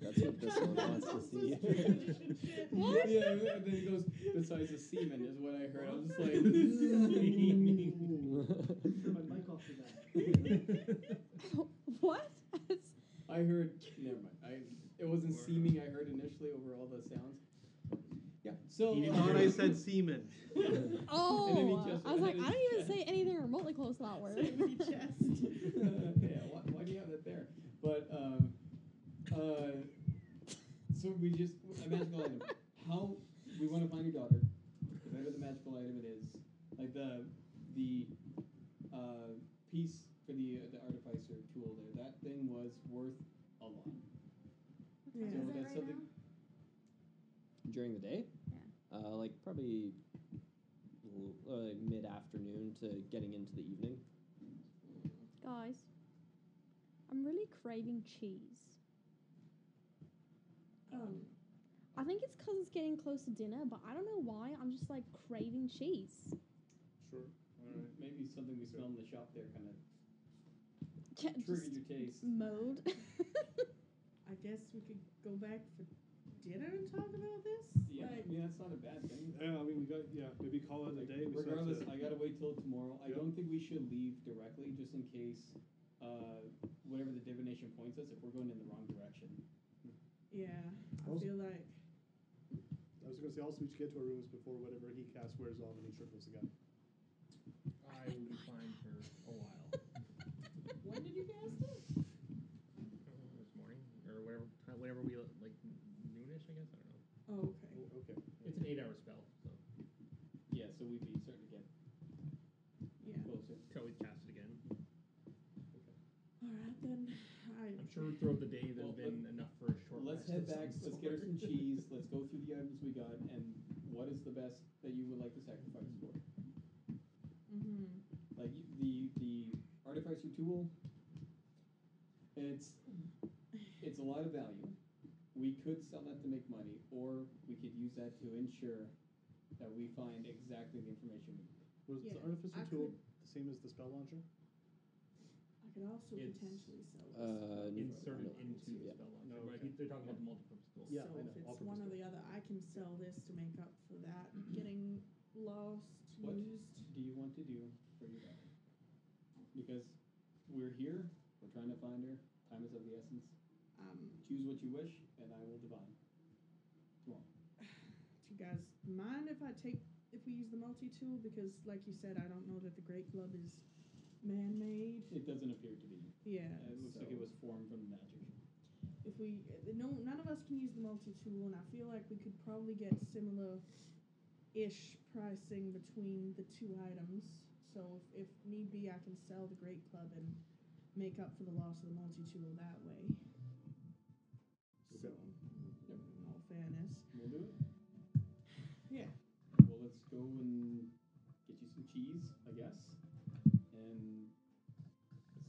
Speaker 2: That's what this one wants to see.
Speaker 5: What?
Speaker 4: Yeah, and then he goes, besides the semen, is what I heard. I was just like,
Speaker 2: Ooh.
Speaker 5: what? That's-
Speaker 4: I heard, never mind. I, it wasn't seeming I heard initially over all the sounds. Yeah, so.
Speaker 6: you
Speaker 4: uh,
Speaker 6: thought I said semen.
Speaker 5: oh,
Speaker 4: then he just-
Speaker 5: I was
Speaker 4: and
Speaker 5: like,
Speaker 4: then
Speaker 5: I
Speaker 4: he
Speaker 5: don't even
Speaker 4: just-
Speaker 5: say anything remotely close to that
Speaker 3: Say it with
Speaker 5: word.
Speaker 3: your chest.
Speaker 4: yeah, why, why do you have that there? But, um, uh, so we just, a magical item. How, we want to find your daughter, whatever the magical item it is. Like the, the, uh, piece for the, uh, the artificer tool there, that thing was worth a lot.
Speaker 3: Yeah.
Speaker 4: So that's
Speaker 7: right
Speaker 4: something,
Speaker 7: now?
Speaker 2: During the day? Uh, like probably l- uh, mid afternoon to getting into the evening.
Speaker 5: Guys, I'm really craving cheese.
Speaker 3: Um,
Speaker 5: I think it's because it's getting close to dinner, but I don't know why. I'm just like craving cheese.
Speaker 6: Sure. All right.
Speaker 4: Mm, Maybe something we smell in the shop there kind of
Speaker 5: Ca-
Speaker 4: triggered
Speaker 5: Just
Speaker 4: your taste.
Speaker 5: Mm. mode.
Speaker 3: I guess we could go back for dinner and talk about this.
Speaker 4: Yeah, I
Speaker 3: Like,
Speaker 4: mean that's not a bad thing.
Speaker 6: Yeah, I mean, we got yeah. Maybe call it a
Speaker 4: Like,
Speaker 6: day. We still have
Speaker 4: regardless,
Speaker 6: to-
Speaker 4: I gotta wait till tomorrow. I
Speaker 6: Yep.
Speaker 4: don't think we should leave directly, just in case, uh, whatever the divination points us, if we're going in the wrong direction.
Speaker 3: yeah, I
Speaker 6: Also-
Speaker 3: feel like
Speaker 6: I was gonna say also we should get to our rooms before whatever he casts wears off and he triples again.
Speaker 8: I will be fine for a while.
Speaker 3: when did you guys do?
Speaker 8: Uh, this morning or whatever, time, whenever we like noonish, I guess. I don't know.
Speaker 3: Oh, okay.
Speaker 6: Oh, okay.
Speaker 8: It's an eight-hour spell, so
Speaker 4: Yeah, so we'd be certain to get
Speaker 3: Yeah.
Speaker 4: closer.
Speaker 8: until we cast it again.
Speaker 3: All right then. I
Speaker 8: I'm sure throughout the day
Speaker 4: Well,
Speaker 8: there's been enough for a short
Speaker 4: let's
Speaker 8: rest
Speaker 4: head
Speaker 8: of some
Speaker 4: back. Let's get her some
Speaker 8: sort.
Speaker 4: cheese. Let's go through the items we got, and what is the best that you would like to sacrifice for?
Speaker 3: mm-hmm.
Speaker 4: Like y- the the artificer tool. It's it's a lot of value. We could sell that to make money, or we could use that to ensure that we find exactly the information we need.
Speaker 6: Was
Speaker 3: Yeah,
Speaker 6: the artificer
Speaker 3: I
Speaker 6: tool
Speaker 3: could-
Speaker 6: the same as the spell launcher?
Speaker 3: I could also
Speaker 8: It's,
Speaker 3: potentially sell this.
Speaker 2: Uh, n-
Speaker 8: inserted
Speaker 2: no.
Speaker 8: into the
Speaker 2: Yeah.
Speaker 8: spell launcher.
Speaker 6: No,
Speaker 8: but
Speaker 6: okay.
Speaker 8: he- they're talking about the multi-purpose tool.
Speaker 6: yeah,
Speaker 3: so
Speaker 6: I know,
Speaker 3: if
Speaker 6: all
Speaker 3: it's
Speaker 6: purpose
Speaker 3: one or
Speaker 6: stuff.
Speaker 3: the other, I can sell this to make up for that
Speaker 8: Mm-hmm.
Speaker 3: getting lost,
Speaker 4: What?
Speaker 3: used.
Speaker 4: Do you want to do for your daughter? Because we're here, we're trying to find her. Time is of the essence.
Speaker 3: Um,
Speaker 4: Choose what you wish, and I will divine.
Speaker 3: do you guys mind if I take if we use the multi tool because, like you said, I don't know that the Great Club is man made.
Speaker 4: It doesn't appear to be.
Speaker 3: Yeah,
Speaker 4: Uh, it looks like
Speaker 3: so-
Speaker 4: it was formed from magic.
Speaker 3: if we uh, no none of us can use the multi tool, and I feel like we could probably get similar ish pricing between the two items. So if, if need be, I can sell the Great Club and make up for the loss of the multi tool that way. So, in all fairness,
Speaker 4: We'll do it.
Speaker 3: Yeah.
Speaker 4: Well, let's go and get you some cheese, I guess, and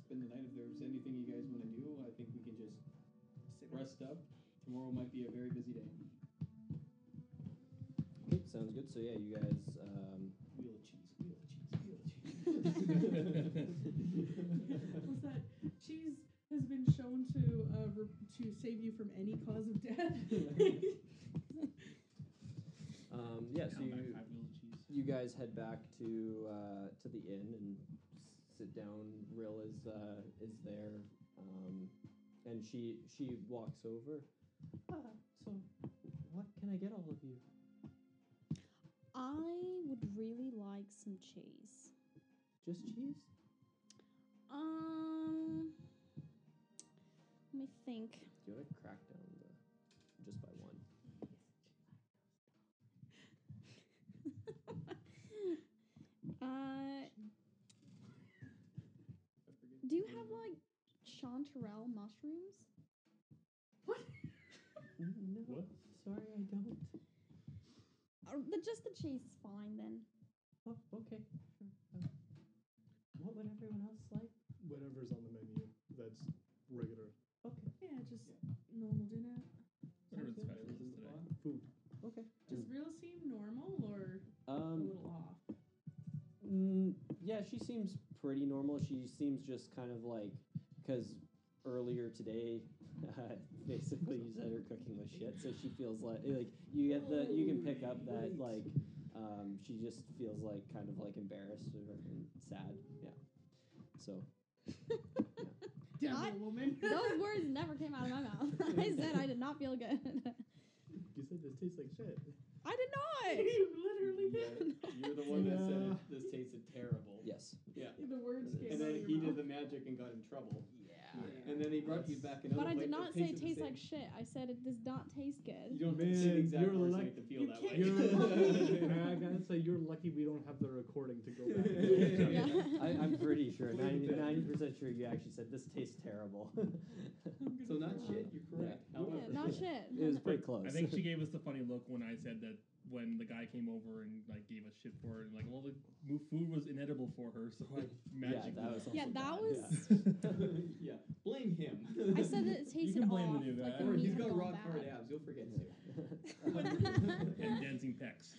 Speaker 4: spend the night. If there's anything you guys want to do, I think we can just
Speaker 3: sit
Speaker 4: rest up. Tomorrow might be a very busy day.
Speaker 2: Okay, sounds good. So yeah, you guys um,
Speaker 4: Wheel of cheese, wheel of cheese, wheel of cheese.
Speaker 3: was that cheese has been shown to uh, re- to save you from any cause of death.
Speaker 2: Um, Um, yeah, so
Speaker 8: Down by
Speaker 2: you,
Speaker 8: Fabulous cheese.
Speaker 2: you guys head back to uh, to the inn and sit down. Rill is uh, is there, um, and she she walks over.
Speaker 9: Ah, so, what can I get all of you?
Speaker 5: I would really like some cheese.
Speaker 9: Just cheese?
Speaker 5: Um, let me think.
Speaker 2: Do you want to crack down the just by one?
Speaker 5: Uh, do you have like chanterelle mushrooms?
Speaker 9: Mm, No.
Speaker 6: What?
Speaker 9: Sorry, I don't.
Speaker 5: Or the, just the cheese is fine then.
Speaker 9: Oh, okay. Sure. Uh, what would everyone else like?
Speaker 6: Whatever's on the menu, that's regular.
Speaker 9: Okay.
Speaker 3: Yeah, just normal dinner.
Speaker 8: Whatever the
Speaker 9: Sounds good.
Speaker 8: special is today.
Speaker 9: Okay.
Speaker 3: Does real seem normal or a
Speaker 2: Um,
Speaker 3: little off?
Speaker 2: Mm, yeah, she seems pretty normal. She seems just kind of like because earlier today, uh, basically you said her cooking was shit, so she feels like like you get the you can pick up that like um, she just feels like kind of like embarrassed or and sad. Yeah, so
Speaker 5: Devil I-
Speaker 4: woman.
Speaker 5: Those words never came out of my mouth. I said I did not feel good.
Speaker 6: You said this tastes like shit.
Speaker 5: I did not.
Speaker 3: you literally did.
Speaker 4: You're the one that said it, this tasted terrible.
Speaker 2: yes,
Speaker 3: The words came
Speaker 4: And
Speaker 3: out of
Speaker 4: then
Speaker 3: your
Speaker 4: he
Speaker 3: mouth.
Speaker 4: did the magic and got in trouble.
Speaker 1: Yeah.
Speaker 4: And then he brought you back another
Speaker 5: But I
Speaker 4: plate
Speaker 5: did
Speaker 4: that
Speaker 5: not say it
Speaker 4: tasted the
Speaker 5: tastes
Speaker 4: same.
Speaker 5: like shit. I said it does not taste
Speaker 4: You
Speaker 5: good.
Speaker 4: don't
Speaker 6: Man,
Speaker 4: say the exact
Speaker 6: you're
Speaker 4: words to
Speaker 6: like-
Speaker 4: make them feel
Speaker 3: you
Speaker 4: that
Speaker 3: can't-
Speaker 4: way.
Speaker 6: You're lucky.
Speaker 3: You're-
Speaker 6: I gotta say, you're lucky we don't have the recording to go back.
Speaker 5: Yeah.
Speaker 4: Yeah.
Speaker 2: I, I'm pretty sure
Speaker 6: Believe it.
Speaker 2: ninety percent sure you actually said this tastes terrible.
Speaker 4: so not shit, you're correct.
Speaker 2: Yeah.
Speaker 4: However,
Speaker 5: Yeah, not shit.
Speaker 2: it was pretty close.
Speaker 8: I think she gave us the funny look when I said that when the guy came over and like gave us shit for it, and like well, the mo- food was inedible for her, so I magically.
Speaker 2: that was
Speaker 5: Yeah,
Speaker 2: also
Speaker 5: that
Speaker 2: bad,
Speaker 5: was.
Speaker 2: yeah.
Speaker 4: yeah, blame him.
Speaker 5: I said that it tasted
Speaker 8: blame the
Speaker 5: off.
Speaker 8: new guy.
Speaker 5: Like the
Speaker 4: Don't worry,
Speaker 5: meat
Speaker 4: he's
Speaker 5: had
Speaker 4: got
Speaker 5: gone
Speaker 4: rock
Speaker 5: bad.
Speaker 4: hard abs. You'll forget soon.
Speaker 8: and dancing pecs.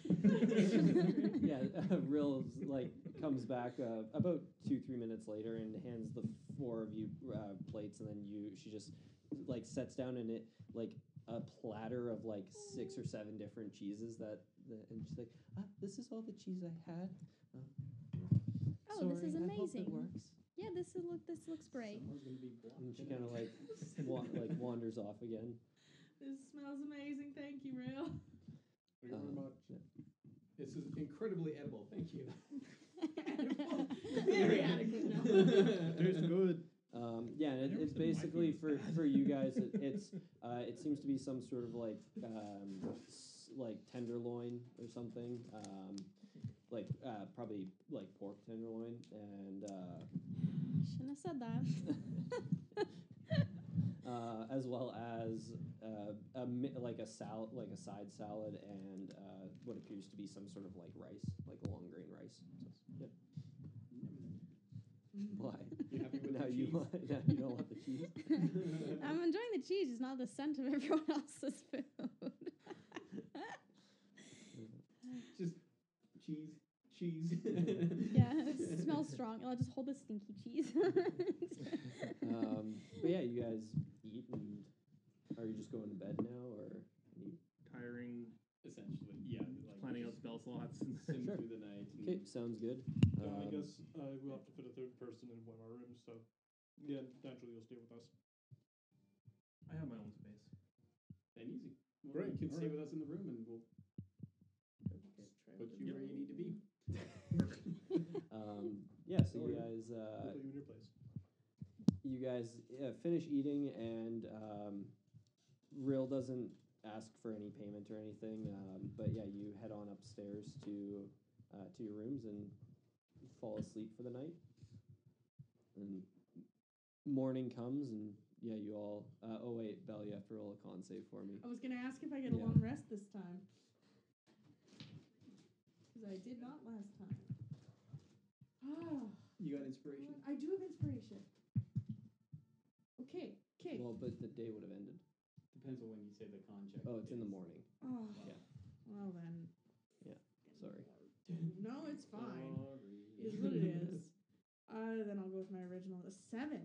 Speaker 2: yeah, uh, Rill like comes back uh, about two three minutes later and hands the four of you uh, plates, and then you she just like sets down in it like a platter of like six or seven different cheeses that, that and she's like,
Speaker 9: Ah, this is all the cheese I had.
Speaker 2: Uh,
Speaker 5: Oh,
Speaker 9: Sorry,
Speaker 5: this is
Speaker 9: I hope it
Speaker 5: amazing.
Speaker 9: works.
Speaker 5: Yeah, this is, look. This looks great.
Speaker 4: Someone's gonna be blocked.
Speaker 2: and she kind of like wa- like wanders off again.
Speaker 3: This smells amazing. Thank you, Real.
Speaker 4: Thank you very
Speaker 5: Uh-huh.
Speaker 2: Um,
Speaker 4: much. This is incredibly edible. Thank you.
Speaker 3: Very adequate now.
Speaker 6: Tastes good.
Speaker 2: Um, yeah, and it,
Speaker 8: Never
Speaker 2: it's
Speaker 8: said my food
Speaker 2: basically
Speaker 8: was
Speaker 2: for, for you guys. It, it's uh, it seems to be some sort of like um, s- like tenderloin or something, um, like uh, probably like pork tenderloin, and uh,
Speaker 5: Shouldn't have said that.
Speaker 2: uh, as well as uh, a, mi- like a salad, like a side salad, and uh, what appears to be some sort of like rice, like a long grain rice. So, yeah. Why?
Speaker 4: You happy with
Speaker 2: now
Speaker 4: the
Speaker 2: you
Speaker 4: cheese?
Speaker 2: want, now you don't want the cheese.
Speaker 5: I'm enjoying the cheese, it's not the scent of everyone else's food.
Speaker 4: Just cheese, cheese.
Speaker 5: yeah, it smells strong. I'll just hold the stinky cheese.
Speaker 2: Um, but yeah, you guys eat and are you just going to bed now or
Speaker 8: Tiring,
Speaker 4: Essentially, yeah. Like
Speaker 8: planning out
Speaker 4: just
Speaker 8: spell slots. And
Speaker 4: Sim
Speaker 2: Sure.
Speaker 4: through the night. and-
Speaker 2: okay, sounds good. Um,
Speaker 6: Uh, I guess uh, we'll have to fit a third person in one of our rooms, so yeah, naturally you'll stay with us.
Speaker 8: I have my own space.
Speaker 4: Then easy. Well,
Speaker 6: Great,
Speaker 4: You can
Speaker 6: all
Speaker 4: stay
Speaker 6: right.
Speaker 4: with us in the room, and we'll put you where you need to be.
Speaker 2: Um, yeah, so you
Speaker 6: Sorry.
Speaker 2: guys,
Speaker 6: We'll
Speaker 2: uh,
Speaker 6: put you in your place.
Speaker 2: you guys uh, finish eating and um, Real doesn't ask for any payment or anything. Um, but yeah, you head on upstairs to uh, to your rooms and fall asleep for the night. And morning comes and yeah, you all. Uh, oh wait, Bell, you have to roll a con save for me.
Speaker 3: I was gonna ask if I get a
Speaker 2: Yeah.
Speaker 3: long rest this time. Because I did not last time. Oh,
Speaker 4: You got inspiration.
Speaker 3: I do have inspiration. Okay, okay.
Speaker 2: Well, but the day would have ended.
Speaker 4: Depends on when you say the con check.
Speaker 2: Oh, it's in the
Speaker 4: is.
Speaker 2: morning.
Speaker 3: oh.
Speaker 2: yeah.
Speaker 3: Well then.
Speaker 2: Yeah, sorry.
Speaker 3: No, it's fine.
Speaker 4: Sorry.
Speaker 3: Is what it is. Uh, then I'll go with my original a seven.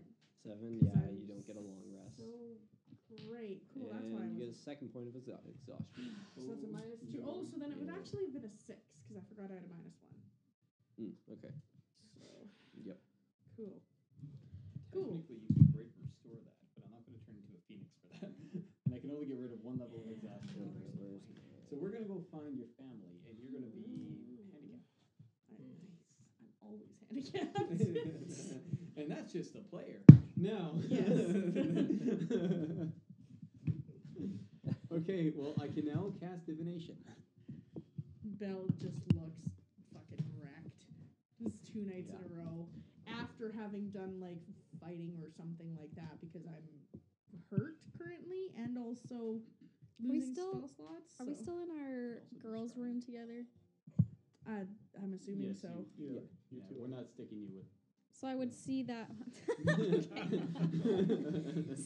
Speaker 2: Seven.
Speaker 3: 'cause
Speaker 2: Yeah,
Speaker 3: I'm
Speaker 2: you don't get a long rest.
Speaker 3: So Great, cool. That's why I
Speaker 2: and you
Speaker 3: was.
Speaker 2: get a second point of exha- exhaustion.
Speaker 3: So that's a minus two. Oh, so then it would
Speaker 2: Yeah.
Speaker 3: actually have been a six because I forgot I had a minus one.
Speaker 2: Mm, okay.
Speaker 3: So
Speaker 2: Yep.
Speaker 3: cool. Oh, Cool.
Speaker 4: Technically, you could break restore that, but I'm not going to turn into a phoenix for that. and I can only get rid of one level of
Speaker 3: Yeah,
Speaker 4: exhaustion.
Speaker 3: there's
Speaker 2: no
Speaker 4: So we're going to go find your family, and you're going to be
Speaker 3: I,
Speaker 4: handicapped.
Speaker 3: nice. Mm, I'm always handicapped.
Speaker 4: and that's just the player. No.
Speaker 3: Yes.
Speaker 4: okay, well, I can now cast divination.
Speaker 3: Belle just looks fucking wrecked. This is two nights in a row after having done like fighting or something like that because I'm hurt currently and also
Speaker 5: we
Speaker 3: losing
Speaker 5: still-
Speaker 3: spell slots.
Speaker 5: Are we
Speaker 3: so-
Speaker 5: still in our
Speaker 4: Also
Speaker 5: girls'
Speaker 4: describe.
Speaker 5: room together?
Speaker 3: I, I'm assuming
Speaker 4: Yes,
Speaker 3: so.
Speaker 4: you- you-
Speaker 2: Yeah.
Speaker 4: yeah, we're not sticking you with.
Speaker 5: So I would see that.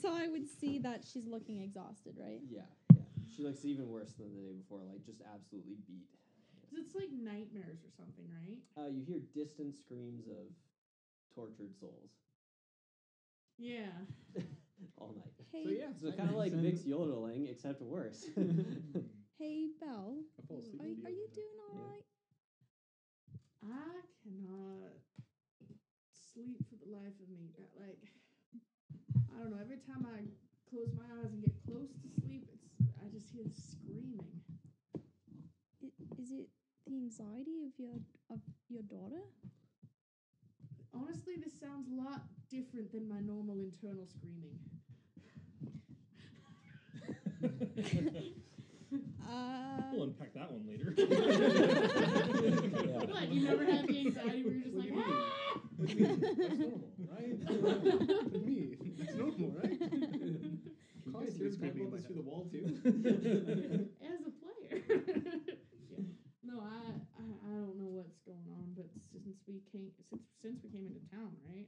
Speaker 5: so I would see that she's looking exhausted, right?
Speaker 2: Yeah. Yeah. She looks even worse than the day before. Like just absolutely beat.
Speaker 3: 'Cause It's like nightmares or something, right?
Speaker 2: Uh, you hear distant screams of tortured souls
Speaker 3: Yeah.
Speaker 2: all night.
Speaker 5: Hey,
Speaker 4: so yeah,
Speaker 2: So
Speaker 4: I
Speaker 2: kind of like
Speaker 4: send-
Speaker 2: Vic's yodeling, except worse.
Speaker 5: hey, Belle,
Speaker 4: I fall asleep
Speaker 5: are, are
Speaker 4: with you.
Speaker 5: you doing all
Speaker 2: Yeah.
Speaker 5: right?
Speaker 3: I cannot sleep for the life of me. Uh, Like, I don't know. Every time I close my eyes and get close to sleep, it's I just hear screaming.
Speaker 5: I- Is it the anxiety of your of your daughter?
Speaker 3: Honestly, this sounds a lot different than my normal internal screaming.
Speaker 8: We'll
Speaker 5: Uh,
Speaker 8: unpack that one later.
Speaker 2: Yeah.
Speaker 3: What? You never had the anxiety where you're just "Ah!"
Speaker 8: What
Speaker 3: like,
Speaker 8: do you mean?
Speaker 3: ah!
Speaker 8: What do you mean? That's normal, right? Like me. It's normal, right?
Speaker 4: You
Speaker 8: Constantly
Speaker 4: guys hear
Speaker 8: screaming in
Speaker 4: Grandpa
Speaker 8: my
Speaker 4: through the
Speaker 8: head.
Speaker 4: wall too.
Speaker 3: as a player. No, I, I I don't know what's going on, but since we came since since we came into town, right?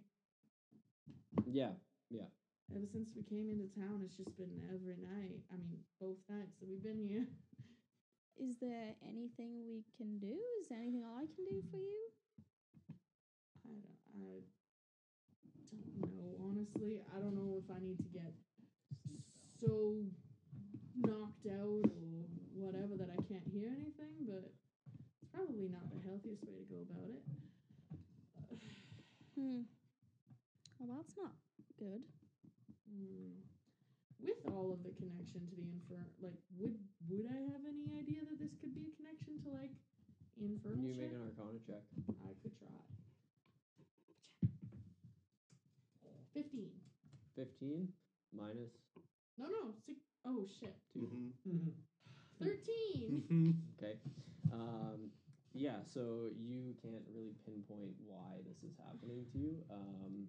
Speaker 2: yeah.
Speaker 3: Ever since we came into town, it's just been every night. I mean, both nights that we've been here.
Speaker 5: is there anything we can do? Is there anything I can do for you?
Speaker 3: I don't, I don't know, honestly. I don't know if I need to get so knocked out or whatever that I can't hear anything, but it's probably not the healthiest way to go about it.
Speaker 5: Hmm. Well, that's not good.
Speaker 3: Mm. With all of the connection to the infernal, like, would would I have any idea that this could be a connection to like
Speaker 2: Can
Speaker 3: infernal
Speaker 2: you make
Speaker 3: shit?
Speaker 2: an Arcana check?
Speaker 3: I could try. Fifteen.
Speaker 2: Fifteen minus.
Speaker 3: No, no. Six, oh shit.
Speaker 6: Mhm.
Speaker 3: Thirteen.
Speaker 6: Mhm.
Speaker 2: Okay. Um, yeah, so you can't really pinpoint why this is happening to you. Um,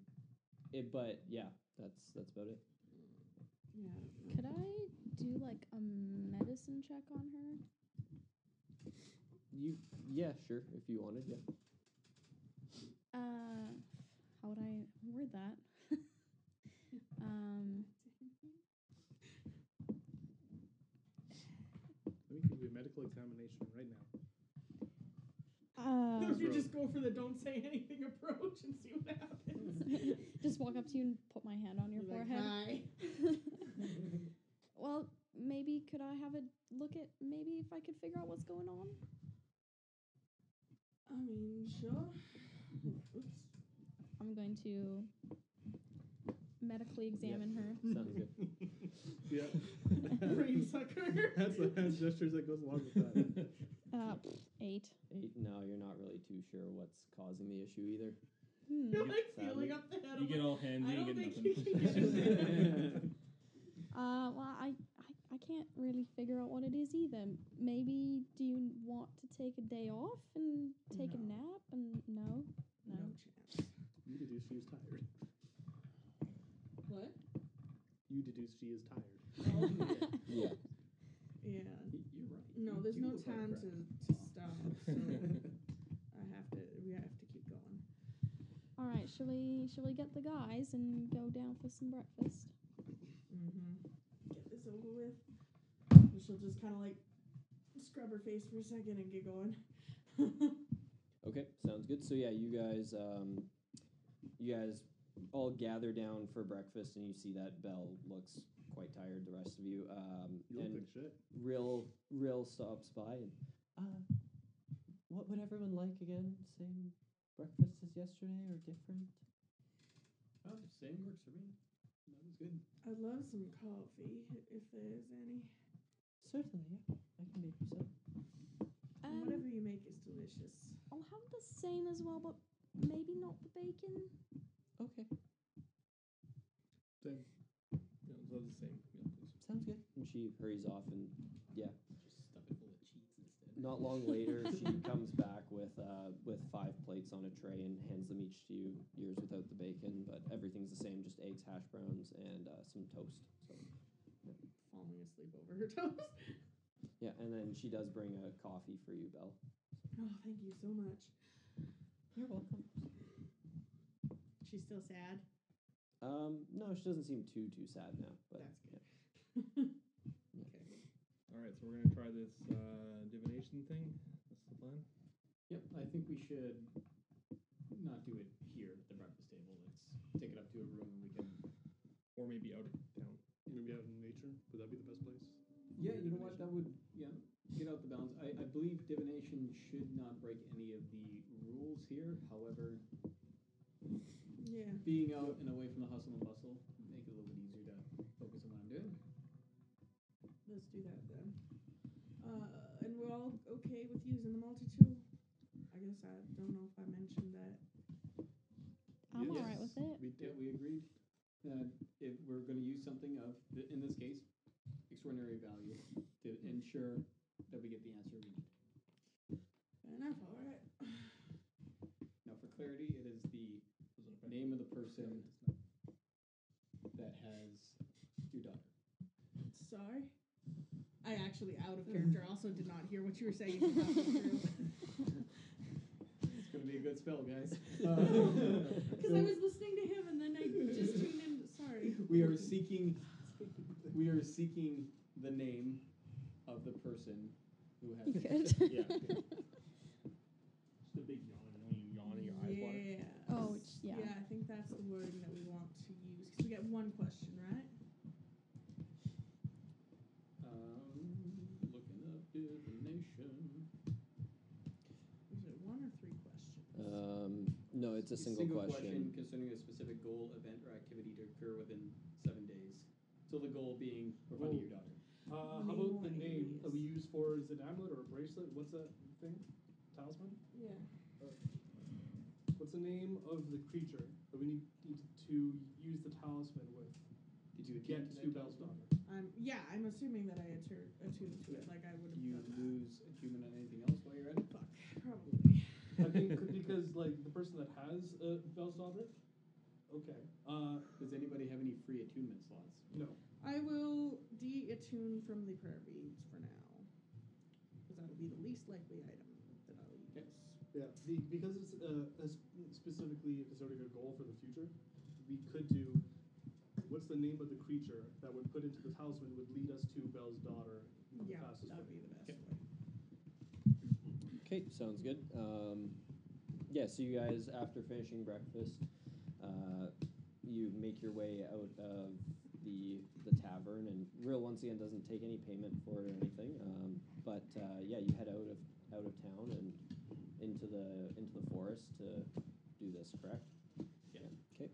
Speaker 2: it, but yeah, that's that's about it.
Speaker 3: yeah. I don't know.
Speaker 5: Could I do like a medicine check on her?
Speaker 2: You yeah, sure, if you wanted, yeah.
Speaker 5: Uh, how would I word that? um,
Speaker 6: Let me give you a medical examination right now.
Speaker 5: uh,
Speaker 3: If you just go for the don't say anything approach and see what happens.
Speaker 5: just walk up to you and put my hand on your
Speaker 3: You're like,
Speaker 5: forehead.
Speaker 3: "Hi."
Speaker 5: well, maybe could I have a look at maybe if I could figure out what's going on?
Speaker 3: I mean, sure. Oops.
Speaker 5: I'm going to medically examine her.
Speaker 2: Sounds good.
Speaker 6: Yeah,
Speaker 3: Brain sucker.
Speaker 6: that's the hand gestures that goes along with that.
Speaker 5: Uh, eight.
Speaker 2: Eight, no, you're not really too sure what's causing the issue either.
Speaker 5: Hmm.
Speaker 3: You're like
Speaker 2: Sadly.
Speaker 3: feeling up the head.
Speaker 8: You
Speaker 3: I'm
Speaker 8: get
Speaker 3: like,
Speaker 8: all handy
Speaker 3: I
Speaker 8: and
Speaker 3: don't
Speaker 8: get
Speaker 3: think
Speaker 8: nothing.
Speaker 3: you can get it.
Speaker 5: Uh, well, I, I, I can't really figure out what it is either. Maybe do you want to take a day off and take a
Speaker 3: No.
Speaker 5: nap? And no, no.
Speaker 3: no chance.
Speaker 6: You deduce she is tired.
Speaker 3: What?
Speaker 6: You deduce she is tired.
Speaker 2: Yeah.
Speaker 3: Yeah.
Speaker 4: Y- You're right.
Speaker 3: No,
Speaker 4: you
Speaker 3: there's
Speaker 4: do
Speaker 3: no
Speaker 4: look like
Speaker 3: time
Speaker 4: crap.
Speaker 3: to, to stop. So I have to. We have to keep going.
Speaker 5: All right, shall we? Shall we get the guys and go down for some breakfast?
Speaker 3: Mm-hmm. Get this over with. And she'll just kind of like scrub her face for a second and get going.
Speaker 2: Okay, sounds good. So yeah, you guys, um, you guys
Speaker 1: all gather down for breakfast, and you see that Bell looks quite tired. The rest of you, um,
Speaker 6: You look
Speaker 1: and
Speaker 6: like shit.
Speaker 1: Real Real stops by, and
Speaker 9: Uh, what would everyone like again? Same breakfast as yesterday or different?
Speaker 4: Oh, same works for me. That was good.
Speaker 3: I'd love some coffee if there's any.
Speaker 9: Certainly, yeah. I can make you some.
Speaker 5: Um,
Speaker 3: Whatever you make is delicious.
Speaker 5: I'll have the same as well, but maybe not the bacon.
Speaker 9: Okay,
Speaker 8: Same. Yeah, it was all the same. Yeah, please.
Speaker 9: sounds good.
Speaker 1: and she hurries off. And
Speaker 4: Just stuff it full of cheese instead.
Speaker 1: not long later, she comes back with uh, with five plates on a tray and hands them each to you. Yours without the bacon, but everything's the same. Just eggs, hash browns, and uh, some toast. So
Speaker 3: Falling asleep over her toes.
Speaker 1: yeah, and then she does bring a coffee for you, Belle.
Speaker 3: Oh, thank you so much.
Speaker 9: You're welcome.
Speaker 3: She's still sad.
Speaker 1: Um, no, she doesn't seem too too sad now, but
Speaker 3: That's good.
Speaker 8: All right, so we're gonna try this uh, divination thing. That's the plan.
Speaker 4: Yep, I think we should not do it here at the breakfast table. Let's take it up to a room and we can.
Speaker 8: Or maybe out of town.
Speaker 6: Maybe out in nature. Would that be the best place?
Speaker 4: Yeah, you know what? That would yeah get out the bounds. I, I believe divination should not break any of the rules here. However,
Speaker 3: Yeah.
Speaker 4: being out and away from the hustle and bustle make it a little bit easier to focus on what I'm doing.
Speaker 3: Let's do that then. Uh, and we're all okay with using the multi tool. I guess I don't know if I mentioned that.
Speaker 5: I'm alright with it.
Speaker 6: We
Speaker 4: Yeah, we agreed that if we're going to use something of, th- in this case, extraordinary value to ensure that we get the answer we need.
Speaker 3: Fair enough. All right.
Speaker 4: Now, for clarity, it is the name of the person that has your daughter.
Speaker 3: Sorry. I actually, out of character, also did not hear what you were saying. about the drill.
Speaker 4: It's going to be a good spell, guys.
Speaker 3: Because I was listening to him and then I just tuned in. Sorry.
Speaker 4: we are seeking, we are seeking the name of the person who has.
Speaker 5: Good.
Speaker 8: Yeah. Just a big yawn. You know, you yawn and your eyes water.
Speaker 3: Yeah.
Speaker 5: Oh, it's- yeah.
Speaker 3: I think that's the wording that we want to use. Because we get one question, right?
Speaker 4: Um, looking up divination.
Speaker 3: Is it one or three questions?
Speaker 2: Um, no, it's a single, question.
Speaker 4: concerning a specific goal, event, or activity to occur within seven days. So the goal being we're finding your daughter.
Speaker 6: Uh, how about the
Speaker 3: Name
Speaker 6: name that
Speaker 3: is-
Speaker 6: we use for is it an amulet or a bracelet? What's that thing? Talisman?
Speaker 3: yeah.
Speaker 6: What's the name of the creature that we need, need to use the talisman with
Speaker 4: Did you
Speaker 6: to get
Speaker 4: attempt
Speaker 6: to
Speaker 4: that?
Speaker 6: Bell's daughter?
Speaker 3: Um, yeah, I'm assuming that I attuned, attuned to it. Like I would
Speaker 4: Do
Speaker 3: have
Speaker 4: you
Speaker 3: done
Speaker 4: lose a human on anything else while you're at it?
Speaker 3: that. Fuck. Probably.
Speaker 6: I think because like the person that has uh, Bell's daughter. Okay. Uh,
Speaker 4: Does anybody have any free attunement slots?
Speaker 6: no.
Speaker 3: I will de-attune from the prayer beads for now. Because that'll be the least likely item that I'll use.
Speaker 6: Yeah. The, because it's uh, a sp- specifically if it's already a goal for the future, we could do. What's the name of the creature that would put into the talisman would lead us to Bell's daughter? in the
Speaker 3: Yeah,
Speaker 6: fastest
Speaker 3: that'd
Speaker 6: way?
Speaker 3: be the best
Speaker 4: Okay.
Speaker 3: way.
Speaker 2: Okay, sounds good. Um, yeah, so you guys, after finishing breakfast, uh, you make your way out of the the tavern, and Real once again doesn't take any payment for it or anything. Um, but uh, yeah, you head out of out of town and into the into the forest to do this, correct?
Speaker 4: Yeah.
Speaker 2: Okay,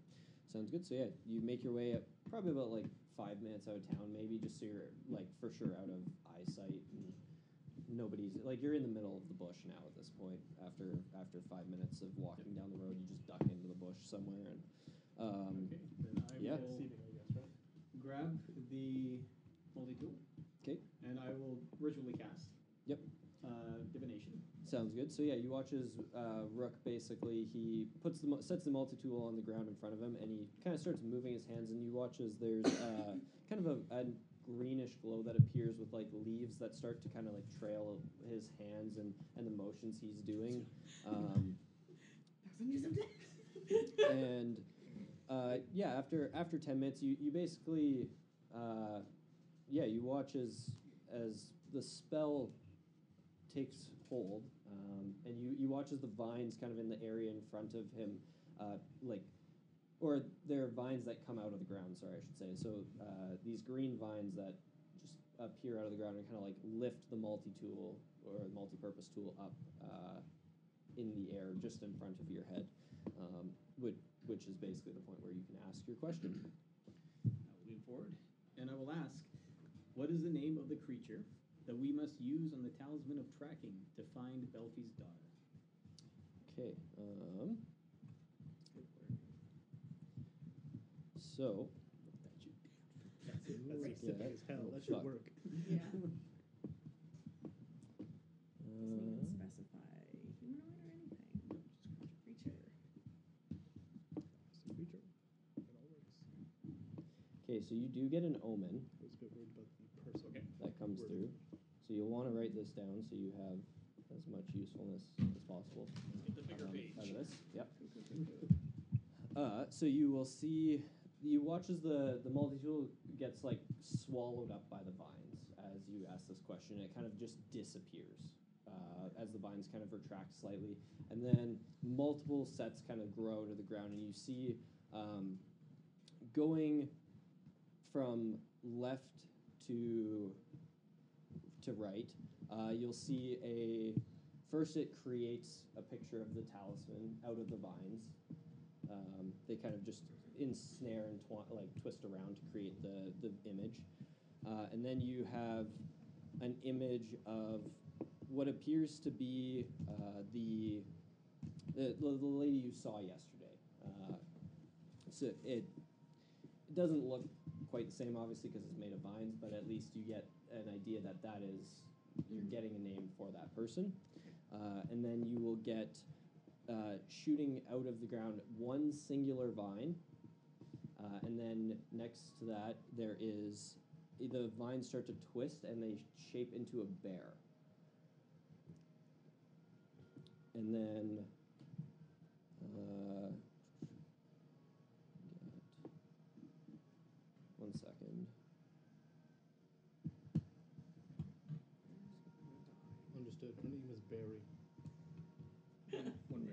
Speaker 2: sounds good. So yeah, you make your way up, probably about like five minutes out of town, maybe, just so you're like for sure out of eyesight and nobody's like you're in the middle of the bush now at this point after after five minutes of walking down the road you just duck into the bush somewhere and um,
Speaker 4: Okay.
Speaker 6: Then I
Speaker 2: Yeah.
Speaker 6: will deceiving, I guess, right?
Speaker 4: Grab the multi tool.
Speaker 2: 'Kay.
Speaker 4: And I will ritually cast.
Speaker 2: Yep.
Speaker 4: Uh, divination.
Speaker 2: sounds good so yeah you watch as uh, rook basically he puts the mu- sets the multi-tool on the ground in front of him and he kind of starts moving his hands and you watch as there's uh, kind of a, a greenish glow that appears with like leaves that start to kind of like trail his hands and and the motions he's doing um,
Speaker 3: That was a new subject.
Speaker 2: and uh, yeah, after after ten minutes, you you basically, uh, yeah, you watch as as the spell takes hold, um, and you you watch as the vines kind of in the area in front of him, uh, like or they're vines that come out of the ground. Sorry, I should say. So uh, these green vines that just appear out of the ground and kind of like lift the multi tool or multi-purpose tool up uh, in the air, just in front of your head, um, which which is basically the point where you can ask your question.
Speaker 4: I'll lean forward, and I will ask, what is the name of the creature that we must use on the talisman of tracking to find Belfi's daughter?
Speaker 2: Okay. Um, so
Speaker 8: That's, it. That's
Speaker 4: Right.
Speaker 8: specific as hell.
Speaker 2: Oh,
Speaker 8: that should
Speaker 2: fuck.
Speaker 8: work.
Speaker 3: Yeah. Doesn't even
Speaker 2: uh,
Speaker 3: specify humanoid or anything. Creature.
Speaker 8: It's a creature. It all works.
Speaker 2: okay, so you do get an omen.
Speaker 8: I was a bit worried about the person.
Speaker 4: Okay.
Speaker 2: that comes
Speaker 8: Word.
Speaker 2: through. So you'll want to write this down so you have as much usefulness as possible
Speaker 4: Let's get the bigger
Speaker 2: um,
Speaker 4: page.
Speaker 2: out of this. Yep. Uh, so you will see. You watch as the the multitude gets like swallowed up by the vines as you ask this question. It kind of just disappears uh, as the vines kind of retract slightly, and then multiple sets kind of grow to the ground, and you see um, going from left to to right. Uh, you'll see a first it creates a picture of the talisman out of the vines. Um, they kind of just ensnare and twi- like twist around to create the the image, uh, and then you have an image of what appears to be uh, the, the the the lady you saw yesterday. Uh, so it it doesn't look quite the same, obviously, because it's made of vines, but at least you get an idea that that is you're getting a name for that person, uh, and then you will get uh, shooting out of the ground one singular vine, uh, and then next to that there is the vines start to twist and they shape into a bear, and then. Uh, one second.
Speaker 8: Understood. Her name is Barry.
Speaker 4: One- One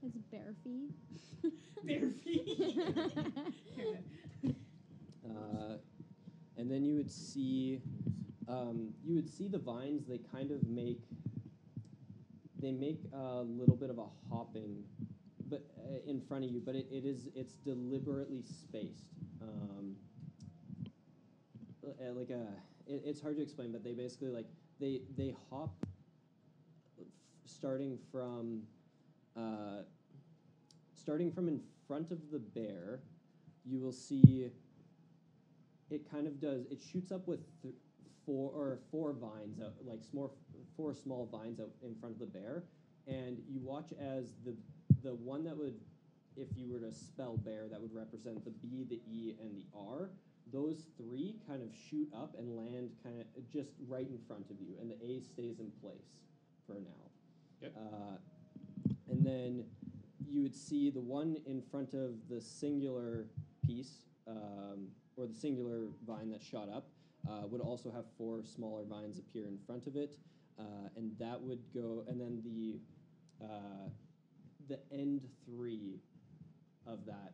Speaker 4: bear.
Speaker 5: It's bare feet.
Speaker 3: Bare feet.
Speaker 2: Uh, and then you would see, um, you would see the vines. They kind of make, they make a little bit of a hopping, but uh, in front of you. But it, it is it's deliberately spaced. Um, uh, like a, it, it's hard to explain, but they basically like they they hop, f- starting from, uh, starting from in front of the bear. You will see it kind of does it shoots up with th- four or four vines out like small four small vines out in front of the bear and you watch as the the one that would if you were to spell bear that would represent the b the e and the r those three kind of shoot up and land kind of just right in front of you and the a stays in place for now
Speaker 4: Yep.
Speaker 2: uh, and then you would see the one in front of the singular piece um, or the singular vine that shot up uh, would also have four smaller vines appear in front of it, uh, and that would go. And then the uh, the end three of that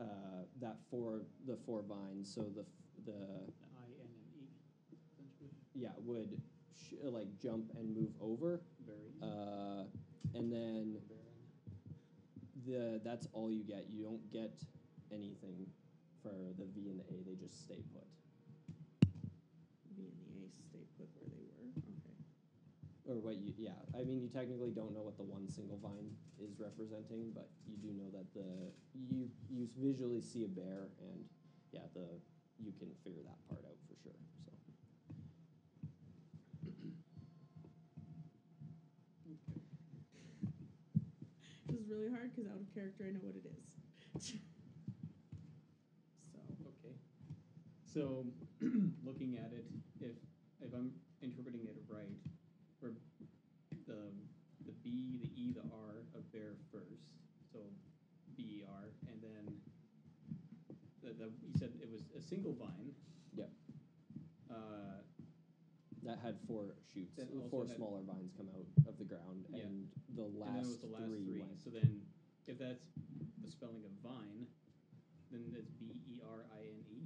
Speaker 2: uh, that four the four vines. So the f- the
Speaker 4: The I N and E. Essentially.
Speaker 2: yeah would sh- like jump and move over,
Speaker 4: Barry.
Speaker 2: uh, and then
Speaker 4: Baron.
Speaker 2: the that's all you get. You don't get anything for the V and the A. They just stay put.
Speaker 3: Me and
Speaker 6: Mm-hmm.
Speaker 3: the ace stay put where they were. Okay.
Speaker 2: or what you yeah i mean you technically don't know what the one single vine is representing but you do know that the you you visually see a bear and yeah the you can figure that part out for sure so
Speaker 3: This is really hard because out of character, I know what it is. so
Speaker 4: Okay. So, looking at it, if if I'm interpreting it right, or the the B, the E, the R of bear first, so B E R, and then the, the you said it was a single vine.
Speaker 2: Yep.
Speaker 4: Uh,
Speaker 2: that had four shoots,
Speaker 4: That also
Speaker 2: four
Speaker 4: had-
Speaker 2: smaller vines come out of the ground,
Speaker 4: Yeah.
Speaker 2: and the
Speaker 4: and then it was
Speaker 2: last,
Speaker 4: the last
Speaker 2: three,
Speaker 4: three.
Speaker 2: went.
Speaker 4: So then, if that's the spelling of vine, then that's B E R I N E.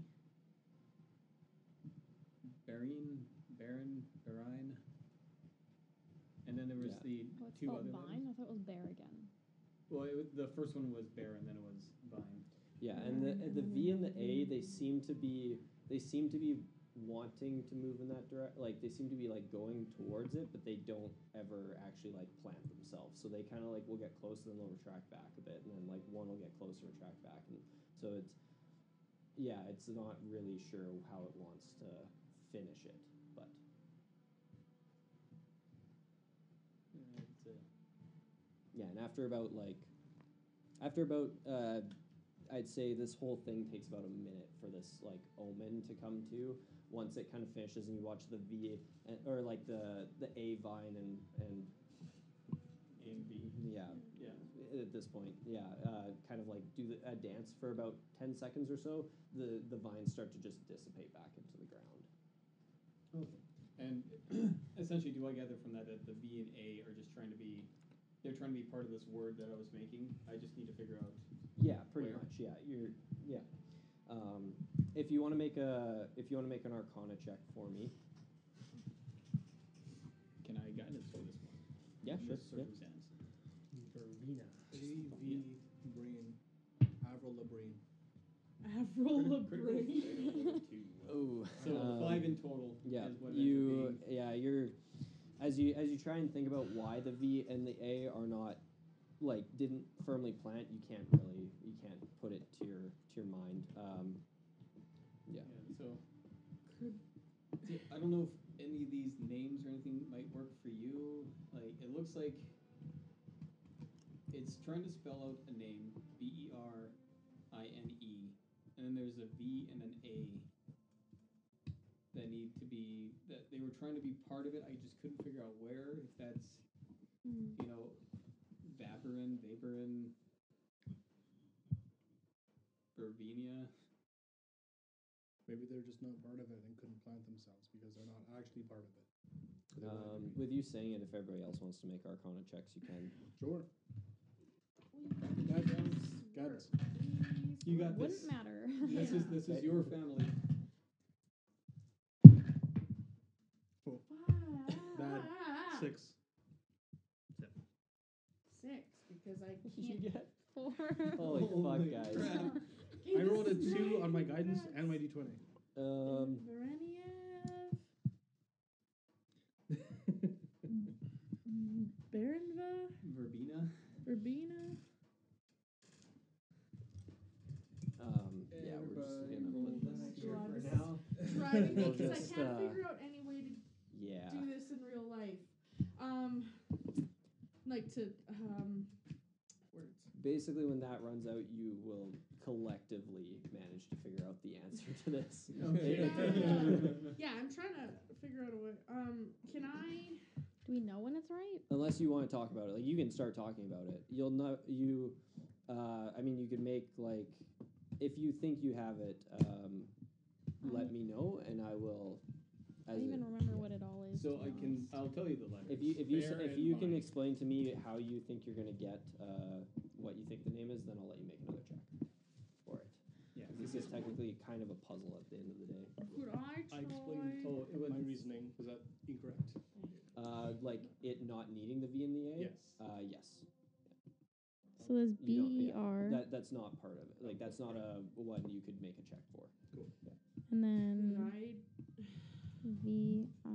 Speaker 4: Barin, Baron, Barine. And then there was
Speaker 2: Yeah.
Speaker 4: the
Speaker 5: Oh, it's
Speaker 4: two
Speaker 5: called
Speaker 4: other
Speaker 5: Vine.
Speaker 4: letters.
Speaker 5: I thought it was Bear again.
Speaker 4: Well, it was, the first one was Baron, then it was Vine.
Speaker 2: Yeah, and the the V and the A, they seem to be they seem to be wanting to move in that direct. Like they seem to be like going towards it, but they don't ever actually like plant themselves. So they kind of like will get close, and then they'll retract back a bit, and then like one will get closer, retract back, and so it's yeah, it's not really sure how it wants to finish it, but
Speaker 4: Uh, it's a-
Speaker 2: yeah, and after about like after about uh, I'd say this whole thing takes about a minute for this like omen to come to. Once it kind of finishes and you watch the V and, or like the the A vine and and
Speaker 4: and B.
Speaker 2: yeah
Speaker 4: Yeah.
Speaker 2: at this point yeah uh, kind of like do the, a dance for about ten seconds or so. The the vines start to just dissipate back into the ground.
Speaker 4: And essentially, do I gather from that that the V and A are just trying to be, they're trying to be part of this word that I was making. I just need to figure out.
Speaker 2: Yeah, pretty
Speaker 4: Where?
Speaker 2: much. Yeah, you're. Yeah. Um, if you want to make a if you want to make an Arcana check for me.
Speaker 4: Can I guidance for this one?
Speaker 2: Yeah,
Speaker 4: In
Speaker 2: sure.
Speaker 4: this
Speaker 2: Yeah.
Speaker 4: circumstance.
Speaker 8: Verena.
Speaker 4: AV
Speaker 6: brain. Avril Labrine.
Speaker 3: Avril
Speaker 4: Critical fail
Speaker 3: Labrine.
Speaker 4: to-
Speaker 2: Oh,
Speaker 4: So five in total.
Speaker 2: Yeah,
Speaker 4: Is what it ends up
Speaker 2: you.
Speaker 4: being.
Speaker 2: Yeah, you're. As you as you try and think about why the V and the A are not like didn't firmly plant, you can't really you can't put it to your to your mind. Um, yeah.
Speaker 4: So
Speaker 3: Could
Speaker 4: see, I don't know if any of these names or anything might work for you. Like it looks like it's trying to spell out a name B E R I N E, and then there's a V and an A that need to be that they were trying to be part of it. I just couldn't figure out where. If that's you know, Vaporin, Vaporin, Vervenia.
Speaker 6: Maybe they're just not part of it and couldn't plant themselves because they're not actually part of it. They were
Speaker 2: Um,
Speaker 6: like,
Speaker 2: with you saying it, if everybody else wants to make Arcana checks, you can.
Speaker 6: sure. Guidance. Guidance.
Speaker 4: You got
Speaker 5: Wouldn't
Speaker 4: this.
Speaker 5: matter.
Speaker 4: This is this is
Speaker 2: Okay.
Speaker 4: your family.
Speaker 8: Bad. Six.
Speaker 3: Six, because I
Speaker 2: You
Speaker 3: can't.
Speaker 2: get
Speaker 5: Four.
Speaker 2: holy
Speaker 4: Holy
Speaker 2: fuck, guys.
Speaker 4: crap.
Speaker 3: Okay,
Speaker 6: I
Speaker 3: this
Speaker 6: rolled a
Speaker 3: is
Speaker 6: two
Speaker 3: great,
Speaker 6: on my guidance
Speaker 3: congrats.
Speaker 6: and my d20.
Speaker 2: Um,
Speaker 3: Vereniev. Mm, Berenva.
Speaker 4: Verbena.
Speaker 3: Verbena.
Speaker 2: um, yeah, we're just gonna put this here
Speaker 3: roll
Speaker 2: for
Speaker 3: this.
Speaker 2: now.
Speaker 3: Driving
Speaker 2: We'll
Speaker 3: because I
Speaker 2: just,
Speaker 3: can't
Speaker 2: uh,
Speaker 3: figure out any way to
Speaker 2: Yeah.
Speaker 3: do this in real life. Um, like to um, words.
Speaker 2: Basically, when that runs out, you will collectively manage to figure out the answer to this.
Speaker 3: Okay. Yeah, I'm trying to figure out a way. Um, can I?
Speaker 5: Do we know when it's right?
Speaker 2: Unless you want to talk about it, like you can start talking about it. You'll know you. Uh, I mean, you could make like if you think you have it. Um, let me know, and I will.
Speaker 5: I
Speaker 2: As
Speaker 5: don't
Speaker 2: it-
Speaker 5: even remember what it all is.
Speaker 4: so
Speaker 5: to be
Speaker 4: I can
Speaker 5: honest.
Speaker 4: I'll tell you the letters.
Speaker 2: if you if you
Speaker 8: Bear
Speaker 2: s- if
Speaker 8: in
Speaker 2: you can
Speaker 8: mind.
Speaker 2: explain to me how you think you're gonna get uh, what you think the name is, then I'll let you make another check for it.
Speaker 4: yeah,
Speaker 2: 'Cause This is technically kind of a puzzle at the end of the day.
Speaker 3: Could I try?
Speaker 6: I explained
Speaker 4: Oh, it was
Speaker 6: my reasoning. Was that incorrect?
Speaker 2: Uh, like it not needing the V and the A.
Speaker 6: Yes.
Speaker 2: Uh, yes.
Speaker 5: So there's
Speaker 2: You don't-
Speaker 5: B E
Speaker 2: yeah.
Speaker 5: R,
Speaker 2: That that's not part of it. Like that's not a one you could make a check for.
Speaker 5: and
Speaker 3: Could
Speaker 5: then
Speaker 3: I
Speaker 5: V I.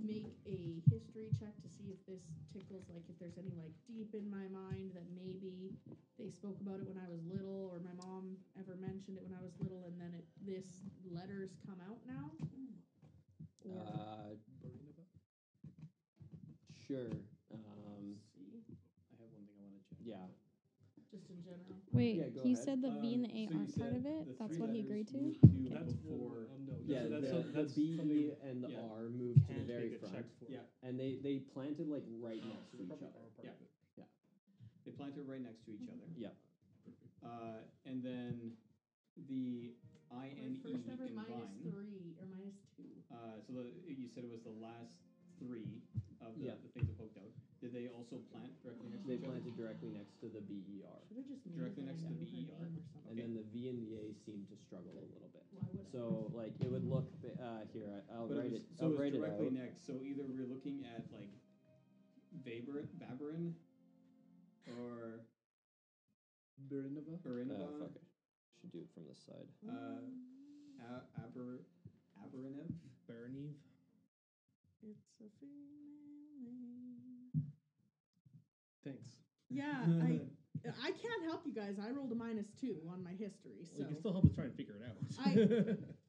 Speaker 3: make a history check to see if this tickles? Like, if there's any like deep in my mind that maybe they spoke about it when I was little, or my mom ever mentioned it when I was little, and then it this letters come out now. Or
Speaker 2: Uh, sure. Um,
Speaker 3: see,
Speaker 4: I have one thing I want to check.
Speaker 2: yeah.
Speaker 3: just in general.
Speaker 5: Wait,
Speaker 2: Yeah, go
Speaker 5: you
Speaker 2: ahead.
Speaker 5: said the V and the
Speaker 4: Um,
Speaker 5: A
Speaker 4: so you
Speaker 5: aren't part
Speaker 4: said
Speaker 5: of
Speaker 4: the
Speaker 5: it. That's
Speaker 4: three
Speaker 5: what he
Speaker 4: letters
Speaker 5: agreed to.
Speaker 4: moved to
Speaker 8: That's
Speaker 4: before.
Speaker 8: Um, no,
Speaker 2: Yeah.
Speaker 8: so that's,
Speaker 2: the,
Speaker 8: some- that's
Speaker 2: the B
Speaker 8: something you
Speaker 2: and the
Speaker 4: yeah.
Speaker 2: R moved to the
Speaker 8: can't
Speaker 2: very
Speaker 8: make a
Speaker 2: front,
Speaker 8: check for.
Speaker 4: Yeah.
Speaker 2: and they they planted like right
Speaker 6: Oh,
Speaker 2: next
Speaker 6: so
Speaker 2: to
Speaker 6: they
Speaker 2: each
Speaker 6: probably
Speaker 2: other.
Speaker 6: are part
Speaker 4: Yeah.
Speaker 6: of it.
Speaker 4: They planted right next to each other.
Speaker 2: Yeah.
Speaker 4: Uh, and then the I
Speaker 3: My
Speaker 4: N E
Speaker 3: first ever
Speaker 4: in
Speaker 3: minus
Speaker 4: vine.
Speaker 3: three or minus two.
Speaker 4: Uh, so so the, you said it was the last three of the,
Speaker 2: Yeah.
Speaker 4: the things that poked out. Did they also plant directly next
Speaker 2: They
Speaker 4: to each other?
Speaker 2: planted directly next to the BER.
Speaker 3: Should have just named
Speaker 4: Directly
Speaker 3: it
Speaker 4: next to
Speaker 3: after
Speaker 4: the
Speaker 3: her
Speaker 4: BER.
Speaker 3: name or something.
Speaker 2: And then the V and the A seemed to struggle a little bit.
Speaker 3: Why would I?
Speaker 2: So like it would look ba- uh, here. I, I'll
Speaker 4: But
Speaker 2: write
Speaker 4: it was,
Speaker 2: it.
Speaker 4: so
Speaker 2: I'll
Speaker 4: it was
Speaker 2: write it
Speaker 4: directly
Speaker 2: out.
Speaker 4: next. So either we're looking at like Vaber, Vabarin or
Speaker 8: Berinova?
Speaker 2: Uh,
Speaker 4: Arinva,
Speaker 2: fuck it. Should do it from the side.
Speaker 4: uh, A- Aber, Aberinev.
Speaker 8: Bereniv?
Speaker 3: It's a female name.
Speaker 8: Thanks.
Speaker 3: Yeah, I I can't help you guys. I rolled a minus two on my history,
Speaker 8: Well,
Speaker 3: so
Speaker 8: You can still help us try and figure it out.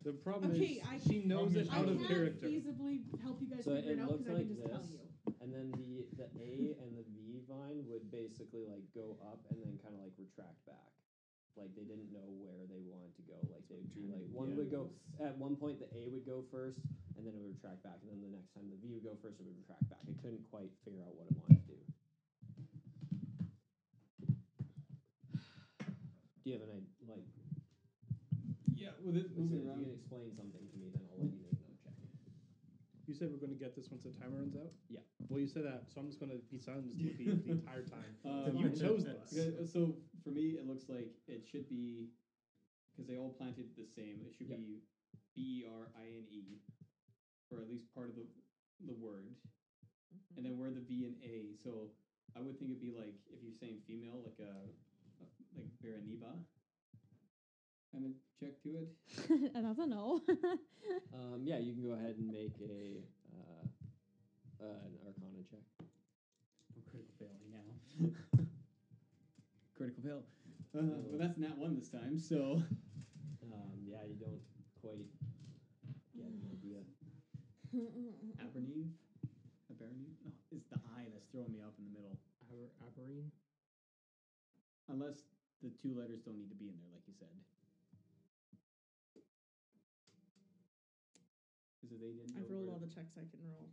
Speaker 6: The problem
Speaker 3: Okay,
Speaker 6: is
Speaker 3: I-
Speaker 6: she knows it
Speaker 8: Problem is
Speaker 3: I
Speaker 6: out of
Speaker 3: can't
Speaker 6: character.
Speaker 3: feasibly help you guys
Speaker 2: So it
Speaker 3: figure it out because
Speaker 2: looks
Speaker 3: I
Speaker 2: like
Speaker 3: can just tell
Speaker 2: this.
Speaker 3: you.
Speaker 2: And then the the A and the V vine would basically like go up and then kind of like retract back. Like they didn't know where they wanted to go. Like they would be like one would go at one point the A would go first and then it would retract back and then the next time the V would go first it would retract back. I couldn't quite figure out what it wanted to do. Do you have an idea? Like,
Speaker 4: Yeah, with it
Speaker 2: like, so
Speaker 4: moving
Speaker 2: if you
Speaker 4: around.
Speaker 2: can explain something to me, then I'll let you make another check.
Speaker 6: You said we're going to get this once the timer runs out.
Speaker 2: Yeah.
Speaker 6: Well, you said that, so I'm just going to be silent and just look at you the entire time.
Speaker 8: Uh,
Speaker 4: Um,
Speaker 6: you chose this.
Speaker 4: Okay, uh, so for me, it looks like it should be because they all planted the same. It should
Speaker 2: Yep.
Speaker 4: be B E R I N E, or at least part of the the word, and then where the V and A. So I would think it'd be like if you're saying female, like a like Bereniba kind of check to it.
Speaker 5: Another no.
Speaker 2: Um, yeah, you can go ahead and make a uh, uh, an Arcana check.
Speaker 4: I'm critical failing now. critical fail. Uh, but that's not one this time. So
Speaker 2: Um, yeah, you don't quite get an idea.
Speaker 4: Aberneve, Aberneve. No, it's the I that's throwing me off in the middle.
Speaker 8: Aber- Aberine?
Speaker 4: Unless the two letters don't need to be in there, like you said. Because they didn't.
Speaker 3: I've
Speaker 4: know
Speaker 3: rolled
Speaker 4: where-
Speaker 3: all the checks I can roll.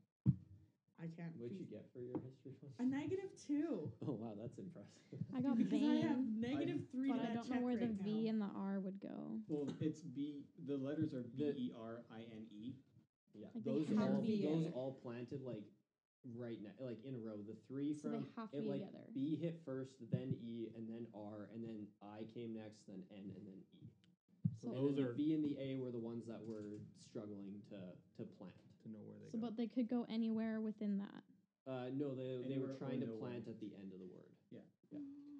Speaker 3: I can't.
Speaker 2: What'd you
Speaker 3: feas-
Speaker 2: get for your history one?
Speaker 3: A negative two.
Speaker 2: Oh wow, that's impressive.
Speaker 5: I got
Speaker 3: Because I have
Speaker 5: Bane,
Speaker 3: negative three
Speaker 5: but
Speaker 3: to
Speaker 5: I
Speaker 3: that
Speaker 5: don't know
Speaker 3: check
Speaker 5: where the
Speaker 3: right
Speaker 5: V
Speaker 3: now.
Speaker 5: and the R would go.
Speaker 4: Well, it's B. The letters are B
Speaker 2: The-
Speaker 4: E R I N E.
Speaker 2: Yeah,
Speaker 5: Like, they
Speaker 2: those
Speaker 5: have
Speaker 2: all
Speaker 5: to be
Speaker 2: those
Speaker 5: together.
Speaker 2: all planted like right now, like in a row. The three
Speaker 5: So they
Speaker 2: from
Speaker 5: have to
Speaker 2: it
Speaker 5: be
Speaker 2: like
Speaker 5: together.
Speaker 2: B hit first, then E, and then R, and then I came next, then N, and then E. and
Speaker 5: So,
Speaker 2: then
Speaker 6: Those
Speaker 2: the
Speaker 6: are-
Speaker 2: B and the A were the ones that were struggling to to plant.
Speaker 8: To know where they
Speaker 5: so
Speaker 8: go.
Speaker 5: but they could go anywhere within that.
Speaker 2: Uh, no, they, they were
Speaker 4: Anywhere or
Speaker 2: trying to
Speaker 4: nowhere.
Speaker 2: plant at the end of the word.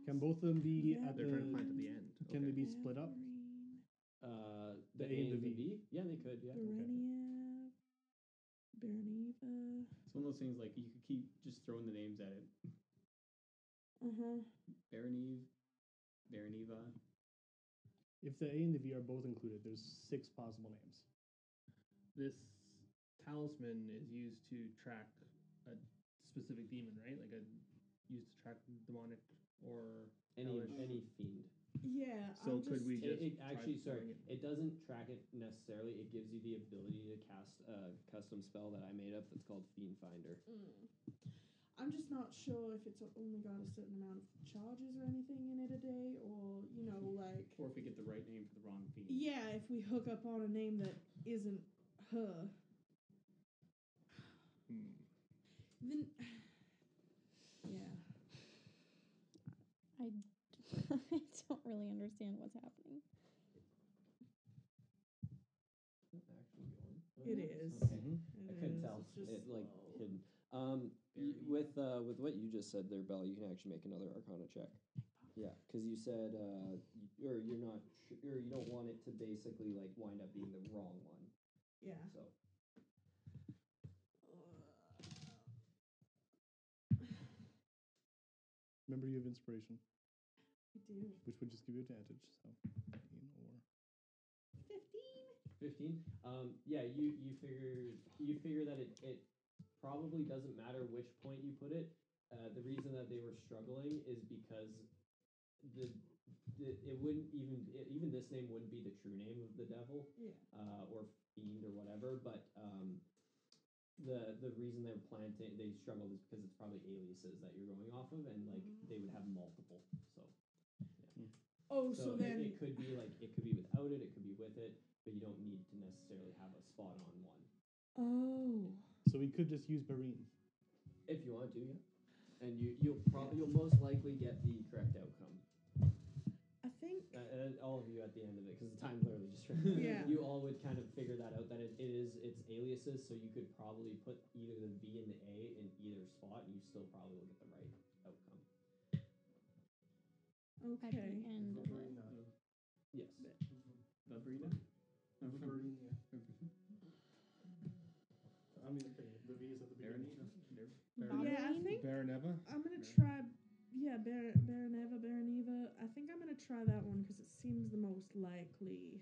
Speaker 6: Can both of them be
Speaker 3: Yeah.
Speaker 6: at
Speaker 8: They're
Speaker 6: the,
Speaker 8: trying to plant at the end.
Speaker 6: Can they be
Speaker 8: Okay.
Speaker 6: split up?
Speaker 3: Wolverine,
Speaker 2: Uh,
Speaker 6: The A and the V.
Speaker 2: Yeah, they could. Yeah.
Speaker 3: Berenia, Bereniva.
Speaker 4: It's one of those things like you could keep just throwing the names at it.
Speaker 3: Uh huh.
Speaker 4: Berenive, Bereniva.
Speaker 6: If the A and the V are both included, there's six possible names.
Speaker 8: This talisman is used to track a specific demon, right? Like a used to track demonic or
Speaker 2: Any
Speaker 8: hellish.
Speaker 2: any fiend.
Speaker 3: Yeah.
Speaker 8: So
Speaker 3: I'm just,
Speaker 8: could we
Speaker 2: It,
Speaker 8: just
Speaker 2: it
Speaker 8: try
Speaker 2: actually, sorry,
Speaker 8: throwing it?
Speaker 2: it doesn't track it necessarily. It gives you the ability to cast a custom spell that I made up. That's called Fiend Finder.
Speaker 3: Mm. I'm just not sure if it's only got a certain amount of charges or anything in it a day, or you know, like
Speaker 4: Or if we get the right name for the wrong fiend.
Speaker 3: yeah, if we hook up on a name that isn't her,
Speaker 8: Hmm.
Speaker 3: then yeah.
Speaker 5: I don't really understand what's happening.
Speaker 3: It is.
Speaker 2: Okay.
Speaker 3: it
Speaker 2: I couldn't
Speaker 3: is,
Speaker 2: tell.
Speaker 3: it's just oh,
Speaker 2: It like
Speaker 3: slow.
Speaker 2: hidden. Um, y- with uh, with what you just said there, Bell, you can actually make another Arcana check. Yeah, because you said, uh, y- or you're not, su- or you don't want it to basically like wind up being the wrong one.
Speaker 3: Yeah.
Speaker 2: So
Speaker 6: Remember, you have inspiration,
Speaker 3: I do.
Speaker 6: which would just give you advantage. So, you know, or-
Speaker 3: Fifteen.
Speaker 2: 15 um, yeah you you figure you figure that it, it probably doesn't matter which point you put it uh, the reason that they were struggling is because the, the it wouldn't even it, even this name wouldn't be the true name of the devil
Speaker 3: Yeah.
Speaker 2: uh, or fiend or whatever but um, the the reason they're planting they struggled is because it's probably aliases that you're going off of and like they would have multiple so
Speaker 3: Oh, so,
Speaker 2: so, it-
Speaker 3: then
Speaker 2: it, could be like it could be without it, it could be with it, but you don't need to necessarily have a spot on one.
Speaker 3: Oh.
Speaker 6: So we could just use Barine.
Speaker 1: If you want to, yeah. And you you'll probably you'll most likely get the correct outcome.
Speaker 3: I think
Speaker 1: Uh, uh, all of you at the end of it, because the time literally just ran.
Speaker 3: Yeah.
Speaker 1: You all would kind of figure that out that it, it is its aliases, so you could probably put either the V and the A in either spot, and you still probably will get the right outcome.
Speaker 5: at the
Speaker 3: okay.
Speaker 5: end of it.
Speaker 6: Verena.
Speaker 1: Yes.
Speaker 4: Vabrina? No, from-
Speaker 6: Verena.
Speaker 4: from- from
Speaker 6: I mean, okay, the V is at the beginning.
Speaker 4: Baronina? There-
Speaker 3: Yeah, I think
Speaker 8: Baroneva?
Speaker 3: I'm gonna
Speaker 4: Baron-
Speaker 3: try. Yeah, Bar- Baroneva, Baroneva. I think I'm gonna try that one because it seems the most likely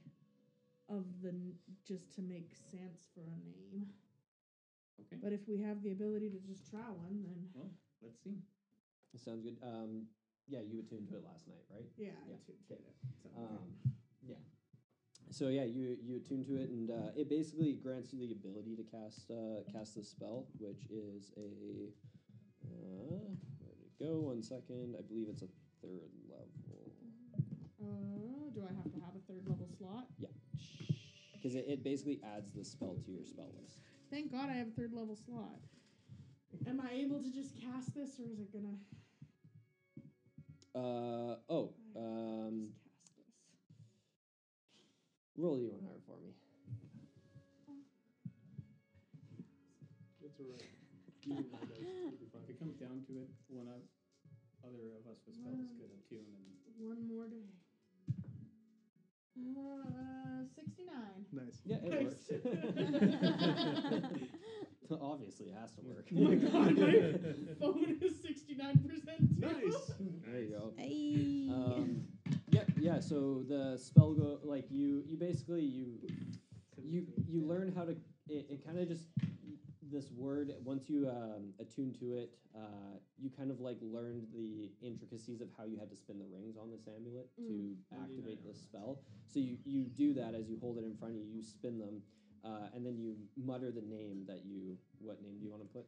Speaker 3: of the n- just to make sense for a name.
Speaker 4: Okay.
Speaker 3: But if we have the ability to just try one, then
Speaker 4: Let's see.
Speaker 1: That sounds good. Um, yeah, you attuned to it last night, right?
Speaker 3: yeah,
Speaker 1: Yeah,
Speaker 3: I too
Speaker 1: okay.
Speaker 3: did it. So,
Speaker 2: Mm-hmm. Uh.
Speaker 1: Um, yeah. So yeah, you you attune to it, and uh, it basically grants you the ability to cast uh, cast the spell, which is a uh, where did it go? One second, I believe it's a third level
Speaker 3: uh, do I have to have a third level slot?
Speaker 1: because it, it basically adds the spell to your spell list.
Speaker 3: Thank God I have a third level slot. Am I able to just cast this, or is it gonna
Speaker 2: Uh oh. Um,
Speaker 3: just cast this?
Speaker 2: roll you one higher for me.
Speaker 6: It's alright. You and my dice, it'll be
Speaker 4: If
Speaker 6: fine.
Speaker 4: it comes down to it, one of other of us with spells
Speaker 3: Wow.
Speaker 4: could attune and
Speaker 3: One more day. Uh, 69.
Speaker 6: Nice.
Speaker 2: Yeah, it
Speaker 3: Nice.
Speaker 2: works. Obviously, it has to work.
Speaker 3: Oh my god, my phone is 69%.
Speaker 6: Nice.
Speaker 2: There you go.
Speaker 5: Ayy.
Speaker 2: Um, yep. Yeah. So the spell go like you. You basically you you you learn how to. It, it kind of just this word. Once you um, attune to it, uh, you kind of like learned the intricacies of how you had to spin the rings on this amulet
Speaker 3: Mm.
Speaker 2: to activate this spell. So you you do that as you hold it in front of you. You spin them, uh, and then you mutter the name that you. What name do you want to put?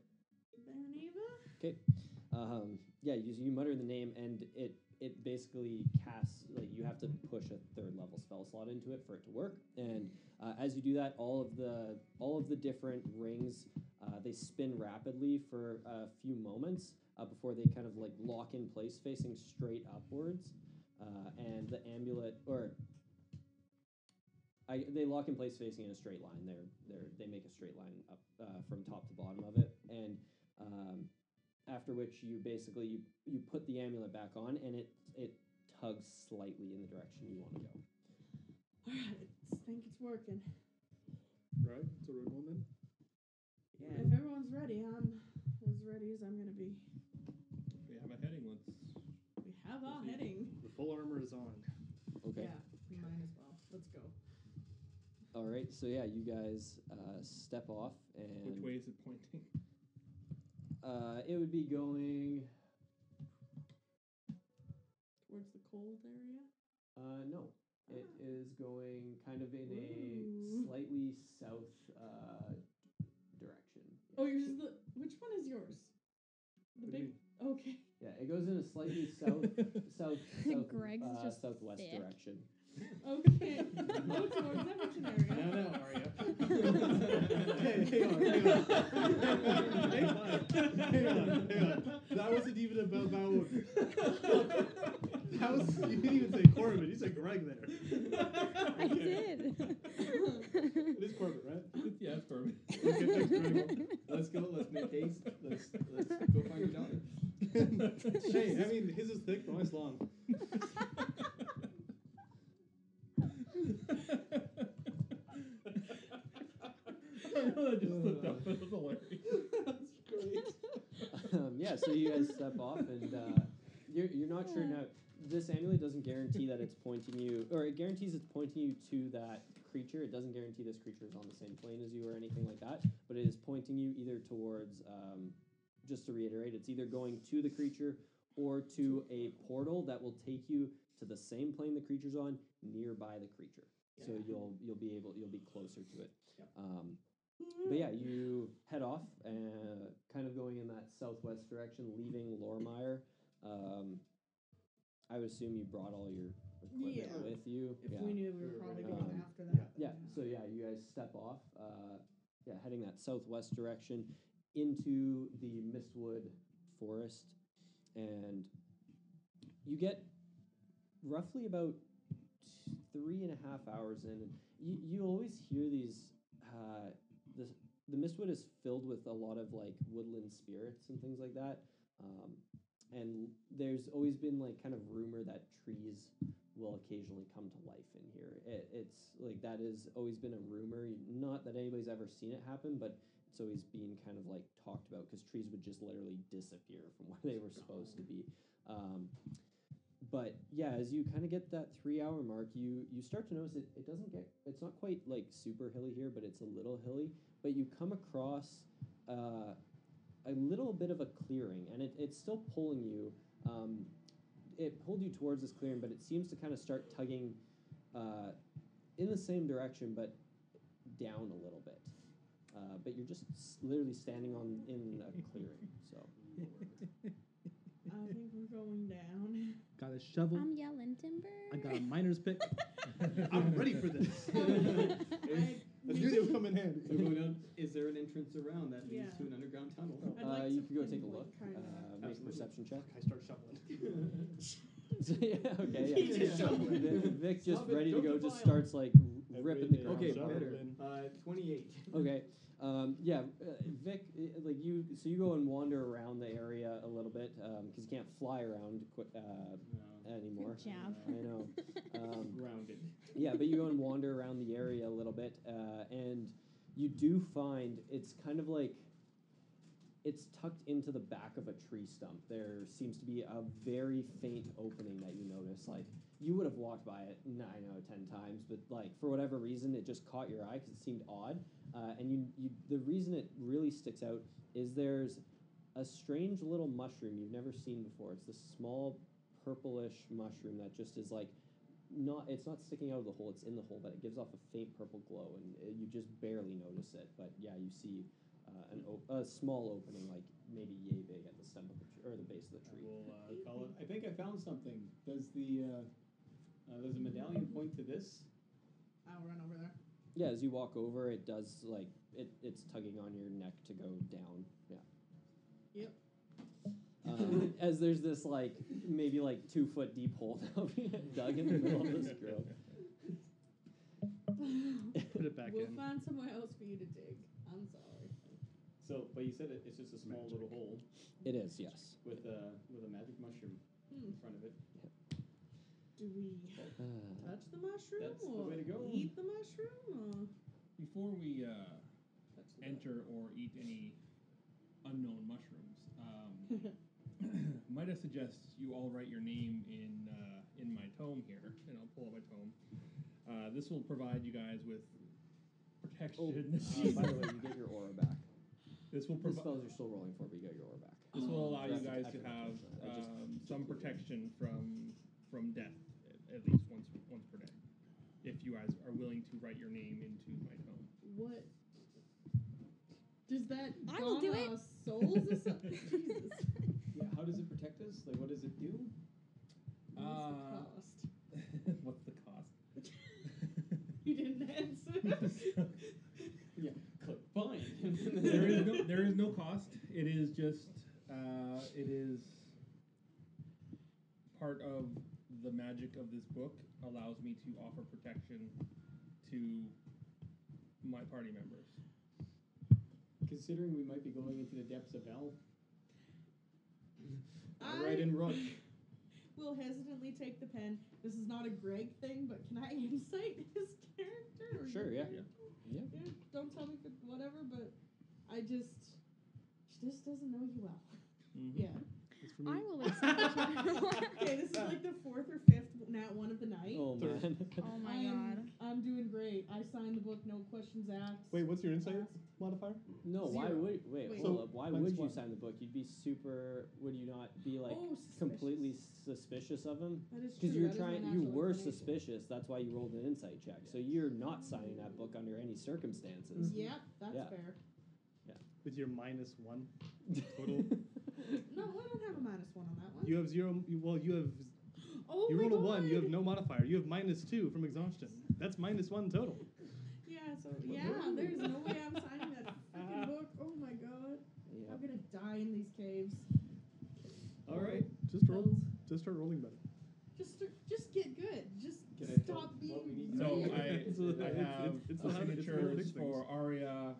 Speaker 3: Baroneva?
Speaker 2: Um, yeah, you, you mutter the name, and it it basically casts like you have to push a third level spell slot into it for it to work. And uh, as you do that, all of the all of the different rings uh, they spin rapidly for a few moments uh, before they kind of like lock in place, facing straight upwards. Uh, and the amulet, or I, they lock in place facing in a straight line. They're, they're they make a straight line up uh, from top to bottom of it, and um, after which you basically you, you put the amulet back on and it it tugs slightly in the direction you want to go
Speaker 3: Alright, I think it's working.
Speaker 6: Right? So we're going then?
Speaker 3: Yeah, if everyone's ready, I'm as ready as I'm gonna be.
Speaker 8: We have a heading. Let's.
Speaker 3: We have our heading.
Speaker 6: The full armor is on.
Speaker 2: okay
Speaker 3: Yeah, might as well. Let's go.
Speaker 2: all right so yeah you guys uh, step off and
Speaker 8: Which way is it pointing?
Speaker 2: Uh, it would be going
Speaker 3: Towards the cold area?
Speaker 2: uh, no it
Speaker 3: Ah.
Speaker 2: is going kind of in a
Speaker 3: Ooh.
Speaker 2: slightly south uh, direction
Speaker 3: Oh, yours is the. Which one is yours? The
Speaker 6: What do you
Speaker 3: big.
Speaker 6: mean?
Speaker 3: Okay.
Speaker 2: yeah it goes in a slightly south south, south
Speaker 5: Greg's
Speaker 2: uh,
Speaker 5: just
Speaker 2: southwest
Speaker 5: thick.
Speaker 2: direction
Speaker 3: Okay. Go towards that
Speaker 4: I
Speaker 3: missionary.
Speaker 4: don't know, Aria.
Speaker 6: Hey, hang on, hang on. Hang on, hang on, hang on. That wasn't even about Bowen. That was, you didn't even say Corbin, you said Greg there.
Speaker 5: I did.
Speaker 6: It is Corbin, right?
Speaker 4: yeah, it's Corbin.
Speaker 6: Okay, thanks, Greg.
Speaker 4: Let's go. Let's make haste. Let's let's go find your daughter.
Speaker 6: Hey, I mean, his is thick, but mine's long.
Speaker 8: that just slipped out. That was hilarious.
Speaker 2: um, yeah, so you guys step off, and uh, you're, you're not sure now. This amulet doesn't guarantee that it's pointing you, or it guarantees it's pointing you to that creature. It doesn't guarantee this creature is on the same plane as you or anything like that, but it is pointing you either towards, um, just to reiterate, it's either going to the creature or to a portal that will take you to the same plane the creature's on nearby the creature. So you'll you'll be able you'll be closer to it. Um, but
Speaker 3: Mm.
Speaker 2: yeah, you head off, uh, kind of going in that southwest direction, leaving Lormire. Um, I would assume you brought all your equipment
Speaker 3: Yeah.
Speaker 2: with you.
Speaker 3: If
Speaker 2: yeah.
Speaker 3: we knew we were probably
Speaker 2: Um,
Speaker 3: going after that.
Speaker 2: yeah. So yeah, you guys step off. Uh, yeah, heading that southwest direction into the Mistwood Forest, and you get roughly about t- three and a half hours in. and You you always hear these. Uh, the the Mistwood is filled with a lot of like woodland spirits and things like that. Um, and there's always been like kind of rumor that trees will occasionally come to life in here. It, it's like that has always been a rumor. Not that anybody's ever seen it happen, but it's always been kind of like talked about because trees would just literally disappear from where they were supposed to be. Um, but yeah, as you kind of get that three hour mark, you you start to notice it, it doesn't get it's not quite like super hilly here, but it's a little hilly. But you come across uh, a little bit of a clearing, and it, it's still pulling you. Um, it pulled you towards this clearing, but it seems to kind of start tugging uh, in the same direction, but down a little bit. Uh, but you're just s- literally standing on in a clearing. So
Speaker 3: I think we're going down.
Speaker 12: Got a shovel.
Speaker 5: I'm yelling timber.
Speaker 12: I got a miner's pick.
Speaker 6: I'm ready for this.
Speaker 3: I,
Speaker 6: Let's do this. Come in handy.
Speaker 4: So going down, is there an entrance around that leads
Speaker 3: Yeah.
Speaker 4: to an underground tunnel?
Speaker 6: Oh.
Speaker 3: I'd
Speaker 2: uh,
Speaker 3: like
Speaker 2: you
Speaker 3: to
Speaker 2: can go take a
Speaker 3: pinpoint
Speaker 2: look,
Speaker 3: kinda.
Speaker 2: uh, make a
Speaker 4: Absolutely.
Speaker 2: perception check.
Speaker 6: I start shoveling.
Speaker 2: yeah, okay,
Speaker 3: He
Speaker 2: yeah.
Speaker 3: just
Speaker 2: Vic-
Speaker 6: shoveled it.
Speaker 2: Vic just
Speaker 4: Stop it,
Speaker 2: ready to
Speaker 4: don't
Speaker 2: go, just
Speaker 4: defile.
Speaker 2: starts like r- ripping the
Speaker 6: Everything
Speaker 2: ground.
Speaker 4: Okay,
Speaker 2: up.
Speaker 6: I'm
Speaker 4: better.
Speaker 6: shoveling.
Speaker 4: Uh, 28.
Speaker 2: Okay. Um, yeah, uh, Vic, uh, like you, so you go and wander around the area a little bit because you can't fly around qui- uh,
Speaker 4: No.
Speaker 2: anymore.
Speaker 5: Good job.
Speaker 2: I know. Um,
Speaker 4: Grounded.
Speaker 2: yeah, but you go and wander around the area a little bit, uh, and you do find it's kind of like it's tucked into the back of a tree stump. There seems to be a very faint opening that you notice. Like you would have walked by it nine out of ten times, but like for whatever reason, it just caught your eye because it seemed odd. Uh, and you, you, the reason it really sticks out is there's a strange little mushroom you've never seen before. It's this small purplish mushroom that just is like not it's not sticking out of the hole it's in the hole but it gives off a faint purple glow and uh you just barely notice it but yeah you see uh, an op- a small opening like maybe yay big at the stem of the tree or the base of the
Speaker 4: I
Speaker 2: tree
Speaker 4: will uh, call it. I think I found something. Does the uh, uh, does a medallion point to this?
Speaker 3: I'll run over there.
Speaker 2: yeah as you walk over it does like it, it's tugging on your neck to go down yeah
Speaker 3: Yep.
Speaker 2: um, as there's this like maybe like two foot deep hole now being dug in the middle of this grove
Speaker 12: Put it back
Speaker 3: we'll
Speaker 12: in.
Speaker 3: find somewhere else for you to dig. I'm sorry.
Speaker 4: So, but you said it, it's just a small little hole
Speaker 2: it is yes
Speaker 4: with a with a magic mushroom in front of it.
Speaker 3: Hmm. Do we
Speaker 2: Uh,
Speaker 3: touch the mushroom
Speaker 4: That's the
Speaker 3: or
Speaker 4: way to go.
Speaker 3: eat the mushroom?
Speaker 8: Before we uh,
Speaker 4: That's the-
Speaker 8: enter or eat any unknown mushrooms, um,
Speaker 3: Or
Speaker 8: might I suggest you all write your name in uh, in my tome here, and I'll pull up my tome. Uh, this will provide you guys with
Speaker 2: oh,
Speaker 8: protection.
Speaker 2: uh, by the way you get your aura back
Speaker 8: this will
Speaker 2: The
Speaker 8: provide.
Speaker 2: spells you're still rolling for, but you got your aura back.
Speaker 8: This will allow you
Speaker 2: That's-
Speaker 8: guys
Speaker 2: I
Speaker 8: to
Speaker 2: forgot to
Speaker 8: have
Speaker 2: mention that. I just
Speaker 8: um, some
Speaker 2: completely-
Speaker 8: protection from from death, at- at least once once per day, if you guys are willing to write your name into my tome.
Speaker 3: what? Does that
Speaker 5: I will do
Speaker 3: bomb
Speaker 5: it.
Speaker 3: our souls or something? Jesus.
Speaker 4: Yeah, how does it protect us? Like, what does it do?
Speaker 3: What's the
Speaker 8: Uh,
Speaker 3: cost?
Speaker 8: What's the cost?
Speaker 3: You didn't answer.
Speaker 4: Click fine.
Speaker 8: there is no there is no cost. It is just uh, it is part of the magic of this book allows me to offer protection to my party members.
Speaker 4: Considering we might be going into the depths of hell.
Speaker 3: I-
Speaker 4: right in Rook.
Speaker 3: will hesitantly take the pen. This is not a Greg thing, but can I insight his character? or
Speaker 2: Sure,
Speaker 3: your
Speaker 2: yeah.
Speaker 3: character?
Speaker 2: Yeah.
Speaker 3: Yeah, Don't tell me for whatever, but I just she just doesn't know you well.
Speaker 6: Mm-hmm.
Speaker 2: Mm-hmm.
Speaker 3: Yeah.
Speaker 5: I will accept your.
Speaker 3: Okay, this is like the fourth or fifth nat one of the night.
Speaker 2: Oh man.
Speaker 5: oh my
Speaker 3: I'm,
Speaker 5: god.
Speaker 3: I'm doing great. I signed the book, no questions asked.
Speaker 6: Wait, what's your insight modifier?
Speaker 2: no, why
Speaker 3: Zero.
Speaker 2: would wait,
Speaker 3: Wait.
Speaker 2: hold
Speaker 6: So,
Speaker 2: up. Why
Speaker 6: minus
Speaker 2: would you
Speaker 6: one.
Speaker 2: sign the book? You'd be super would you not be like
Speaker 3: oh, suspicious.
Speaker 2: completely suspicious of him?
Speaker 3: That is
Speaker 2: Because
Speaker 3: true,
Speaker 2: you're
Speaker 3: that is my
Speaker 2: trying you
Speaker 3: natural
Speaker 2: were
Speaker 3: inclination.
Speaker 2: suspicious, that's why you rolled an insight check. So you're not signing that book under any circumstances.
Speaker 3: Yep, that's
Speaker 2: Yeah.
Speaker 3: fair.
Speaker 6: With your minus one total,
Speaker 3: No, I don't have a minus one on that one.
Speaker 6: you have zero. You, well, you have
Speaker 3: oh
Speaker 6: you
Speaker 3: my
Speaker 6: rolled a one. You
Speaker 3: God.
Speaker 6: have no modifier. You have minus two from exhaustion. That's minus one total.
Speaker 3: Yeah, so yeah, there's no way I'm signing that Oh die in these caves.
Speaker 4: All right.
Speaker 8: Just roll.
Speaker 3: Those-
Speaker 8: Just start rolling better.
Speaker 3: Just, start- just get good. Just
Speaker 4: Can I tell
Speaker 3: stop
Speaker 4: what
Speaker 3: being.
Speaker 4: we need to
Speaker 12: No,
Speaker 4: do?
Speaker 12: I,
Speaker 8: It's a-
Speaker 12: I have a
Speaker 8: it's- it's- it's the habit- it's the habit of
Speaker 12: signatures
Speaker 8: things.
Speaker 12: for Arya,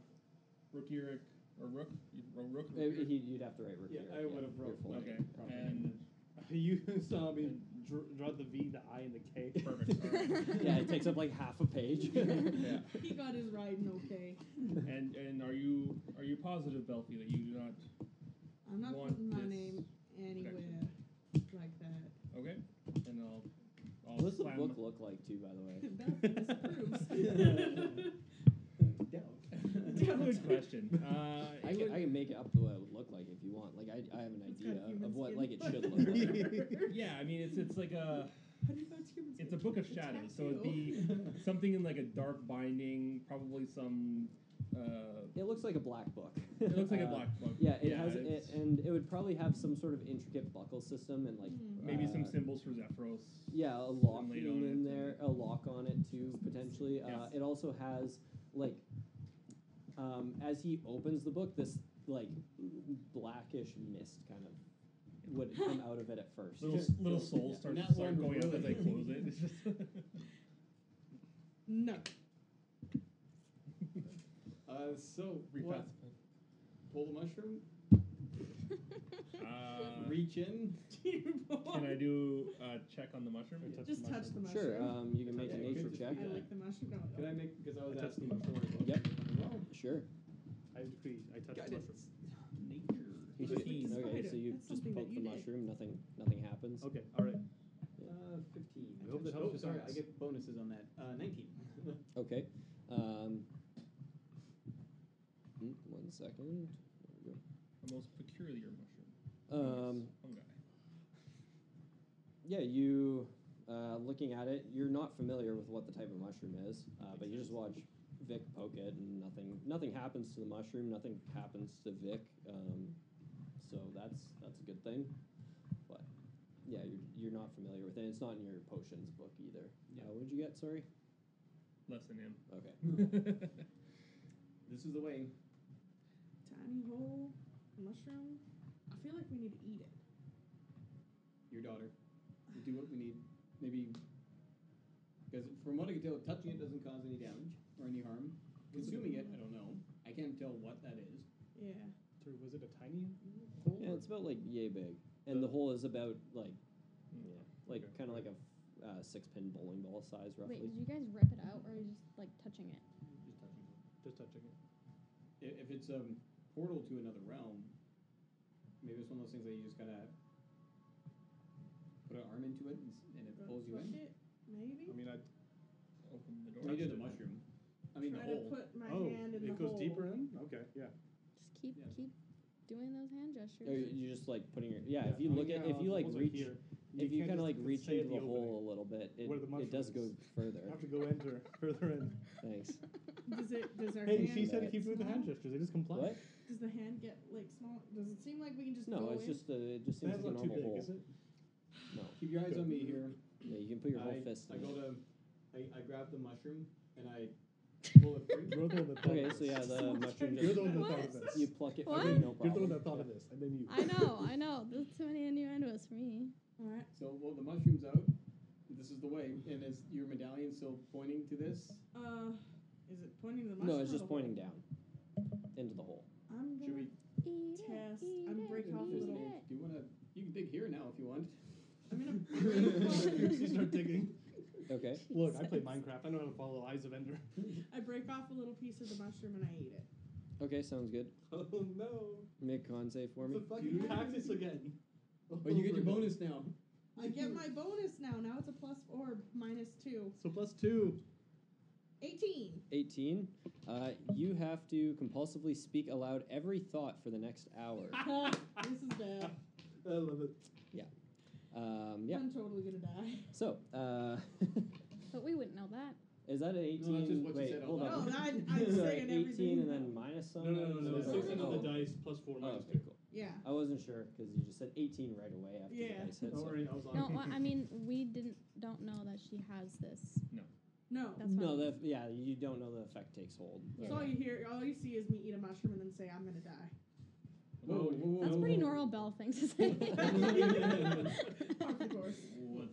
Speaker 12: Rookieric, or Rook, you wrote Rook.
Speaker 2: Uh,
Speaker 12: Rookieric?
Speaker 2: he, you'd have to write
Speaker 4: Yeah,
Speaker 2: Rookier.
Speaker 4: I would have wrote
Speaker 2: you're full
Speaker 12: Okay,
Speaker 2: name.
Speaker 12: and
Speaker 6: you saw me dr- draw the V, the I, and the K.
Speaker 12: perfect. all right.
Speaker 2: yeah, it takes up like half a page.
Speaker 12: Yeah.
Speaker 3: He got his riding okay.
Speaker 12: And and are you are you positive, Belfi, that you do not?
Speaker 3: I'm not
Speaker 12: Want
Speaker 3: putting my
Speaker 12: this
Speaker 3: name anywhere like that.
Speaker 12: Okay, and I'll I'll
Speaker 2: What does the
Speaker 12: slam
Speaker 2: book look like, too, by the way?
Speaker 3: Beth disapproves.
Speaker 12: Good question. Uh,
Speaker 2: I
Speaker 12: it
Speaker 2: can,
Speaker 12: would-
Speaker 2: I can make it up the way it would look like if you want. Like, I, I have an
Speaker 3: It's got
Speaker 2: idea
Speaker 3: human
Speaker 2: of what
Speaker 3: skin.
Speaker 2: like it should look like.
Speaker 12: yeah, I mean it's it's like a
Speaker 3: How do you know it's human
Speaker 12: it's a book of shadows, so it'd be
Speaker 4: Tattoo.
Speaker 12: something in like a dark binding, probably some. Uh,
Speaker 2: It looks like a black book.
Speaker 12: it looks like a
Speaker 2: Uh,
Speaker 12: black book.
Speaker 2: Yeah, it has, it,
Speaker 12: it's-
Speaker 2: and it would probably have some sort of intricate buckle system and like
Speaker 3: Mm.
Speaker 12: maybe some
Speaker 2: uh,
Speaker 12: symbols for Zephyros.
Speaker 2: Yeah, a lock
Speaker 12: laid on
Speaker 2: in
Speaker 12: it
Speaker 2: there, a lock on it too, potentially. Uh,
Speaker 12: Yes.
Speaker 2: it also has like, um, as he opens the book, this like blackish mist kind of would come out of it at first.
Speaker 12: Little little souls start,
Speaker 4: Not
Speaker 12: start
Speaker 4: one
Speaker 12: going up as I
Speaker 4: really.
Speaker 12: close it. It's just
Speaker 3: No.
Speaker 4: Uh, so what? Pull the mushroom.
Speaker 12: Uh,
Speaker 4: reach in.
Speaker 12: Can I do a check on the mushroom?
Speaker 3: Just touch the mushroom.
Speaker 2: Sure, um, you can make a
Speaker 4: Okay,
Speaker 2: nature
Speaker 4: could just
Speaker 2: check.
Speaker 4: be
Speaker 3: I like the mushroom. Oh, No,
Speaker 4: Can I make? Because I was
Speaker 8: I touched the
Speaker 4: asking before.
Speaker 2: Yep.
Speaker 4: Well,
Speaker 2: Sure.
Speaker 8: I decree. I touch the mushroom.
Speaker 2: You
Speaker 3: Just
Speaker 2: just-
Speaker 3: like the
Speaker 2: okay,
Speaker 3: spider.
Speaker 2: so you just
Speaker 3: That's something that
Speaker 2: poke
Speaker 3: you
Speaker 2: the
Speaker 3: did.
Speaker 2: mushroom, nothing, nothing happens.
Speaker 8: Okay. All right.
Speaker 4: Uh, 15.
Speaker 8: I hope that
Speaker 4: oh,
Speaker 8: helps your
Speaker 4: sorry, I
Speaker 8: science.
Speaker 4: get bonuses on that. Uh, 19.
Speaker 2: Okay. Um, mm, one second. There
Speaker 12: The most peculiar mushroom.
Speaker 2: we go. Um,
Speaker 12: Fungi.
Speaker 2: Yeah, you uh, looking at it, you're not familiar with what the type of mushroom is, uh, but you just watch Vic poke it, and nothing nothing happens to the mushroom. Nothing happens to Vic, um, so that's that's a good thing. But yeah, you're, you're not familiar with it. It's not in your potions book either.
Speaker 4: Yeah.
Speaker 2: Uh, what did you get? Sorry.
Speaker 12: Less than him.
Speaker 2: Okay.
Speaker 4: This is the way.
Speaker 3: Tiny hole mushroom. I feel like we need to eat it.
Speaker 4: Your daughter. We do what we need. Maybe. Because from what I can tell, touching it doesn't cause any damage or any harm. Consuming it, I don't know. I can't tell what that is.
Speaker 3: Yeah.
Speaker 6: Sorry, was it a tiny hole?
Speaker 2: Yeah,
Speaker 6: or-
Speaker 2: it's about like yay big, and the hole is about like yeah, like
Speaker 8: Okay.
Speaker 2: kind of like a uh, six pin bowling ball size roughly.
Speaker 5: Wait, did you guys rip it out or are you just like touching it?
Speaker 4: Just touching it.
Speaker 6: Just touching it.
Speaker 4: I- If it's a um, portal to another realm, maybe it's one of those things that you just gotta put an arm into it and, s- and it
Speaker 3: Go
Speaker 4: pulls you
Speaker 3: push
Speaker 4: in.
Speaker 3: it, maybe.
Speaker 6: I mean, I
Speaker 12: Open the door.
Speaker 4: I did the mushroom. I mean,
Speaker 3: Try
Speaker 4: the
Speaker 3: to
Speaker 4: hole.
Speaker 3: put my
Speaker 6: oh,
Speaker 3: hand in
Speaker 6: it
Speaker 3: the
Speaker 6: goes
Speaker 3: hole.
Speaker 6: deeper in. Okay, yeah.
Speaker 5: Just keep
Speaker 4: Yeah.
Speaker 5: keep doing those hand
Speaker 2: Or
Speaker 5: gestures.
Speaker 2: you just like putting your yeah. if you look at if you like reach if you, kind of like reach into the, hole a little bit, it,
Speaker 6: Where the
Speaker 2: it
Speaker 6: mushroom
Speaker 2: does go
Speaker 6: is.
Speaker 2: further.
Speaker 6: have to go enter further in.
Speaker 2: Thanks.
Speaker 3: Does it? Does our
Speaker 6: Hey,
Speaker 3: hand?
Speaker 6: she said
Speaker 2: that.
Speaker 6: to keep doing the hand gestures. They just comply.
Speaker 2: What?
Speaker 3: Does the hand get like small? Does it seem like we can just
Speaker 2: No,
Speaker 3: go
Speaker 2: it's
Speaker 3: in?
Speaker 2: just a, it just
Speaker 6: The
Speaker 2: seems like
Speaker 6: hand's
Speaker 2: a
Speaker 6: not too
Speaker 2: normal
Speaker 6: big,
Speaker 2: hole.
Speaker 6: is it?
Speaker 2: No,
Speaker 4: Keep your eyes on me here.
Speaker 2: yeah, you can put your whole
Speaker 4: I,
Speaker 2: fist.
Speaker 4: I
Speaker 2: in
Speaker 4: go
Speaker 2: it.
Speaker 4: to, I, I grab the mushroom and I pull it free.
Speaker 6: You're the one that thought
Speaker 2: Okay, so
Speaker 6: of this.
Speaker 2: yeah, the mushroom
Speaker 6: You're
Speaker 2: just
Speaker 6: the one that
Speaker 5: What?
Speaker 6: thought of this.
Speaker 2: you pluck it.
Speaker 5: What?
Speaker 2: Okay, no
Speaker 6: You're the
Speaker 2: problem.
Speaker 6: one that thought of this. I blame you.
Speaker 5: I know, I know. There's too many innuendos for me.
Speaker 3: All right.
Speaker 4: So, well, the mushroom's out. This is the way. And is your medallion still pointing to this?
Speaker 3: Uh, is it pointing to the mushroom?
Speaker 2: No, it's
Speaker 3: or
Speaker 2: just
Speaker 3: the hole?
Speaker 2: pointing down into the hole.
Speaker 3: I'm
Speaker 4: Should
Speaker 3: gonna.
Speaker 4: we?
Speaker 5: Eat
Speaker 3: Test.
Speaker 5: it, eat
Speaker 3: I'm
Speaker 5: it,
Speaker 3: breaking off a
Speaker 5: eat
Speaker 4: Just,
Speaker 3: little-
Speaker 5: it.
Speaker 4: do you want to? You can dig here now if you want.
Speaker 3: I'm gonna.
Speaker 6: you
Speaker 3: break
Speaker 6: start
Speaker 3: off,
Speaker 6: digging.
Speaker 2: Okay.
Speaker 6: Look, I play
Speaker 5: Jesus.
Speaker 6: Minecraft. I know how to follow the eyes of Ender.
Speaker 3: I break off a little piece of the mushroom and I eat it.
Speaker 2: Okay, sounds good.
Speaker 4: Oh no!
Speaker 2: Make con save for me.
Speaker 4: It's a fucking
Speaker 3: Dude.
Speaker 4: cactus again. But Oh, you get your bonus now.
Speaker 3: I get my bonus now. Now it's a plus or minus two.
Speaker 6: So plus two.
Speaker 3: 18.
Speaker 2: 18. Uh, you have to compulsively speak aloud every thought for the next hour.
Speaker 3: this is bad.
Speaker 6: I love it.
Speaker 2: Um, yeah.
Speaker 3: I'm totally gonna die.
Speaker 2: So, uh,
Speaker 5: But we wouldn't know that.
Speaker 2: is that an 18?
Speaker 4: No, that's just what you
Speaker 2: Wait,
Speaker 4: said out
Speaker 2: hold
Speaker 4: loud.
Speaker 2: on.
Speaker 3: No, I, I'm
Speaker 2: Sorry,
Speaker 3: saying
Speaker 2: 18
Speaker 3: everything.
Speaker 2: and then minus some?
Speaker 6: No, no, no, no.
Speaker 3: no,
Speaker 6: It's Six
Speaker 3: no,
Speaker 6: under
Speaker 3: no.
Speaker 6: the dice, plus four,
Speaker 2: Oh,
Speaker 6: minus
Speaker 2: okay,
Speaker 6: two.
Speaker 2: cool.
Speaker 3: yeah.
Speaker 2: I wasn't sure because you just said 18 right away after
Speaker 3: Yeah.
Speaker 2: the dice hit.
Speaker 6: Don't
Speaker 2: So.
Speaker 6: worry, I was on.
Speaker 5: No, I I mean we didn't don't know that she has this.
Speaker 3: No.
Speaker 5: That's
Speaker 2: No,
Speaker 5: fine.
Speaker 2: the, yeah, you don't know the effect takes hold.
Speaker 3: So all you hear, all you see is me eat a mushroom and then say I'm gonna die.
Speaker 4: Whoa, whoa,
Speaker 5: That's
Speaker 4: whoa,
Speaker 5: pretty
Speaker 4: whoa.
Speaker 5: normal bell thing to say.
Speaker 3: Of course.
Speaker 12: Was it, was it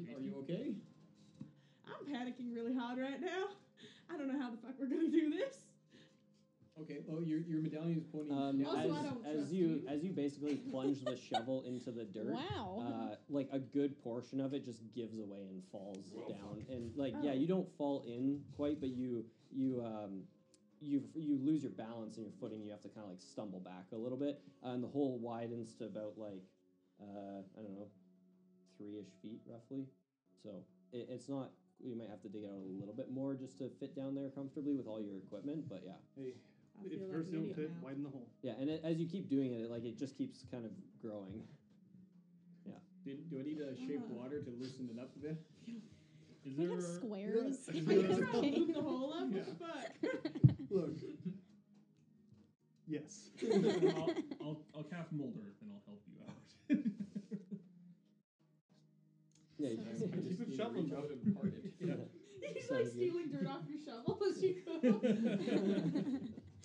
Speaker 4: Are
Speaker 12: tasty?
Speaker 4: you okay?
Speaker 3: I'm panicking really hard right now. I don't know how the fuck we're gonna do this.
Speaker 4: Okay. Oh, your your medallion is pointing.
Speaker 2: Um,
Speaker 4: down.
Speaker 2: as,
Speaker 3: Also, I don't
Speaker 2: as
Speaker 3: trust
Speaker 2: you,
Speaker 3: you.
Speaker 2: as you basically plunge the shovel into the dirt,
Speaker 5: wow.
Speaker 2: uh, like a good portion of it just gives away and falls
Speaker 12: Well,
Speaker 2: down. And like, yeah,
Speaker 3: Oh.
Speaker 2: you don't fall in quite, but you you um, you you lose your balance and your footing. You have to kind of like stumble back a little bit, uh, and the hole widens to about like uh, I don't know, three ish feet roughly. So it, it's not. You might have to dig it out a little bit more just to fit down there comfortably with all your equipment, but yeah.
Speaker 6: Hey,
Speaker 3: I
Speaker 6: if
Speaker 3: feel like
Speaker 6: first
Speaker 3: an
Speaker 6: don't
Speaker 3: idiot
Speaker 6: fit,
Speaker 3: now.
Speaker 6: widen the hole.
Speaker 2: Yeah, and it, as you keep doing it, it, like it just keeps kind of growing.
Speaker 4: Do, do I need to shape
Speaker 3: Uh.
Speaker 4: water to loosen it up a bit?
Speaker 12: Is
Speaker 5: we
Speaker 12: there
Speaker 5: have squares.
Speaker 6: I
Speaker 5: in
Speaker 3: Are you
Speaker 5: this
Speaker 3: trying to
Speaker 5: game.
Speaker 3: open the hole up? What the fuck?
Speaker 6: Look. yes.
Speaker 12: I'll, I'll, I'll cast mold earth and I'll help you out.
Speaker 2: Yeah, you just-
Speaker 5: So-
Speaker 4: I just
Speaker 6: Keep
Speaker 4: need to
Speaker 6: shoveling,
Speaker 4: reach
Speaker 6: though.
Speaker 4: out and part it.
Speaker 3: You're just
Speaker 2: Sounds
Speaker 3: like
Speaker 2: good.
Speaker 3: stealing dirt off your shovel as you go.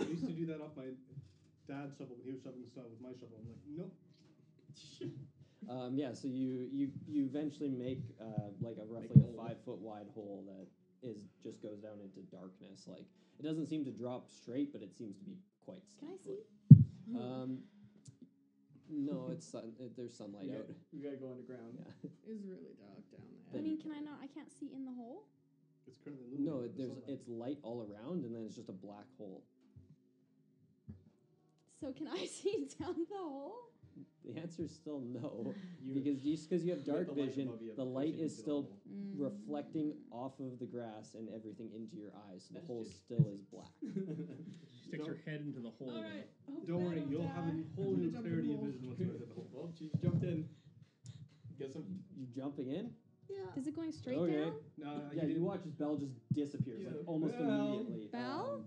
Speaker 6: I used to do that off my dad's shovel when he was shoveling stuff with my shovel. I'm like, nope.
Speaker 2: Um, yeah, so you you you eventually make uh, like a roughly
Speaker 4: hole.
Speaker 2: a five foot wide hole that is just goes down into darkness. Like it doesn't seem to drop straight, but it seems to be quite.
Speaker 5: Can I
Speaker 2: steeply.
Speaker 5: see?
Speaker 2: Um, no, it's sun, it, there's sunlight
Speaker 4: Yeah.
Speaker 2: out.
Speaker 4: We gotta go underground.
Speaker 2: Yeah.
Speaker 3: It's really dark down
Speaker 5: I
Speaker 3: there.
Speaker 5: mean, can I not? I can't see in the hole.
Speaker 6: It's currently
Speaker 2: No, it,
Speaker 6: illuminated with
Speaker 2: there's
Speaker 6: sunlight.
Speaker 2: it's light all around, and then it's just a black hole.
Speaker 5: So can I see down the hole?
Speaker 2: The answer is still no,
Speaker 4: You-
Speaker 2: because just because you have
Speaker 4: you have
Speaker 2: dark
Speaker 4: the light
Speaker 2: vision,
Speaker 4: above you
Speaker 2: the light
Speaker 4: pushing
Speaker 2: is
Speaker 4: into the
Speaker 2: still
Speaker 4: hole.
Speaker 2: reflecting off of the grass and everything into your eyes, so the
Speaker 4: That's
Speaker 2: hole
Speaker 4: just-
Speaker 2: still is black.
Speaker 12: She sticks her head into the hole.
Speaker 3: All right. hope
Speaker 6: Don't
Speaker 3: I
Speaker 6: worry, you'll have
Speaker 3: die.
Speaker 6: a whole
Speaker 3: I'm gonna
Speaker 6: new
Speaker 3: jump in the
Speaker 6: clarity of
Speaker 3: hole.
Speaker 6: vision once you're at the hole.
Speaker 4: well, she jumped in. Guess I'm.
Speaker 2: You jumping in?
Speaker 3: Yeah.
Speaker 5: Is it going straight
Speaker 2: Okay.
Speaker 5: down?
Speaker 6: No,
Speaker 2: yeah, you watch as Bell just disappears like
Speaker 4: Yeah.
Speaker 2: almost
Speaker 4: Bell.
Speaker 2: immediately.
Speaker 5: Bell?
Speaker 2: Um,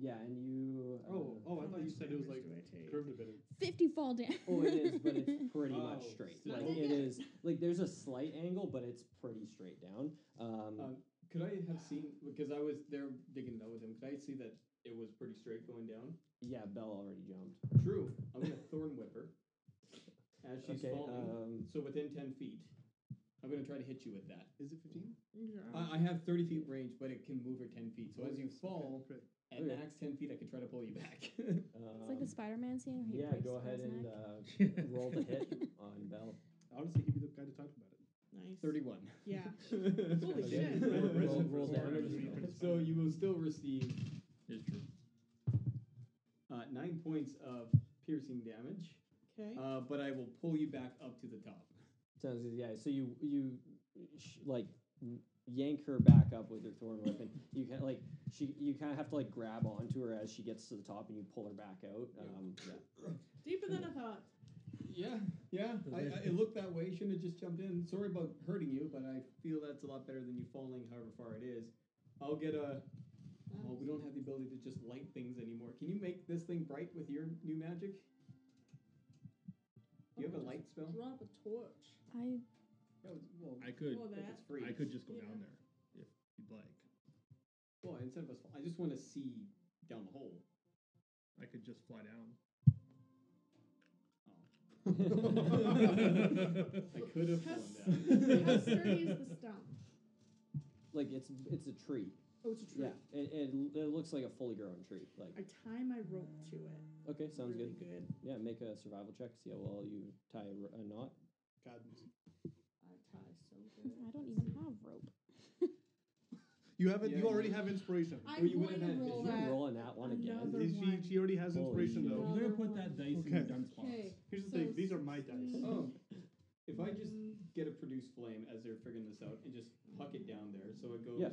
Speaker 2: yeah, and you. uh,
Speaker 6: Oh, oh, I
Speaker 3: How
Speaker 6: thought you
Speaker 3: much
Speaker 6: said it was
Speaker 3: damage
Speaker 6: like
Speaker 3: do I take?
Speaker 6: curved a bit.
Speaker 5: Fifty fall down.
Speaker 2: oh, it is, but it's pretty much
Speaker 6: Oh,
Speaker 2: straight.
Speaker 6: so-
Speaker 2: Like
Speaker 6: Okay,
Speaker 2: it
Speaker 5: good.
Speaker 2: is. Like there's a slight angle, but it's pretty straight down. Um,
Speaker 6: Uh,
Speaker 4: Um, Could I have seen because I was there digging it out with him? Could I see that it was pretty straight going down?
Speaker 2: yeah, Bell already jumped.
Speaker 4: True. I'm gonna thorn whip her as she's
Speaker 2: okay.
Speaker 4: falling.
Speaker 2: Um,
Speaker 4: so within ten feet, I'm gonna try to hit you with that.
Speaker 6: Is it 15?
Speaker 4: I, I have 30 feet range, but it can move her 10 feet. So as you fall,
Speaker 6: Okay, great.
Speaker 4: at
Speaker 2: Okay.
Speaker 4: max 10 feet, I can try to pull you back.
Speaker 5: It's like the
Speaker 2: um,
Speaker 5: Spider-Man scene. Where he
Speaker 2: Yeah,
Speaker 5: breaks
Speaker 2: go ahead
Speaker 5: Bill's
Speaker 2: and
Speaker 5: neck.
Speaker 2: uh, roll the hit on Bell.
Speaker 6: Honestly, he'd be the guy to talk about it.
Speaker 3: Nice.
Speaker 4: 31.
Speaker 3: Yeah.
Speaker 4: Holy
Speaker 3: Holy
Speaker 2: shit.
Speaker 3: shit.
Speaker 2: Roll- roll-
Speaker 6: Resident
Speaker 2: roll
Speaker 6: Evil
Speaker 2: damage.
Speaker 6: Spider-Man.
Speaker 4: So you will still receive
Speaker 12: It's true.
Speaker 4: uh, 9 points of piercing damage,
Speaker 3: Okay.
Speaker 4: uh, but I will pull you back up to the top.
Speaker 2: Sounds good. Yeah. So you you sh- like yank her back up with your thorn whip, and you can like she you kind of have to like grab onto her as she gets to the top, and you pull her back out.
Speaker 4: Yeah.
Speaker 2: Um, yeah.
Speaker 3: Deeper than I thought.
Speaker 4: Yeah, yeah. I, I, it looked that way. Shouldn't have just jumped in. Sorry about hurting you, but I feel that's a lot better than you falling however far it is. I'll get a. Oh, we don't have the ability to just light things anymore. Can you make this thing bright with your new magic? Do you have a light spell?
Speaker 3: Drop a torch.
Speaker 2: uh,
Speaker 5: I
Speaker 4: Oh, Yeah, it's- well,
Speaker 12: I could
Speaker 3: Well,
Speaker 4: if
Speaker 3: that.
Speaker 4: it's free.
Speaker 12: I could just go
Speaker 3: Yeah.
Speaker 12: down there if you'd like.
Speaker 4: Well, instead of us, I just want to see down the hole.
Speaker 12: I could just fly down.
Speaker 4: I could have
Speaker 3: How
Speaker 4: flown
Speaker 3: s-
Speaker 4: down.
Speaker 3: How sturdy is the stump?
Speaker 2: Like it's it's a tree.
Speaker 3: Oh, it's a tree.
Speaker 2: Yeah. It, it, it looks like a fully grown tree.
Speaker 3: I
Speaker 2: Like
Speaker 3: tie my rope to it.
Speaker 2: okay, sounds
Speaker 3: really
Speaker 2: good. Yeah. Make a survival check. See how well you tie a, r- a knot.
Speaker 6: Guidance.
Speaker 3: I tie so good.
Speaker 5: I don't even have rope.
Speaker 6: You haven't.
Speaker 4: Yeah,
Speaker 6: you already
Speaker 4: you-
Speaker 6: have inspiration.
Speaker 3: I'm
Speaker 4: Oh, you
Speaker 3: going
Speaker 4: went
Speaker 3: to
Speaker 4: ahead.
Speaker 2: Did
Speaker 3: roll
Speaker 2: you
Speaker 3: that.
Speaker 2: roll on that one again?
Speaker 3: Another
Speaker 6: Is she,
Speaker 3: one.
Speaker 6: she already has
Speaker 2: Holy
Speaker 6: inspiration
Speaker 2: shit.
Speaker 6: though.
Speaker 12: You're
Speaker 3: Another
Speaker 12: gonna put
Speaker 3: one.
Speaker 12: that dice in
Speaker 6: Okay.
Speaker 12: the dunce box.
Speaker 3: Okay.
Speaker 6: Here's the
Speaker 3: So
Speaker 6: thing. These are my dice.
Speaker 4: Oh, if I just
Speaker 3: Mm-hmm.
Speaker 4: get a produce flame as they're figuring this out and just huck it down there so it goes
Speaker 2: Yeah.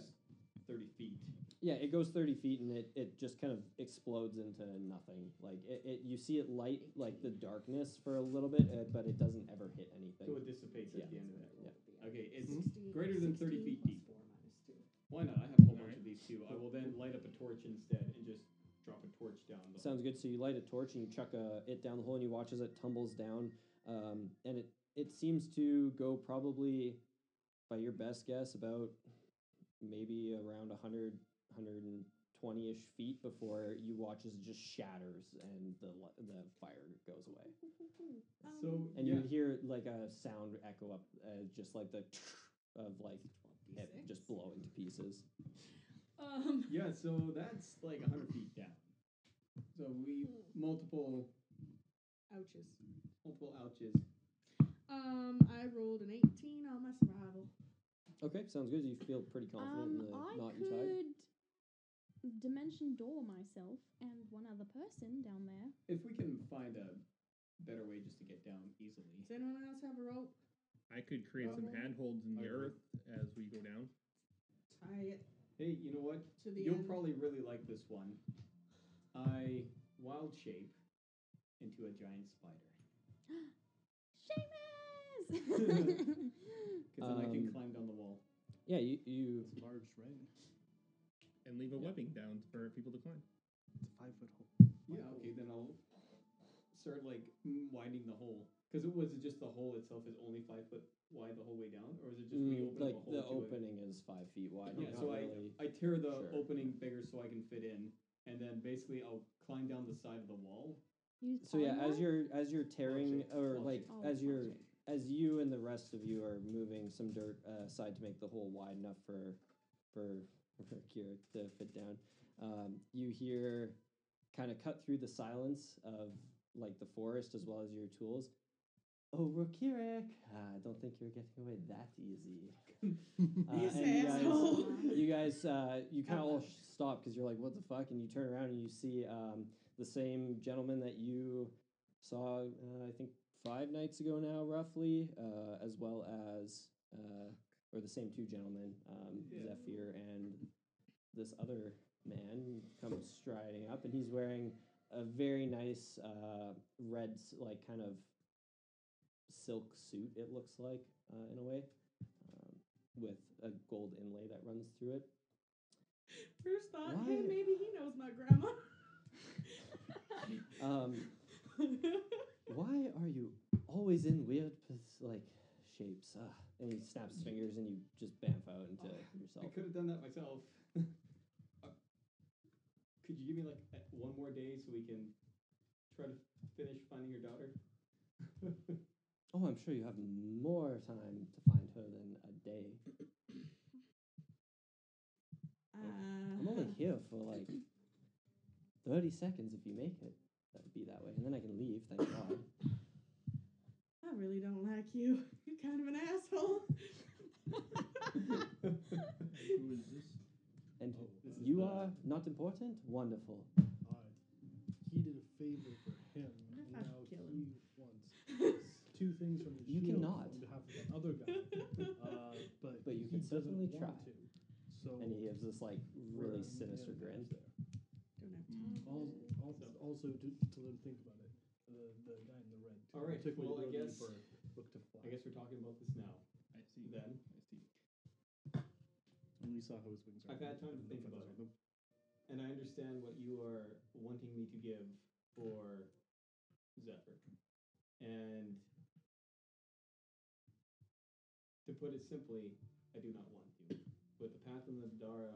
Speaker 4: 30 feet.
Speaker 2: Yeah, it goes thirty feet and it, it just kind of explodes into nothing. Like it, it you see it light like the darkness for a little bit, uh, but it doesn't ever hit anything.
Speaker 4: So it dissipates at the end of that. Okay, it's
Speaker 3: Sixteen-
Speaker 4: greater than 30
Speaker 3: 16 plus
Speaker 4: feet deep.
Speaker 3: four minus two.
Speaker 4: Why not? I have a whole bunch
Speaker 12: Alright.
Speaker 4: of these too. I will then light up a torch instead and just drop a torch down. The
Speaker 2: Sounds good. So you light a torch and you chuck a, it down the hole, and you watch as it tumbles down. Um, and it it seems to go probably, by your best guess, about maybe around 100, 120 20-ish feet before you watch as it just shatters and the li- the fire goes away.
Speaker 3: Um,
Speaker 4: So
Speaker 2: And
Speaker 4: yeah,
Speaker 2: you hear like a sound echo up, uh, just like the of like it just blowing to pieces.
Speaker 3: Um,
Speaker 4: yeah. So that's like hundred feet down. So we
Speaker 3: Hmm.
Speaker 4: multiple
Speaker 3: ouches.
Speaker 4: multiple ouches.
Speaker 3: Um, I rolled an 18 on my survival.
Speaker 2: Okay, sounds good. You feel pretty confident
Speaker 5: Um,
Speaker 2: in the
Speaker 5: I
Speaker 2: knot you tied.
Speaker 5: could dimension door myself and one other person down there.
Speaker 4: If we can find a better way just to get down easily.
Speaker 3: Does anyone else have a rope?
Speaker 12: I could create some
Speaker 3: Problem?
Speaker 12: handholds in the
Speaker 4: Okay.
Speaker 12: earth as we go down.
Speaker 3: Tie it
Speaker 4: Hey, you know what?
Speaker 3: to the
Speaker 4: You'll
Speaker 3: end.
Speaker 4: probably really like this one. I wild shape into a giant spider.
Speaker 5: Seamus!
Speaker 4: Because then I
Speaker 2: Um,
Speaker 4: can climb down the wall.
Speaker 2: Yeah, you, you
Speaker 4: It's large, right?
Speaker 12: And leave a webbing down for people to climb.
Speaker 6: It's a five foot hole.
Speaker 4: Yeah, okay, then I'll start like m- widening the hole. Because it was it just the hole itself is only five foot wide the whole way down? Or is it just we
Speaker 2: mm,
Speaker 4: open
Speaker 2: like
Speaker 4: up a hole?
Speaker 2: the
Speaker 4: to it?
Speaker 2: opening is five feet wide.
Speaker 4: Yeah,
Speaker 2: not
Speaker 4: so I,
Speaker 2: really-
Speaker 4: I tear the
Speaker 2: sure.
Speaker 4: opening bigger so I can fit in. And then basusally I'll climb down the side of the wall.
Speaker 5: You
Speaker 2: So yeah,
Speaker 5: timed
Speaker 2: as
Speaker 5: that?
Speaker 2: you're as you're tearing
Speaker 4: shape,
Speaker 2: or
Speaker 4: small
Speaker 2: like
Speaker 4: shape.
Speaker 5: Oh,
Speaker 2: as
Speaker 5: fuck
Speaker 2: you're
Speaker 5: it.
Speaker 2: as you and the rest of you are moving some dirt uh, aside to make the hole wide enough for for for Kira to fit down, um, you hear kind of cut through the silence of like the forest as well as your tools. Oh, Rokirik! I don't think you're getting away that easy. Uh,
Speaker 3: This
Speaker 2: and you guys-
Speaker 3: asshole.
Speaker 2: you guys, uh, you kind of
Speaker 3: Out
Speaker 2: all
Speaker 3: loud.
Speaker 2: sh- stop because you're like, "What the fuck?" And you turn around and you see um, the same gentleman that you saw, uh, I think, five nights ago now, roughly, uh, as well as, uh, or the same two gentlemen, um,
Speaker 4: Yeah.
Speaker 2: Zephyr and this other man, comes striding up, and he's wearing a very nice uh, red, s- like kind of silk suit. It looks like, uh, in a way. Um, with a gold inlay that runs through it.
Speaker 3: First thought,
Speaker 2: Why-
Speaker 3: hey, maybe he knows my grandma.
Speaker 2: Um, why are you always in weird pos- like shapes? Ah. And he snaps
Speaker 8: Mm.
Speaker 2: his fingers, and you just bamf out into
Speaker 4: I
Speaker 2: yourself.
Speaker 4: could have done that myself. Uh, could you give me like uh, one more day so we can try to finish finding your daughter?
Speaker 2: Oh, I'm sure you have more time to find her than a day.
Speaker 3: Uh,
Speaker 2: I'm only here for like thirty seconds if you make it. That'd be that way, and then I can leave. Thank God.
Speaker 3: I really don't like you. You're kind of an asshole.
Speaker 8: Who is this?
Speaker 2: And
Speaker 8: Oh,
Speaker 4: This is
Speaker 2: you
Speaker 4: the-
Speaker 2: are not important. Wonderful.
Speaker 8: I, he did a favor for him.
Speaker 3: What if
Speaker 8: and
Speaker 3: I
Speaker 8: now
Speaker 3: kill
Speaker 8: he
Speaker 3: him?
Speaker 8: wants two things from his
Speaker 2: You
Speaker 8: shield
Speaker 2: cannot.
Speaker 8: on behalf of the other guy. Uh, but
Speaker 2: But you can
Speaker 8: he doesn't
Speaker 2: certainly
Speaker 8: want
Speaker 2: try.
Speaker 8: To, so
Speaker 2: And he gives this like
Speaker 8: we're
Speaker 2: really
Speaker 8: on
Speaker 2: sinister
Speaker 8: the other
Speaker 2: grin.
Speaker 8: guys there.
Speaker 3: don't have
Speaker 12: Mm.
Speaker 3: time.
Speaker 8: Al- Also, also to, to let him think about it. The, the guy in the red.
Speaker 4: All right,
Speaker 8: Took away
Speaker 4: well, I
Speaker 8: the
Speaker 4: guess-
Speaker 8: bird, Looked to fly.
Speaker 4: I guess we're talking about this now.
Speaker 12: I see.
Speaker 4: Then
Speaker 12: I see.
Speaker 8: And we saw how his wings are.
Speaker 4: I've had time to think about it. And I understand what you are wanting me to give for Zephyr. And to put it simply, I do not want to. With the path in the Dara,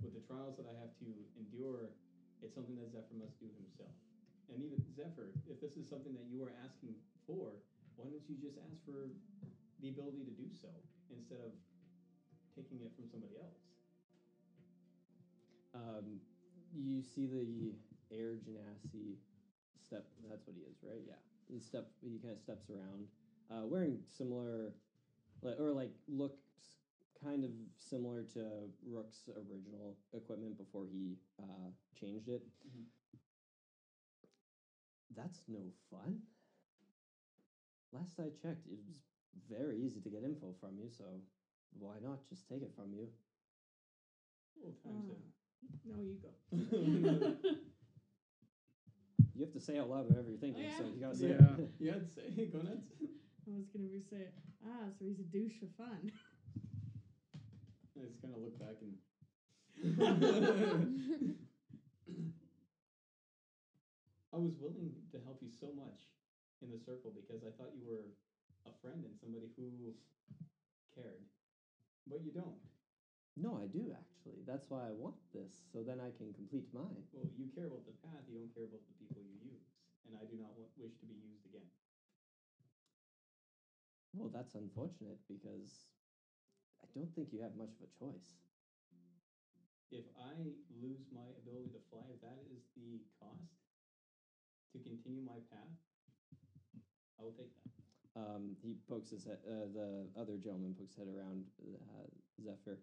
Speaker 4: with the trials that I have to endure, it's something that Zephyr must do himself. And even Zephyr, if this is something that you are asking for, why don't you just ask for the ability to do so instead of taking it from somebody else?
Speaker 2: Um, you see the Air Genasi step. That's what he is, right? Yeah. He step. He kind of steps around, uh, wearing similar, li- or like looks kind of similar to Rook's original equipment before he uh, changed it.
Speaker 4: Mhm.
Speaker 2: That's no fun. Last I checked, it was very easy to get info from you, so why not just take it from you?
Speaker 4: Well, time's
Speaker 3: Uh,
Speaker 4: up.
Speaker 3: no, you go.
Speaker 2: You have to say out loud whatever you're thinking, so
Speaker 3: yeah?
Speaker 2: you gotta say
Speaker 12: Yeah.
Speaker 2: it.
Speaker 4: yeah, I'd say go nuts.
Speaker 3: I was gonna be say, ah, so he's a douche of fun.
Speaker 4: I just kind of look back and. I was willing to help you so much in the circle because I thought you were a friend and somebody who cared, but you don't.
Speaker 2: No, I do actually. That's why I want this, so then I can complete mine.
Speaker 4: Well, you care about the path, you don't care about the people you use, and I do not want, wish to be used again.
Speaker 2: Well, that's unfortunate because I don't think you have much of a choice.
Speaker 4: If I lose my ability to fly, if that is the cost to continue my path, I will take that.
Speaker 13: Um, he pokes his head, uh, the other gentleman pokes head around uh, Zephyr.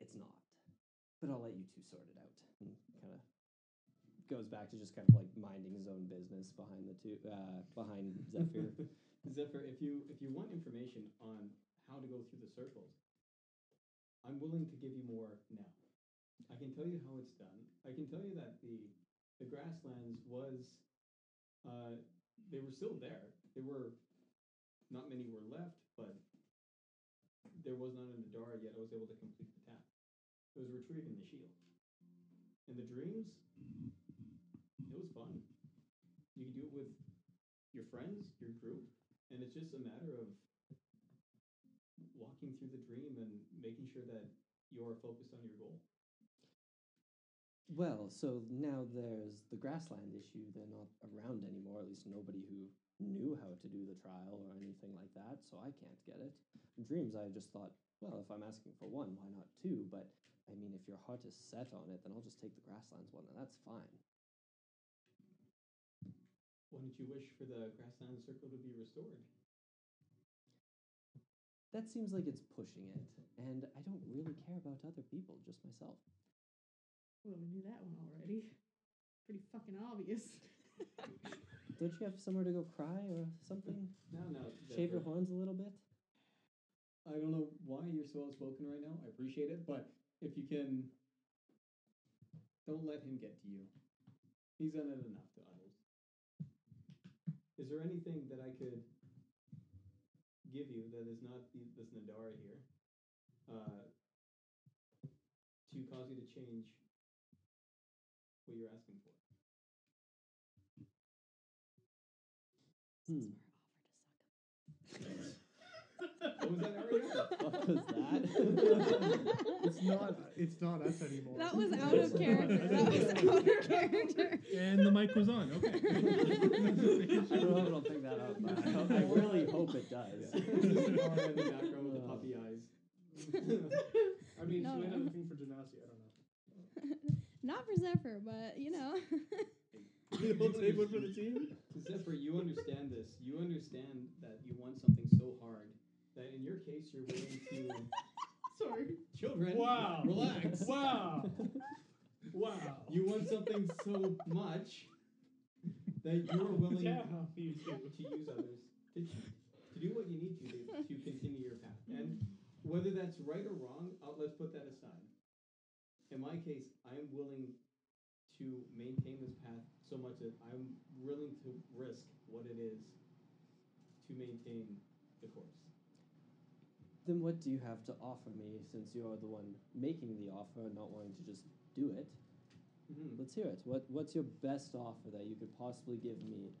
Speaker 2: It's not, but I'll let you two sort it out.
Speaker 13: and kind of goes back to just kind of like minding his own business behind the two uh, behind Zephyr.
Speaker 4: Zephyr, if you if you want information on how to go through the circles, I'm willing to give you more now. I can tell you how it's done. I can tell you that the the grasslands was uh, they were still there. They were not many were left, but there was not an Adara yet. I was able to complete the task. It was retrieving the shield. And the dreams, it was fun. You can do it with your friends, your group, and it's just a matter of walking through the dream and making sure that you're focused on your goal.
Speaker 2: Well, so now there's the grassland issue. They're not around anymore, at least nobody who knew how to do the trial or anything like that, so I can't get it. Dreams, I just thought, well, if I'm asking for one, why not two? But I mean, if your heart is set on it, then I'll just take the grasslands one, and that's fine.
Speaker 4: Why don't you wish for the grassland circle to be restored?
Speaker 2: That seems like it's pushing it, and I don't really care about other people, just myself.
Speaker 3: Well, we knew that one already. Pretty fucking obvious.
Speaker 2: Don't you have somewhere to go cry or something?
Speaker 4: No, no.
Speaker 2: Shave your
Speaker 4: Zephyr.
Speaker 2: horns a little bit?
Speaker 4: I don't know why you're so outspoken right now. I appreciate it, but if you can, don't let him get to you. He's done it enough to others. Is there anything that I could give you that is not the, this Nadara here uh, to cause you to change what you're asking for?
Speaker 2: Hmm.
Speaker 4: What
Speaker 2: hmm.
Speaker 4: was that earlier?
Speaker 2: What was
Speaker 8: It's not. It's not us anymore.
Speaker 5: That was out of character. That was out of character.
Speaker 8: And the mic was on. Okay.
Speaker 2: I don't know if it'll pick that up, but I, hope, I really hope it does.
Speaker 4: Nadara in the background with the puppy eyes.
Speaker 14: I mean,
Speaker 5: No,
Speaker 14: she might have
Speaker 5: no.
Speaker 14: a thing for gymnasia. I don't know.
Speaker 5: Not for Zephyr, but you know.
Speaker 4: We'll take one for the team. Zephyr, you understand this. You understand that you want something so hard that in your case you're willing to. Sorry, children.
Speaker 14: Wow.
Speaker 4: Relax.
Speaker 14: Wow. wow.
Speaker 4: You want something so much that you are willing
Speaker 14: Yeah,
Speaker 4: to,
Speaker 14: you
Speaker 4: to use others to cheat, to do what you need to do to continue your path. And whether that's right or wrong, uh, let's put that aside. In my case, I am willing to maintain this path so much that I'm willing to risk what it is to maintain the course.
Speaker 2: Then what do you have to offer me since you're the one making the offer and not wanting to just do it?
Speaker 4: Mm-hmm.
Speaker 2: Let's hear it. What, what's your best offer that you could possibly give me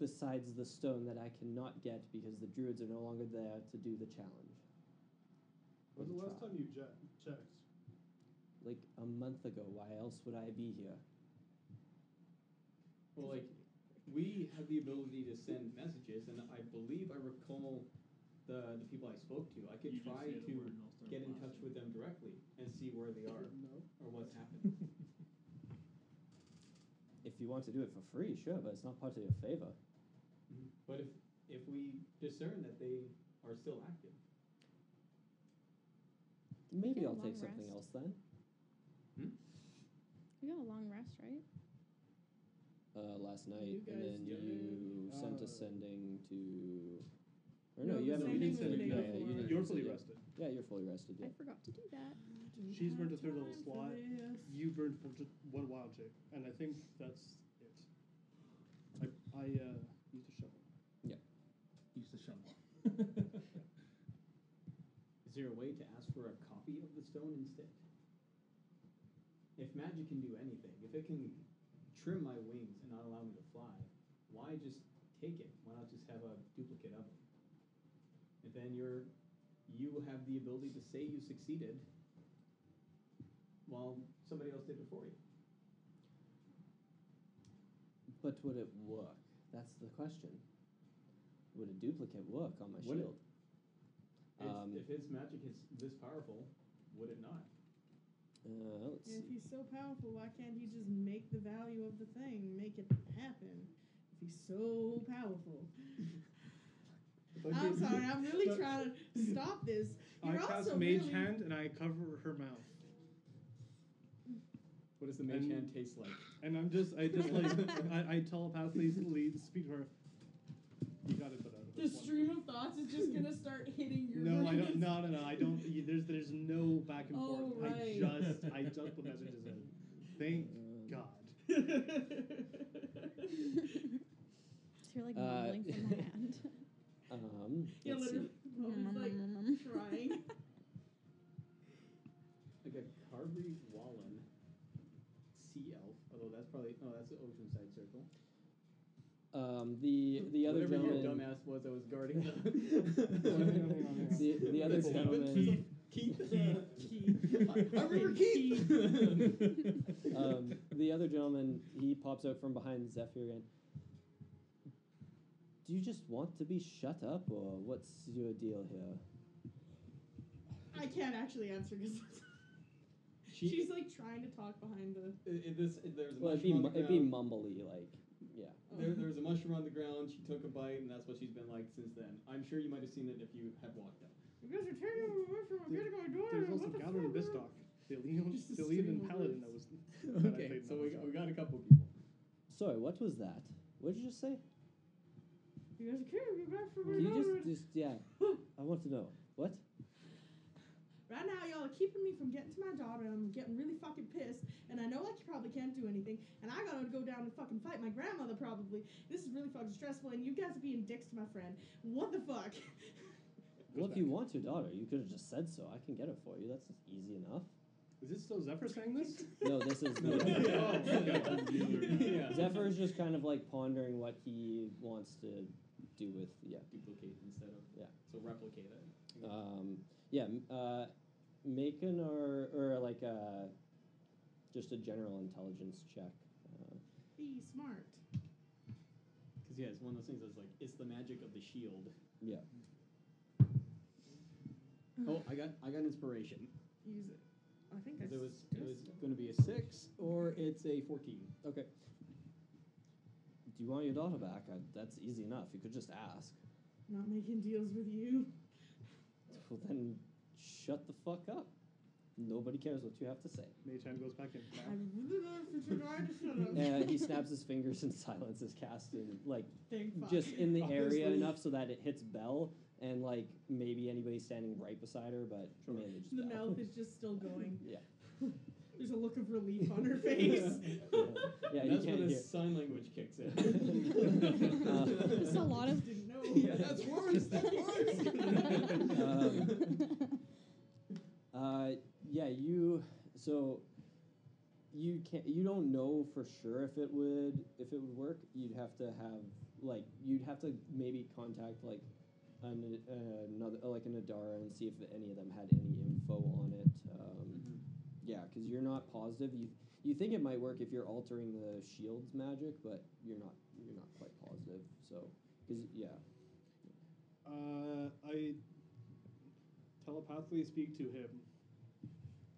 Speaker 2: besides the stone that I cannot get because the druids are no longer there to do the challenge?
Speaker 14: When's the
Speaker 2: Or
Speaker 14: last
Speaker 2: trial?
Speaker 14: time you je- checked?
Speaker 2: Like a month ago. Why else would I be here?
Speaker 4: Well, like we have the ability to send messages, and I believe I recall the the people I spoke to. I could try to get in touch with them directly and see where they are
Speaker 14: No.
Speaker 4: or what's happening.
Speaker 2: If you want to do it for free, sure, but it's not part of your favor.
Speaker 4: but if if we discern that they are still active,
Speaker 2: Maybe
Speaker 5: Get a
Speaker 2: I'll take
Speaker 5: long
Speaker 2: something
Speaker 5: rest.
Speaker 2: else then.
Speaker 5: We got a long rest, right?
Speaker 13: Uh, last night,
Speaker 14: You
Speaker 13: and
Speaker 14: guys
Speaker 13: then
Speaker 14: did-
Speaker 13: you sent a
Speaker 14: uh,
Speaker 13: sending to. Or
Speaker 3: No,
Speaker 13: no, you
Speaker 3: the
Speaker 13: haven't.
Speaker 3: sending was
Speaker 13: sent
Speaker 3: the
Speaker 13: it.
Speaker 3: day
Speaker 13: Yeah, yeah, you
Speaker 3: before.
Speaker 13: didn't
Speaker 8: You're
Speaker 13: send
Speaker 8: fully
Speaker 13: it.
Speaker 8: rested.
Speaker 13: Yeah, you're fully rested. Yeah.
Speaker 5: I forgot to do that.
Speaker 8: She's burned a third level
Speaker 3: Time for
Speaker 8: slot.
Speaker 3: this.
Speaker 8: You burned for just one wild jig, and I think that's it. I I uh, used a shovel.
Speaker 6: Use the shovel.
Speaker 4: is there a way to ask for a copy of the stone instead? If magic can do anything, if it can trim my wings and not allow me to fly, why just take it? Why not just have a duplicate of it? And then you're you have the ability to say you succeeded while somebody else did it for you.
Speaker 2: But would it work? That's the question. Would a duplicate work on my
Speaker 4: Would it?
Speaker 2: shield?
Speaker 4: It's,
Speaker 2: Um,
Speaker 4: if his magic is this powerful, would it not?
Speaker 2: Uh, let's
Speaker 3: If
Speaker 2: see.
Speaker 3: he's so powerful, why can't he just make the value of the thing, make it happen? If he's so powerful. I'm sorry, I'm really
Speaker 8: But-
Speaker 3: trying to stop this.
Speaker 8: I
Speaker 3: You're
Speaker 8: cast
Speaker 3: also
Speaker 8: Mage
Speaker 3: really-
Speaker 8: Hand and I cover her mouth.
Speaker 4: What does the mage
Speaker 8: And-
Speaker 4: hand taste like?
Speaker 8: And I'm just, I just like, I, I telepathically lead, speak to her. You gotta put out
Speaker 3: The
Speaker 8: this one.
Speaker 3: stream of thoughts is just gonna start hitting your
Speaker 8: No, I don't.
Speaker 3: brains.
Speaker 8: No, no, no. I don't. You, there's, there's no back and forth.
Speaker 3: Oh,
Speaker 8: I
Speaker 3: right.
Speaker 8: just, I just put messages in.
Speaker 2: Um,
Speaker 8: Thank God.
Speaker 5: So you're like
Speaker 2: Uh,
Speaker 5: mumbling from the hand.
Speaker 2: Um,
Speaker 3: yeah,
Speaker 2: let's see.
Speaker 3: literally. Roman's like trying.
Speaker 4: Like a Carvery Wallen sea elf, although that's probably, oh, that's the Oceanside Circle.
Speaker 2: Um, the the other
Speaker 4: Whatever your
Speaker 2: gentleman,
Speaker 4: dumbass was I was guarding.
Speaker 2: the, the other
Speaker 4: Keith.
Speaker 2: gentleman,
Speaker 4: Keith.
Speaker 3: Keith.
Speaker 4: I remember Keith.
Speaker 2: um, the other gentleman, he pops out from behind Zephyr and. Do you just want to be shut up, or what's your deal here?
Speaker 3: I can't actually answer because
Speaker 4: She-
Speaker 3: she's like trying to talk behind the.
Speaker 4: I- I- this, there's a
Speaker 2: Well, it'd be
Speaker 4: mushroom
Speaker 2: mu-
Speaker 4: on the
Speaker 2: it'd be
Speaker 4: ground.
Speaker 2: mumbly, like yeah.
Speaker 3: oh.
Speaker 4: There, there was a mushroom on the ground. She took a bite, and that's what she's been like since then. I'm sure you might have seen it if you had walked up.
Speaker 3: You guys are taking away from my getting my daughter.
Speaker 8: There's also
Speaker 3: what the
Speaker 8: Gathering
Speaker 3: fuck?
Speaker 8: Bistock, the Leon,
Speaker 3: Just a
Speaker 8: the
Speaker 3: stream
Speaker 8: Leon and
Speaker 3: of
Speaker 8: Paladin
Speaker 3: words.
Speaker 8: that was.
Speaker 4: okay,
Speaker 8: played
Speaker 4: so we,
Speaker 8: Malazar.
Speaker 4: we got a couple people.
Speaker 2: Sorry, what was that? What did you just say?
Speaker 3: You guys are taking me back from my
Speaker 2: Can you
Speaker 3: daughter.
Speaker 2: just, just yeah? I want to know what.
Speaker 3: Right now, y'all are keeping me from getting to my daughter, and I'm getting really fucking pissed. And I know I c- probably can't do anything, and I gotta go down and fucking fight my grandmother probably. This is really fucking stressful, and you guys are being dicks to my friend. What the fuck?
Speaker 2: Well, if you want your daughter, you could have just said so. I can get it for you. That's easy enough.
Speaker 8: Is this still Zephyr saying this?
Speaker 2: No, this is
Speaker 4: No,
Speaker 2: the other
Speaker 4: yeah.
Speaker 2: guy.
Speaker 4: Yeah.
Speaker 2: Zephyr is just kind of like pondering what he wants to do with yeah.
Speaker 4: Duplicate instead of
Speaker 2: Yeah.
Speaker 4: So replicate it.
Speaker 2: Um, yeah, m- uh, make an or or like a just a general intelligence check. Uh,
Speaker 3: Be smart.
Speaker 4: Because yeah, it's one of those things that's like it's the magic of the shield.
Speaker 2: Yeah.
Speaker 4: Oh, I got I got inspiration.
Speaker 3: Use it. I think I
Speaker 4: 'Cause it was
Speaker 3: s-
Speaker 4: it was going to be a six or it's a fourteen.
Speaker 2: okay. Do you want your daughter back? I, that's easy enough. You could just ask.
Speaker 3: not making deals with you.
Speaker 2: Well, then shut the fuck up. Nobody cares what you have to say.
Speaker 8: Mage Hand goes back in.
Speaker 3: I really love for your daughter to shut up.
Speaker 2: Uh, he snaps his fingers and silences cast in like
Speaker 3: Thank fuck.
Speaker 2: just in the area
Speaker 4: Obviously.
Speaker 2: enough so that it hits Bell and like maybe anybody standing right beside her, but
Speaker 4: Sure.
Speaker 2: mainly just
Speaker 3: the
Speaker 2: Belle.
Speaker 3: mouth is just still going.
Speaker 2: Yeah.
Speaker 3: There's a look of relief on her face.
Speaker 2: yeah, you
Speaker 4: that's
Speaker 2: can't
Speaker 4: where the
Speaker 2: hear.
Speaker 4: sign language kicks in.
Speaker 2: Uh.
Speaker 5: Just a lot of.
Speaker 3: Didn't know.
Speaker 4: yeah, that's worse. That's worse.
Speaker 2: Um, Uh, yeah, you. So you can't. You don't know for sure if it would if it would work. You'd have to have like you'd have to maybe contact like an, another like an Adara and see if any of them had any info on it. Um,
Speaker 4: Mm-hmm.
Speaker 2: yeah, because you're not positive. You you think it might work if you're altering the shield's magic, but you're not you're not quite positive. So because yeah,
Speaker 8: Uh, I telepathically speak to him.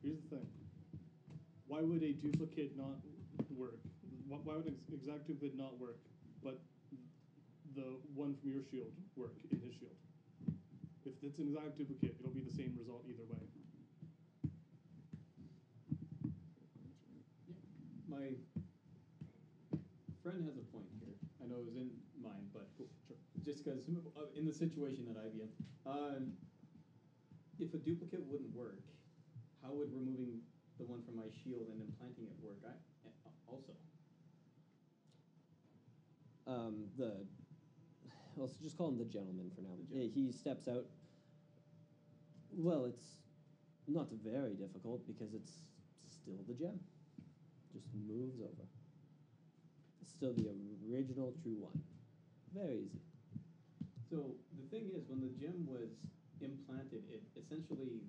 Speaker 8: Here's the thing. Why would a duplicate not work? Wh- Why would an ex- exact duplicate not work, but the one from your shield work in his shield? If it's an exact duplicate, it'll be the same result either way.
Speaker 4: My friend has a point here. I know it was in mine, but just because in the situation that I've been, um, if a duplicate wouldn't work, how would removing the one from my shield and implanting it work? I uh, also.
Speaker 2: um, the let's just call him the gentleman for now.
Speaker 4: The
Speaker 2: Yeah, He steps out. Well, it's not very difficult because it's still the gem. Just moves over. It's still the original true one. Very easy.
Speaker 4: So the thing is, when the gem was implanted, it essentially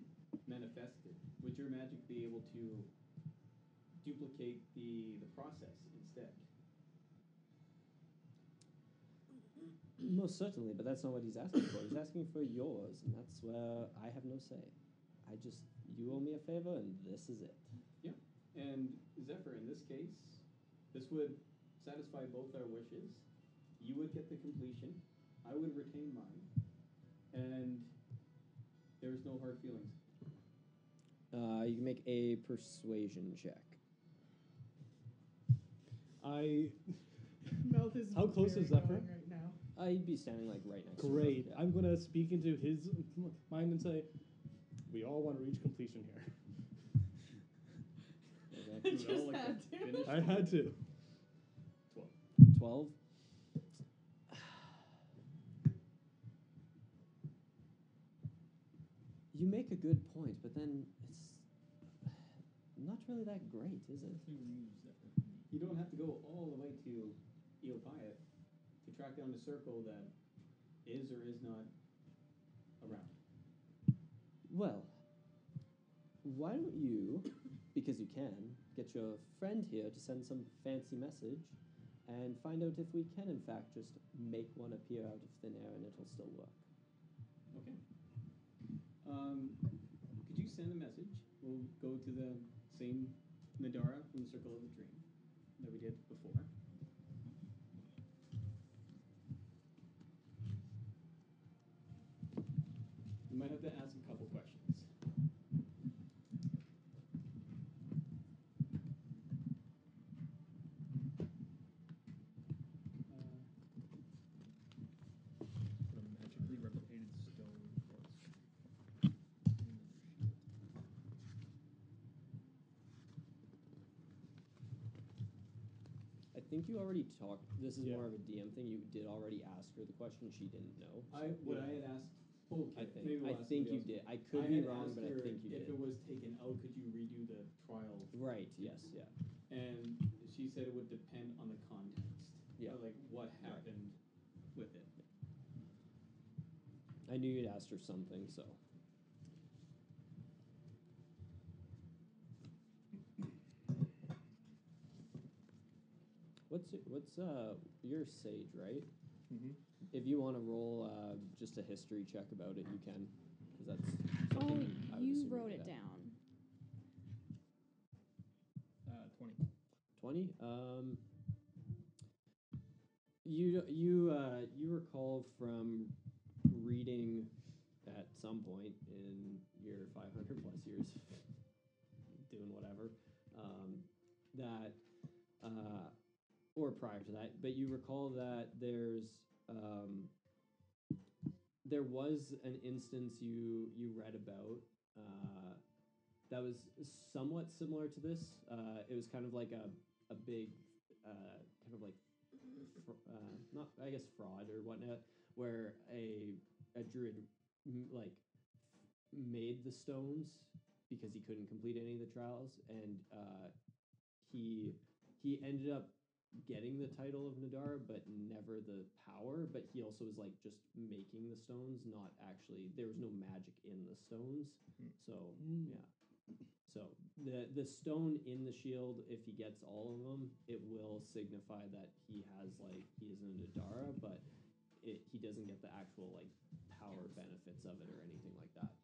Speaker 4: manifested, would your magic be able to duplicate the, the process instead?
Speaker 2: Most certainly, but that's not what he's asking for. He's asking for yours, and that's where I have no say. I just you owe me a favor, and this is it.
Speaker 4: And Zephyr, in this case, this would satisfy both our wishes. You would get the completion, I would retain mine, and there's no hard feelings.
Speaker 2: Uh, you can make a persuasion check. I
Speaker 3: Mouth is
Speaker 15: How close is
Speaker 3: very
Speaker 15: Zephyr?
Speaker 3: going right now?
Speaker 2: I'd Uh, be standing like right next.
Speaker 15: Great.
Speaker 2: to him.
Speaker 15: I'm going to speak into his mind and say, we all want to reach completion here.
Speaker 2: Okay.
Speaker 3: I
Speaker 4: You
Speaker 3: just
Speaker 4: know, like
Speaker 3: had to.
Speaker 4: the finished
Speaker 15: I had to.
Speaker 2: Twelve.
Speaker 9: You make a good point, but then it's not really that great, is it?
Speaker 4: You don't have to go all the way to Eopiath to track down the circle that is or is not around.
Speaker 9: Well,
Speaker 2: Why don't you, because you can, get your friend here to send some fancy message, and find out if we can in fact just make one appear out of thin air, and it'll still work.
Speaker 4: Okay. Um, could you send a message? We'll go to the same Nadara from the Circle of the Dream that we did before. You might have to ask a couple questions. Uh,
Speaker 8: Put a magically replicated stone corpse.
Speaker 2: I think you already talked. This is
Speaker 15: Yeah.
Speaker 2: more of a DM thing. You did already ask her the question. She didn't know.
Speaker 4: I what
Speaker 15: Yeah.
Speaker 4: I had asked. oh, Okay,
Speaker 2: I think.
Speaker 4: Maybe we'll
Speaker 2: I
Speaker 4: ask
Speaker 2: think you
Speaker 4: somebody
Speaker 2: did. I
Speaker 4: else.
Speaker 2: could
Speaker 4: I
Speaker 2: be
Speaker 4: had
Speaker 2: wrong,
Speaker 4: asked
Speaker 2: but I
Speaker 4: her
Speaker 2: think you
Speaker 4: if
Speaker 2: did.
Speaker 4: it was taken out, could you redo the trial?
Speaker 2: Right. Yes. Yeah.
Speaker 4: And she said it would depend on the context.
Speaker 2: Yeah.
Speaker 4: Or, Like what happened with it.
Speaker 2: I knew you'd asked her something. So. What's your- what's uh your sage right?
Speaker 15: Mm-hmm.
Speaker 8: Mhm.
Speaker 2: If you want to roll uh, just a history check about it, you can, because that's.
Speaker 5: Oh,
Speaker 2: something I would
Speaker 5: you
Speaker 2: assume
Speaker 5: wrote
Speaker 2: did
Speaker 5: it
Speaker 2: happen.
Speaker 5: down.
Speaker 8: Uh, twenty.
Speaker 2: 20 um you you uh you recall from reading at some point in your 500 plus years doing whatever um that uh or prior to that but you recall that there's um there was an instance you you read about uh that was somewhat similar to this. Uh, it was kind of like a, a big, uh, kind of like, fr- uh, not I guess fraud or whatnot, where a a druid m- like made the stones because he couldn't complete any of the trials, and uh, he he ended up getting the title of Nadara, but never the power. But he also was like just making the stones, not actually. There was no magic in the stones,
Speaker 8: Hmm.
Speaker 2: so yeah. So the the stone in the shield, if he gets all of them, it will signify that he has like he is an Adara, but it, he doesn't get the actual like power benefits of it or anything like that.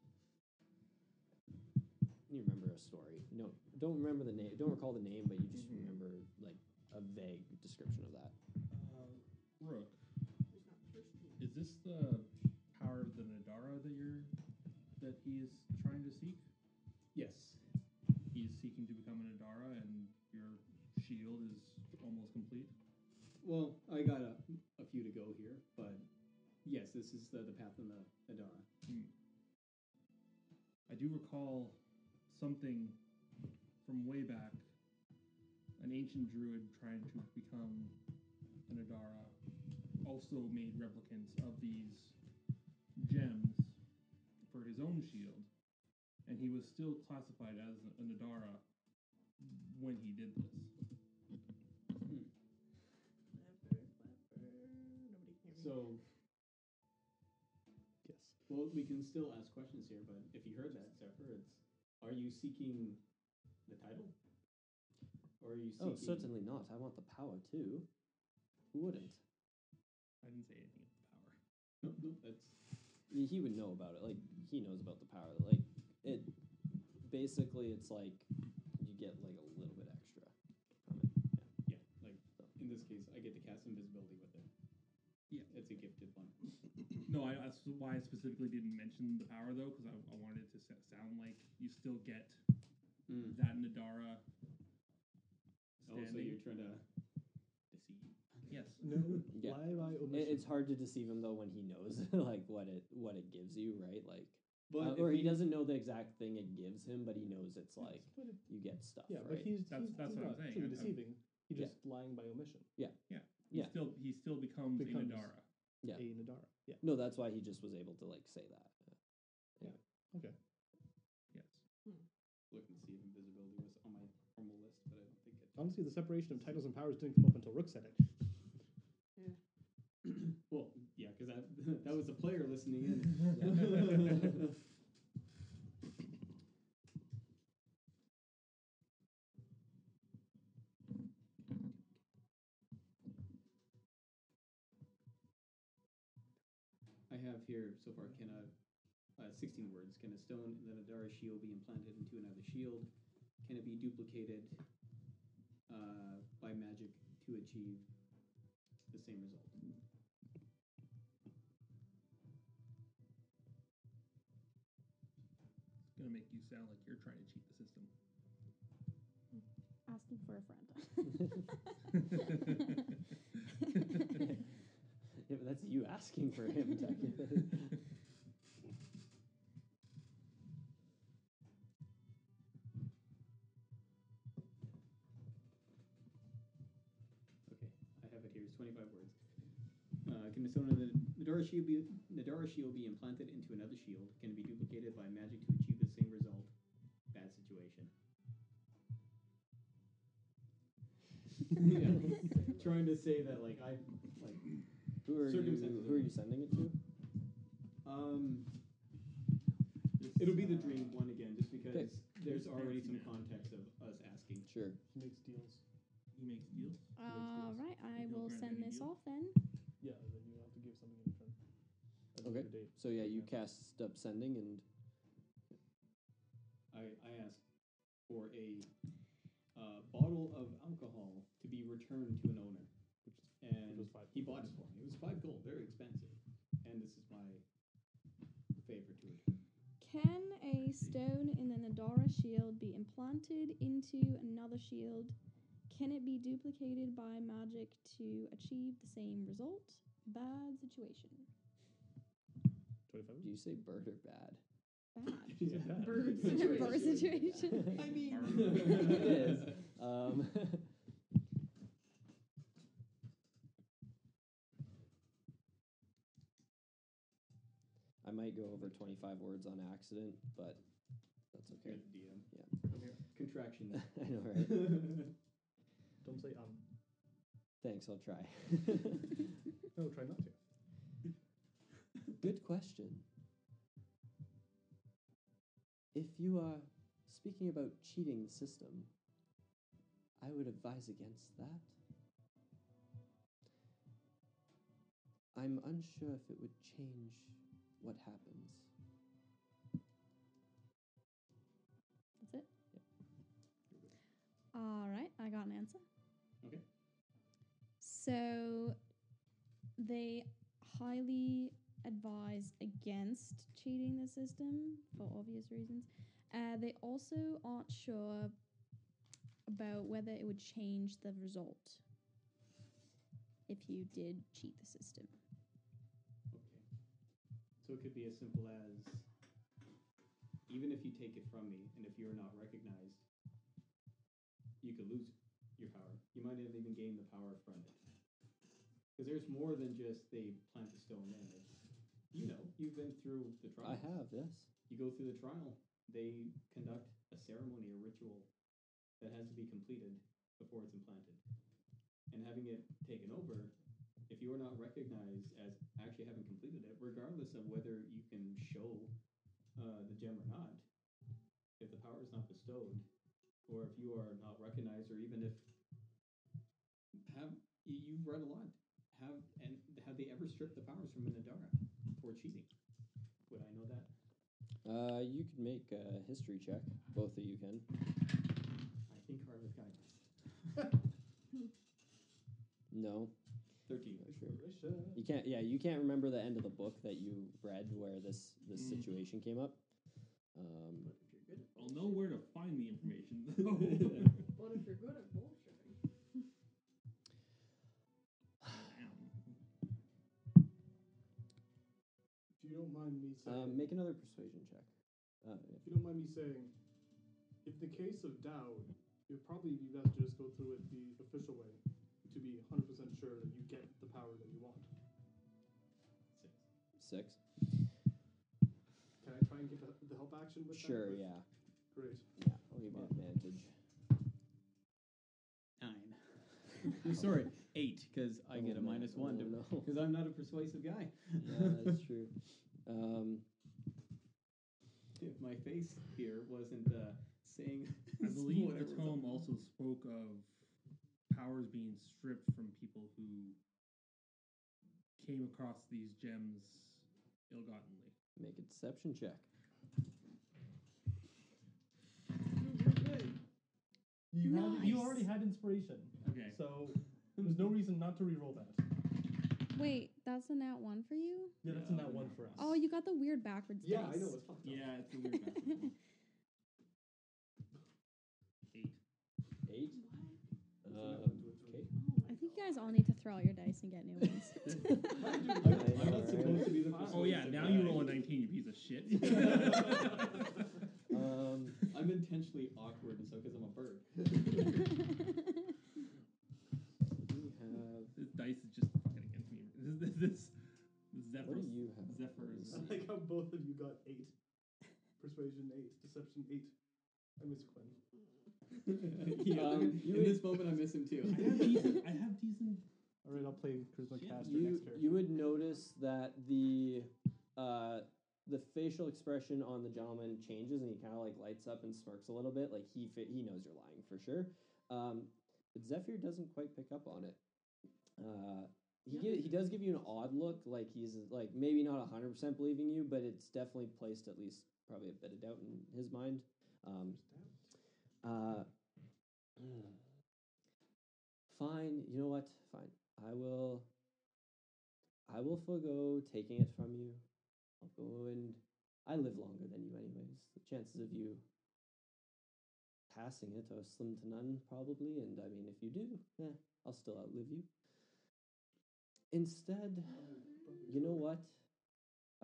Speaker 2: You remember a story? No, don't remember the name. Don't recall the name, but you just
Speaker 8: Mhm.
Speaker 2: remember like a vague description of that.
Speaker 12: Rook, is this the power of the Nadara that you're that he is trying to seek?
Speaker 4: Yes.
Speaker 12: He is seeking to become a Nadara, and your shield is almost complete.
Speaker 4: Well, I got a, a few to go here, but yes, this is the, the path in the Adara.
Speaker 12: I do recall something from way back. An ancient druid trying to become an Adara also made replicants of these gems for his own shield, and he was still classified as an Adara when he did this.
Speaker 3: Flapper, flapper. Nobody can hear me.
Speaker 4: So
Speaker 2: Yes.
Speaker 4: Well, we can still ask questions here, but if you heard that, Zephyr, it's are you seeking the title? Or are you seeking
Speaker 2: Oh, certainly not. I want the power too. Who wouldn't?
Speaker 12: I didn't say anything about power.
Speaker 4: No, no, that's
Speaker 2: Y- He would know about it. Like he knows about the power. Like it. Basically, it's like you get like a little bit extra from it.
Speaker 4: yeah, like in this case I get to cast invisibility with it.
Speaker 12: Yeah.
Speaker 4: It's a gifted one.
Speaker 12: No, I, that's why I specifically didn't mention the power though, because I, I wanted it to sa- sound like you still get
Speaker 4: Mm.
Speaker 12: that Nadara.
Speaker 4: Oh, so
Speaker 12: standing.
Speaker 4: you're trying to deceive.
Speaker 12: yes.
Speaker 6: No,
Speaker 2: Yeah.
Speaker 6: live eye
Speaker 2: I-
Speaker 6: omission.
Speaker 2: It's hard to deceive him though when he knows like what it what it gives you, right? Like,
Speaker 4: But
Speaker 2: uh,
Speaker 4: if
Speaker 2: or he
Speaker 4: we-
Speaker 2: doesn't know the exact thing it gives him, but he knows it's like
Speaker 6: But it-
Speaker 2: you get stuff,
Speaker 6: yeah, but
Speaker 2: right?
Speaker 6: he's
Speaker 12: That's-
Speaker 6: he's,
Speaker 12: that's
Speaker 6: he's
Speaker 12: what I'm
Speaker 6: not
Speaker 12: saying.
Speaker 6: truly
Speaker 12: I'm- I'm-
Speaker 6: deceiving. He's
Speaker 2: Yeah.
Speaker 6: just lying by omission.
Speaker 12: He
Speaker 2: Yeah.
Speaker 12: Still, he still becomes,
Speaker 6: Becomes-
Speaker 12: a Nadara.
Speaker 2: Yeah.
Speaker 6: A Nadara. Yeah.
Speaker 2: no, that's why he just was able to like say that.
Speaker 12: Yes.
Speaker 4: looking to see if invisibility was on my formal list, but I don't think it
Speaker 6: Honestly, the separation of titles and powers didn't come up until Rook said it.
Speaker 4: Well, yeah, because that that was a player listening in. I have here so far. Can a uh, sixteen words? Can a stone in the Nadara shield be implanted into another shield? Can it be duplicated uh, by magic to achieve the same result?
Speaker 12: It's gonna make you sound like you're trying to cheat the system.
Speaker 5: Asking for a friend.
Speaker 2: Yeah, but that's you asking for him technically.
Speaker 4: Okay, I have it here. It's 25 words. Uh, can the stone of the Nadara shield, be, Nadara shield be implanted into another shield? Can it be duplicated by magic to achieve the same result? Bad situation. yeah. Trying to say that, like, I, like,
Speaker 2: who are you?
Speaker 4: Circumstances.
Speaker 2: Who are you sending it to?
Speaker 4: um,
Speaker 12: This,
Speaker 4: it'll be the
Speaker 12: uh,
Speaker 4: dream one again, just because
Speaker 2: Okay.
Speaker 4: there's already some
Speaker 12: Yeah.
Speaker 4: context of us asking.
Speaker 2: Sure.
Speaker 6: He makes deals.
Speaker 12: He makes deals.
Speaker 5: All right, I
Speaker 12: You don't
Speaker 5: will
Speaker 12: grant
Speaker 5: send
Speaker 12: any
Speaker 5: this
Speaker 12: deal?
Speaker 5: off then.
Speaker 6: Yeah, and then you have to give something in return. That's
Speaker 2: Okay.
Speaker 6: your date.
Speaker 2: So yeah, you cast up sending and
Speaker 4: I, I asked for a uh, bottle of alcohol to be returned to an owner, and
Speaker 6: Which was five.
Speaker 4: he bought it for me. It was five gold, very expensive, and this is my favor to return.
Speaker 5: Can a stone in the Nadara shield be implanted into another shield? Can it be duplicated by magic to achieve the same result? Bad situation.
Speaker 2: do you say bird or bad?
Speaker 5: Bad.
Speaker 4: Yeah.
Speaker 5: Bird situation. Bird situation.
Speaker 4: I mean,
Speaker 2: it is. Um, I might go over 25 words on accident, but that's okay.
Speaker 4: Here's the DM.
Speaker 2: Yeah.
Speaker 4: Contractions.
Speaker 2: I know, right?
Speaker 6: Don't say um.
Speaker 2: Thanks, I'll try.
Speaker 6: No, try not to.
Speaker 2: Good question. If you are speaking about cheating the system, I would advise against that. I'm unsure if it would change what happens.
Speaker 5: That's it. All right, I got an answer.
Speaker 4: Okay.
Speaker 5: So they highly advise against cheating the system for obvious reasons. Uh, they also aren't sure about whether it would change the result if you did cheat the system.
Speaker 4: Okay. So it could be as simple as even if you take it from me and if you're not recognized, you could lose your power. You might not even gain the power from it. Because there's more than just they plant the stone in. It's, you know, you've been through the trial.
Speaker 2: I have, yes.
Speaker 4: You go through the trial, they conduct a ceremony, a ritual that has to be completed before it's implanted. And having it taken over if you are not recognized as actually having completed it, regardless of whether you can show uh, the gem or not, if the power is not bestowed, or if you are not recognized, or even if have you, you've read a lot, have and have they ever stripped the powers from an Adara for cheating? Would I know that?
Speaker 2: Uh, you can make a history check. Both of you can.
Speaker 4: I think hard with guidance.
Speaker 2: No,
Speaker 4: Thirteen.
Speaker 2: not sure. You can't. Yeah, you can't remember the end of the book that you read where this this
Speaker 6: Mm.
Speaker 2: situation came up. Um,
Speaker 4: But if you're good at
Speaker 6: I'll know where to find the information.
Speaker 3: What if you're good at bullshitting?
Speaker 8: If you don't mind me saying,
Speaker 2: um, make another persuasion check. Uh, yeah.
Speaker 8: if you don't mind me saying, if the case of Dowd, it would probably be best to just go through it the official way to be 100% sure that you get the power that you want.
Speaker 2: Six.
Speaker 4: six.
Speaker 8: Can I try and get the, the help action with
Speaker 2: Sure.
Speaker 8: that?
Speaker 2: Yeah.
Speaker 8: Great.
Speaker 2: Yeah. I'll give you advantage.
Speaker 4: Nine. Sorry, eight, because I get
Speaker 2: Oh,
Speaker 4: a minus
Speaker 2: man.
Speaker 4: one to
Speaker 2: Oh, no.
Speaker 4: because I'm not a persuasive guy.
Speaker 2: yeah, that's true. Um,
Speaker 4: if my face here wasn't uh, saying,
Speaker 6: I believe the
Speaker 4: whatever was
Speaker 6: tome
Speaker 4: up-
Speaker 6: also spoke of powers being stripped from people who came across these gems ill-gottenly.
Speaker 2: make a deception check.
Speaker 16: You, had, you
Speaker 5: Nice.
Speaker 16: already had inspiration,
Speaker 6: Okay.
Speaker 16: so there's no reason not to re-roll that.
Speaker 5: Wait, that's an out one for you?
Speaker 16: Yeah, that's in
Speaker 4: Yeah,
Speaker 16: that one for us.
Speaker 5: Oh, you got the weird backwards
Speaker 8: Yeah,
Speaker 5: dice.
Speaker 8: I know. It's fucked up.
Speaker 6: Yeah, it's a weird background. Eight.
Speaker 2: Eight.
Speaker 8: That's what I
Speaker 2: Um,
Speaker 8: would do it to.
Speaker 2: okay.
Speaker 5: I think you guys all need to throw out your dice and get new ones.
Speaker 2: I know,
Speaker 8: That's
Speaker 2: right?
Speaker 8: supposed to be the
Speaker 6: Oh yeah,
Speaker 8: persuasive
Speaker 6: now
Speaker 8: guy.
Speaker 6: you roll a nineteen, you piece of shit.
Speaker 2: Um,
Speaker 4: I'm intentionally awkward and so because I'm a bird.
Speaker 2: we have.
Speaker 6: this dice is just fucking against me. This this, this
Speaker 2: What do
Speaker 6: Zephyrus.
Speaker 2: you have?
Speaker 6: Zephyrus.
Speaker 8: I like how both of you got eight. Persuasion eight, deception eight. I miss Quinn.
Speaker 4: yeah,
Speaker 2: Um,
Speaker 4: I'm-
Speaker 2: you
Speaker 4: in
Speaker 2: would-
Speaker 4: this moment, I miss him too.
Speaker 6: I have decent. I have decent.
Speaker 16: All right, I'll play Charisma
Speaker 6: Shit.
Speaker 16: Caster
Speaker 2: you,
Speaker 16: next turn.
Speaker 2: you would notice that the uh, the facial expression on the gentleman changes and he kind of like lights up and smirks a little bit like he fi- he knows you're lying for sure um, but zephyr doesn't quite pick up on it uh, he, gi- he does give you an odd look like he's like maybe not 100% believing you but it's definitely placed at least probably a bit of doubt in his mind um, uh, fine you know what fine i will I will forego taking it from you. I'll go and I live longer than you, anyways. The chances of you passing it are slim to none, probably. And I mean, if you do, eh, I'll still outlive you. Instead, you know what?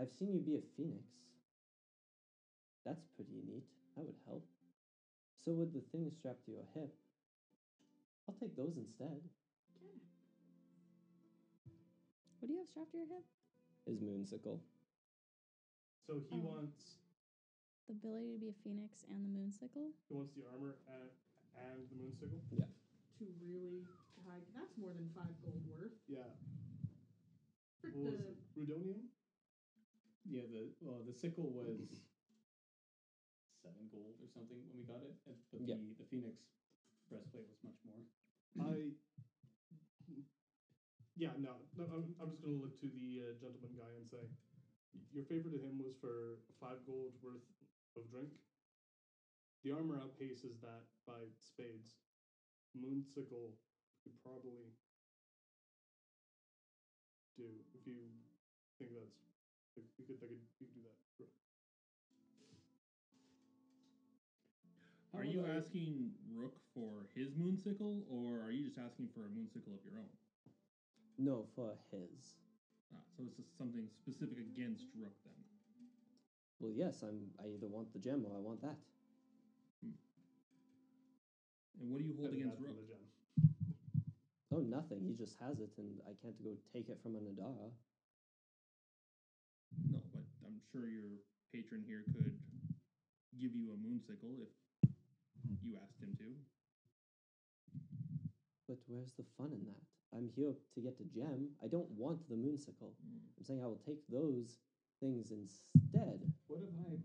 Speaker 2: I've seen you be a phoenix. That's pretty neat. That would help. So would the thing strapped to your hip. I'll take those instead.
Speaker 5: what do you have strapped to your hip?
Speaker 2: Is Moonsickle.
Speaker 8: So he
Speaker 5: Oh.
Speaker 8: wants
Speaker 5: The ability to be a phoenix and the moonsicle.
Speaker 8: he wants the armor and, and the moonsicle.
Speaker 3: To really high. That's more than five gold worth.
Speaker 8: Yeah.
Speaker 3: For
Speaker 8: What was
Speaker 3: the-
Speaker 8: it? Rudonium?
Speaker 4: Yeah, the well, the sickle was seven gold or something when we got it, and- but
Speaker 2: Yeah.
Speaker 4: the, the phoenix breastplate was much more.
Speaker 8: I. Yeah, no, no I'm, I'm just gonna look to the uh, gentleman guy and say, your favor to him was for five gold worth of drink. The armor outpaces that by spades. Moonsickle could probably do if you think that's if you could, they could you could do that.
Speaker 6: Are you asking Rook for his moonsickle, or are you just asking for a moonsickle of your own?
Speaker 2: No, for his.
Speaker 6: Ah, so it's just something specific against Rook then.
Speaker 2: Well, yes, I'm. I either want the gem or I want that.
Speaker 6: And what do you hold
Speaker 8: Better
Speaker 6: against
Speaker 8: that than
Speaker 6: Rook?
Speaker 8: the gem.
Speaker 2: Oh, nothing. He just has it, and I can't go take it from an Adara.
Speaker 6: No, but I'm sure your patron here could give you a moonsickle if you asked him to.
Speaker 2: But where's the fun in that?
Speaker 17: I'm here to get the gem. I don't want the moonsicle. I'm saying I will take those things instead.
Speaker 4: What if I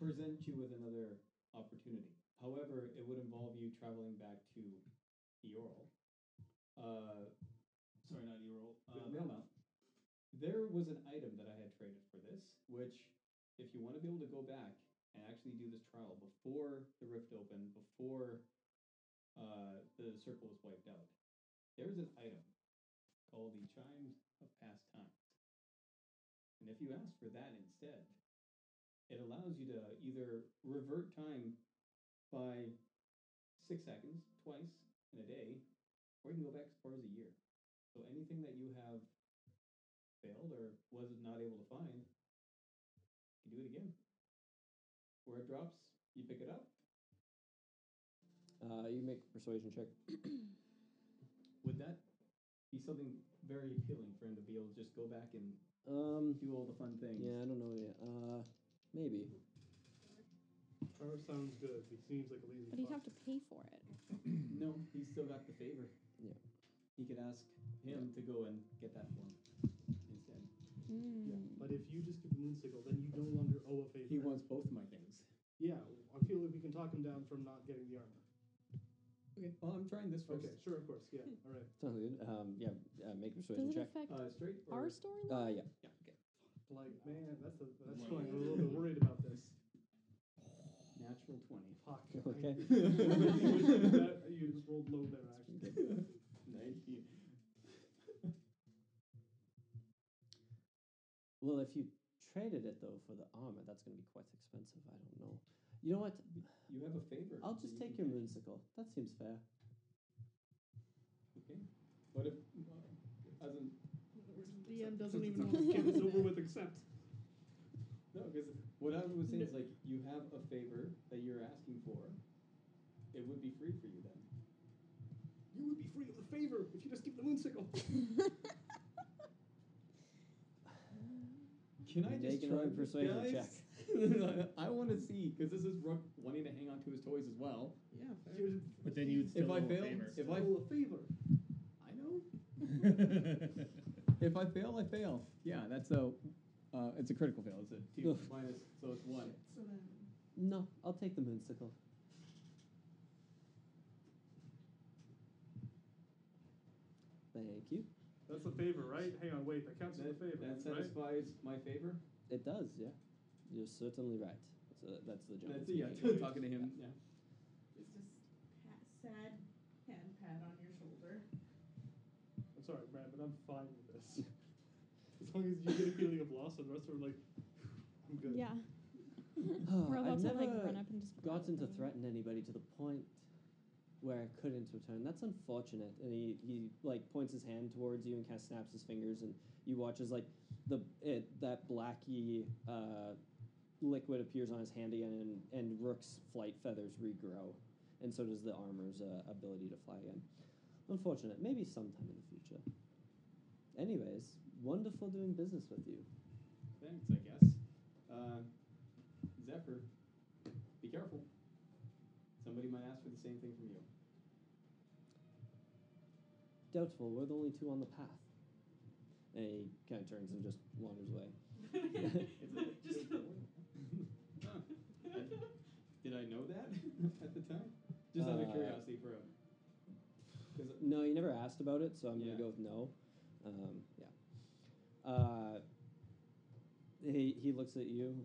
Speaker 4: present you with another opportunity? However, it would involve you traveling back to Eorl. Uh, sorry, not Eorl. Uh, Melmount. There was an item that I had traded for this, which, if you want to be able to go back and actually do this trial before the rift opened, before uh, the circle was wiped out, there's an item called the Chimes of Past Times. And if you ask for that instead, it allows you to either revert time by six seconds twice in a day, or you can go back as far as a year. So anything that you have failed or was not able to find, you do it again. Where it drops, you pick it up.
Speaker 2: Uh, you make a persuasion check.
Speaker 4: Would that be something very appealing for him to be able to just go back and
Speaker 2: Um,
Speaker 4: do all the fun things?
Speaker 2: yeah, I don't know yet. Uh, maybe.
Speaker 8: Trevor sounds good. He seems like a lazy
Speaker 5: But he'd
Speaker 8: fuck.
Speaker 5: have to pay for it.
Speaker 4: No, he's still got the favor.
Speaker 2: Yeah.
Speaker 4: He could ask him to go and get that form instead.
Speaker 8: Yeah.
Speaker 5: Mm. Hmm.
Speaker 8: But if you just give the moonsicle, then you no longer owe a favor.
Speaker 4: He wants both of my things.
Speaker 8: Yeah, I feel like we can talk him down from not getting the armor.
Speaker 4: Okay. Well, I'm trying this first.
Speaker 8: Okay, sure, of course. Yeah, all right.
Speaker 2: Sounds good. Um, yeah, uh, make a persuasion
Speaker 5: Does it
Speaker 2: check.
Speaker 5: affect
Speaker 4: Uh, straight or
Speaker 5: our storyline?
Speaker 2: Uh, yeah.
Speaker 4: yeah. Okay.
Speaker 8: Like, man, that's a, that's
Speaker 6: Like-
Speaker 8: why I'm a little bit worried about this.
Speaker 4: Natural twenty.
Speaker 8: Fuck.
Speaker 2: Okay.
Speaker 8: I- you just rolled low there, actually.
Speaker 4: Nineteen.
Speaker 2: Well, if you traded it though for the armor, that's going to be quite expensive. I don't know. You know what?
Speaker 4: You have a favor.
Speaker 17: I'll
Speaker 4: that
Speaker 17: just
Speaker 4: you
Speaker 17: take
Speaker 4: can
Speaker 17: your
Speaker 4: get.
Speaker 17: moonsicle. That seems fair.
Speaker 4: Okay. What if, uh, as in,
Speaker 3: DM doesn't even
Speaker 8: Since it's
Speaker 3: know
Speaker 8: not-
Speaker 3: what's
Speaker 8: get this
Speaker 3: going
Speaker 8: over
Speaker 3: on.
Speaker 8: with, accept.
Speaker 4: no, because what I was saying is like you have a favor that you're asking for. It would be free for you then.
Speaker 8: You would be free of the favor if you just give the moonsicle.
Speaker 4: Can I just
Speaker 2: Make
Speaker 4: try
Speaker 2: another persuasion
Speaker 4: guys? I want to see because this is Rook wanting to hang on to his toys as well.
Speaker 8: Yeah, fair.
Speaker 6: But then you'd still
Speaker 4: if I
Speaker 6: owe a
Speaker 4: fail,
Speaker 6: favor.
Speaker 4: if I
Speaker 8: Still a favor.
Speaker 4: I know. If I fail, I fail. Yeah, that's a. Uh, it's a critical fail. It's a two minus, so it's one.
Speaker 3: So then,
Speaker 17: No, I'll take the moonsicle. Thank you.
Speaker 8: That's a favor, right? Hang on, wait, that counts as a
Speaker 4: That,
Speaker 8: favor,
Speaker 4: that
Speaker 8: right?
Speaker 4: satisfies my favor.
Speaker 17: It does, yeah.
Speaker 2: You're certainly right. So that's the job.
Speaker 4: That's
Speaker 2: it's
Speaker 4: yeah.
Speaker 2: making.
Speaker 4: Talking to him. Yeah.
Speaker 3: it's just pat, sad hand pat on your shoulder.
Speaker 8: I'm sorry, Brad, but I'm fine with this. as long as you get a feeling of loss, and the rest are like, I'm good.
Speaker 5: Yeah.
Speaker 17: Oh,
Speaker 5: We're allowed
Speaker 17: Uh, I've
Speaker 5: to
Speaker 17: never
Speaker 5: like run up and just grab
Speaker 17: gotten to
Speaker 5: them.
Speaker 17: threaten anybody to the point where I couldn't return. That's unfortunate.
Speaker 2: and he, he like points his hand towards you and kind of snaps his fingers and you watch as like the it, that blacky uh, liquid appears on his hand again and, and rook's flight feathers regrow and so does the armor's uh, ability to fly again unfortunate maybe sometime in the future anyways wonderful doing business with you
Speaker 4: Thanks, I guess. Uh, Zephyr, be careful. Somebody might ask for the same thing from you.
Speaker 2: doubtful we're the only two on the path and he kind of turns and just wanders away
Speaker 4: It's a,
Speaker 3: just
Speaker 4: Huh. Did I know that at the time? Just out of
Speaker 2: Uh,
Speaker 4: curiosity, for a-
Speaker 2: No, you never asked about it, so I'm
Speaker 4: Yeah.
Speaker 2: gonna go with no. Um, yeah. Uh, he he looks at you.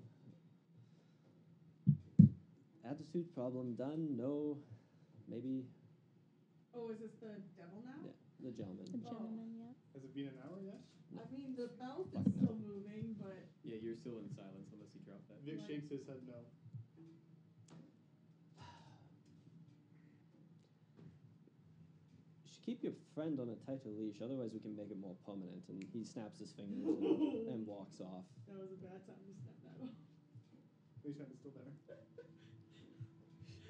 Speaker 2: Attitude problem done. No, maybe
Speaker 3: Oh, is this the devil now?
Speaker 2: Yeah. the gentleman.
Speaker 5: The gentleman, yeah.
Speaker 8: Has it been an hour yet?
Speaker 3: I mean, the mouth
Speaker 4: Fuck
Speaker 3: is
Speaker 4: no.
Speaker 3: still moving, but
Speaker 4: Yeah, you're still in silence unless you drop that.
Speaker 8: Vic
Speaker 3: Like-
Speaker 8: shakes his head no.
Speaker 2: You should keep your friend on a tighter leash, otherwise we can make it more permanent. And he snaps his fingers and, and walks off.
Speaker 3: that was a bad time to snap that off.
Speaker 8: His head is still there.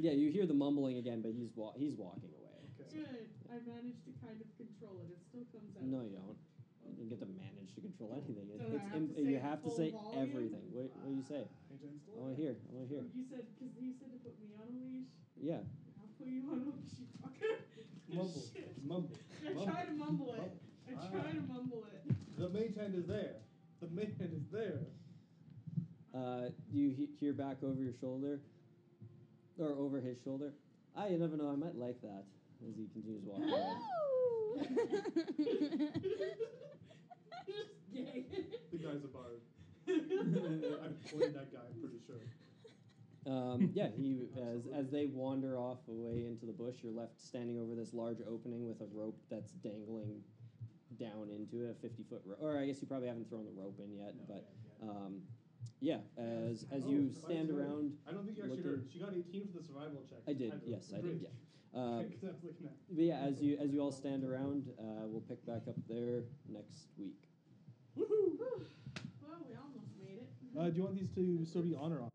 Speaker 2: Yeah, you hear the mumbling again, but he's wa- he's walking away.
Speaker 8: Okay.
Speaker 3: Good. I managed to kind of control it. It still comes out.
Speaker 2: No, you don't. You don't get to manage to control anything. It-
Speaker 3: So do I
Speaker 2: it's
Speaker 3: have
Speaker 2: im-
Speaker 3: to say
Speaker 2: you
Speaker 3: the
Speaker 2: have to
Speaker 3: full
Speaker 2: say
Speaker 3: volume?
Speaker 2: everything. What, what do you say?
Speaker 8: His head's still
Speaker 2: Oh, I want
Speaker 6: Oh,
Speaker 8: there.
Speaker 2: to hear. I want to hear.
Speaker 3: You said because you said to put me on a leash.
Speaker 2: Yeah.
Speaker 3: I'll put you on a leash, you fucker.
Speaker 8: Mumble. Mumble.
Speaker 3: I try to mumble it. I try to mumble it.
Speaker 8: The mage hand is there. The mage hand is there.
Speaker 2: Uh, you he- hear back over your shoulder, or over his shoulder. Ah, you never know. I might like that. As he continues walking, away.
Speaker 17: Oh.
Speaker 3: Just gay.
Speaker 8: The guy's a bard. I've played that guy, I'm pretty sure.
Speaker 2: um, yeah, he as as they wander off away into the bush. You're left standing over this large opening with a rope that's dangling down into it, a fifty foot rope. Or I guess you probably haven't thrown the rope in yet, but um, yeah, as as
Speaker 8: Oh,
Speaker 2: you
Speaker 8: survival
Speaker 2: stand
Speaker 8: check.
Speaker 2: around,
Speaker 8: I don't think you actually
Speaker 2: looking-
Speaker 8: heard. She got 18 for the survival check.
Speaker 2: uh, I did.
Speaker 8: Kind of.
Speaker 2: Yes, I did.
Speaker 8: Great.
Speaker 2: Yeah. Um,
Speaker 8: Okay, 'cause I was looking at-
Speaker 2: But yeah, as you as you all stand around, uh, we'll pick back up there next week.
Speaker 8: Woohoo!
Speaker 3: well, we almost made it.
Speaker 18: Uh, do you want these to still be on or off?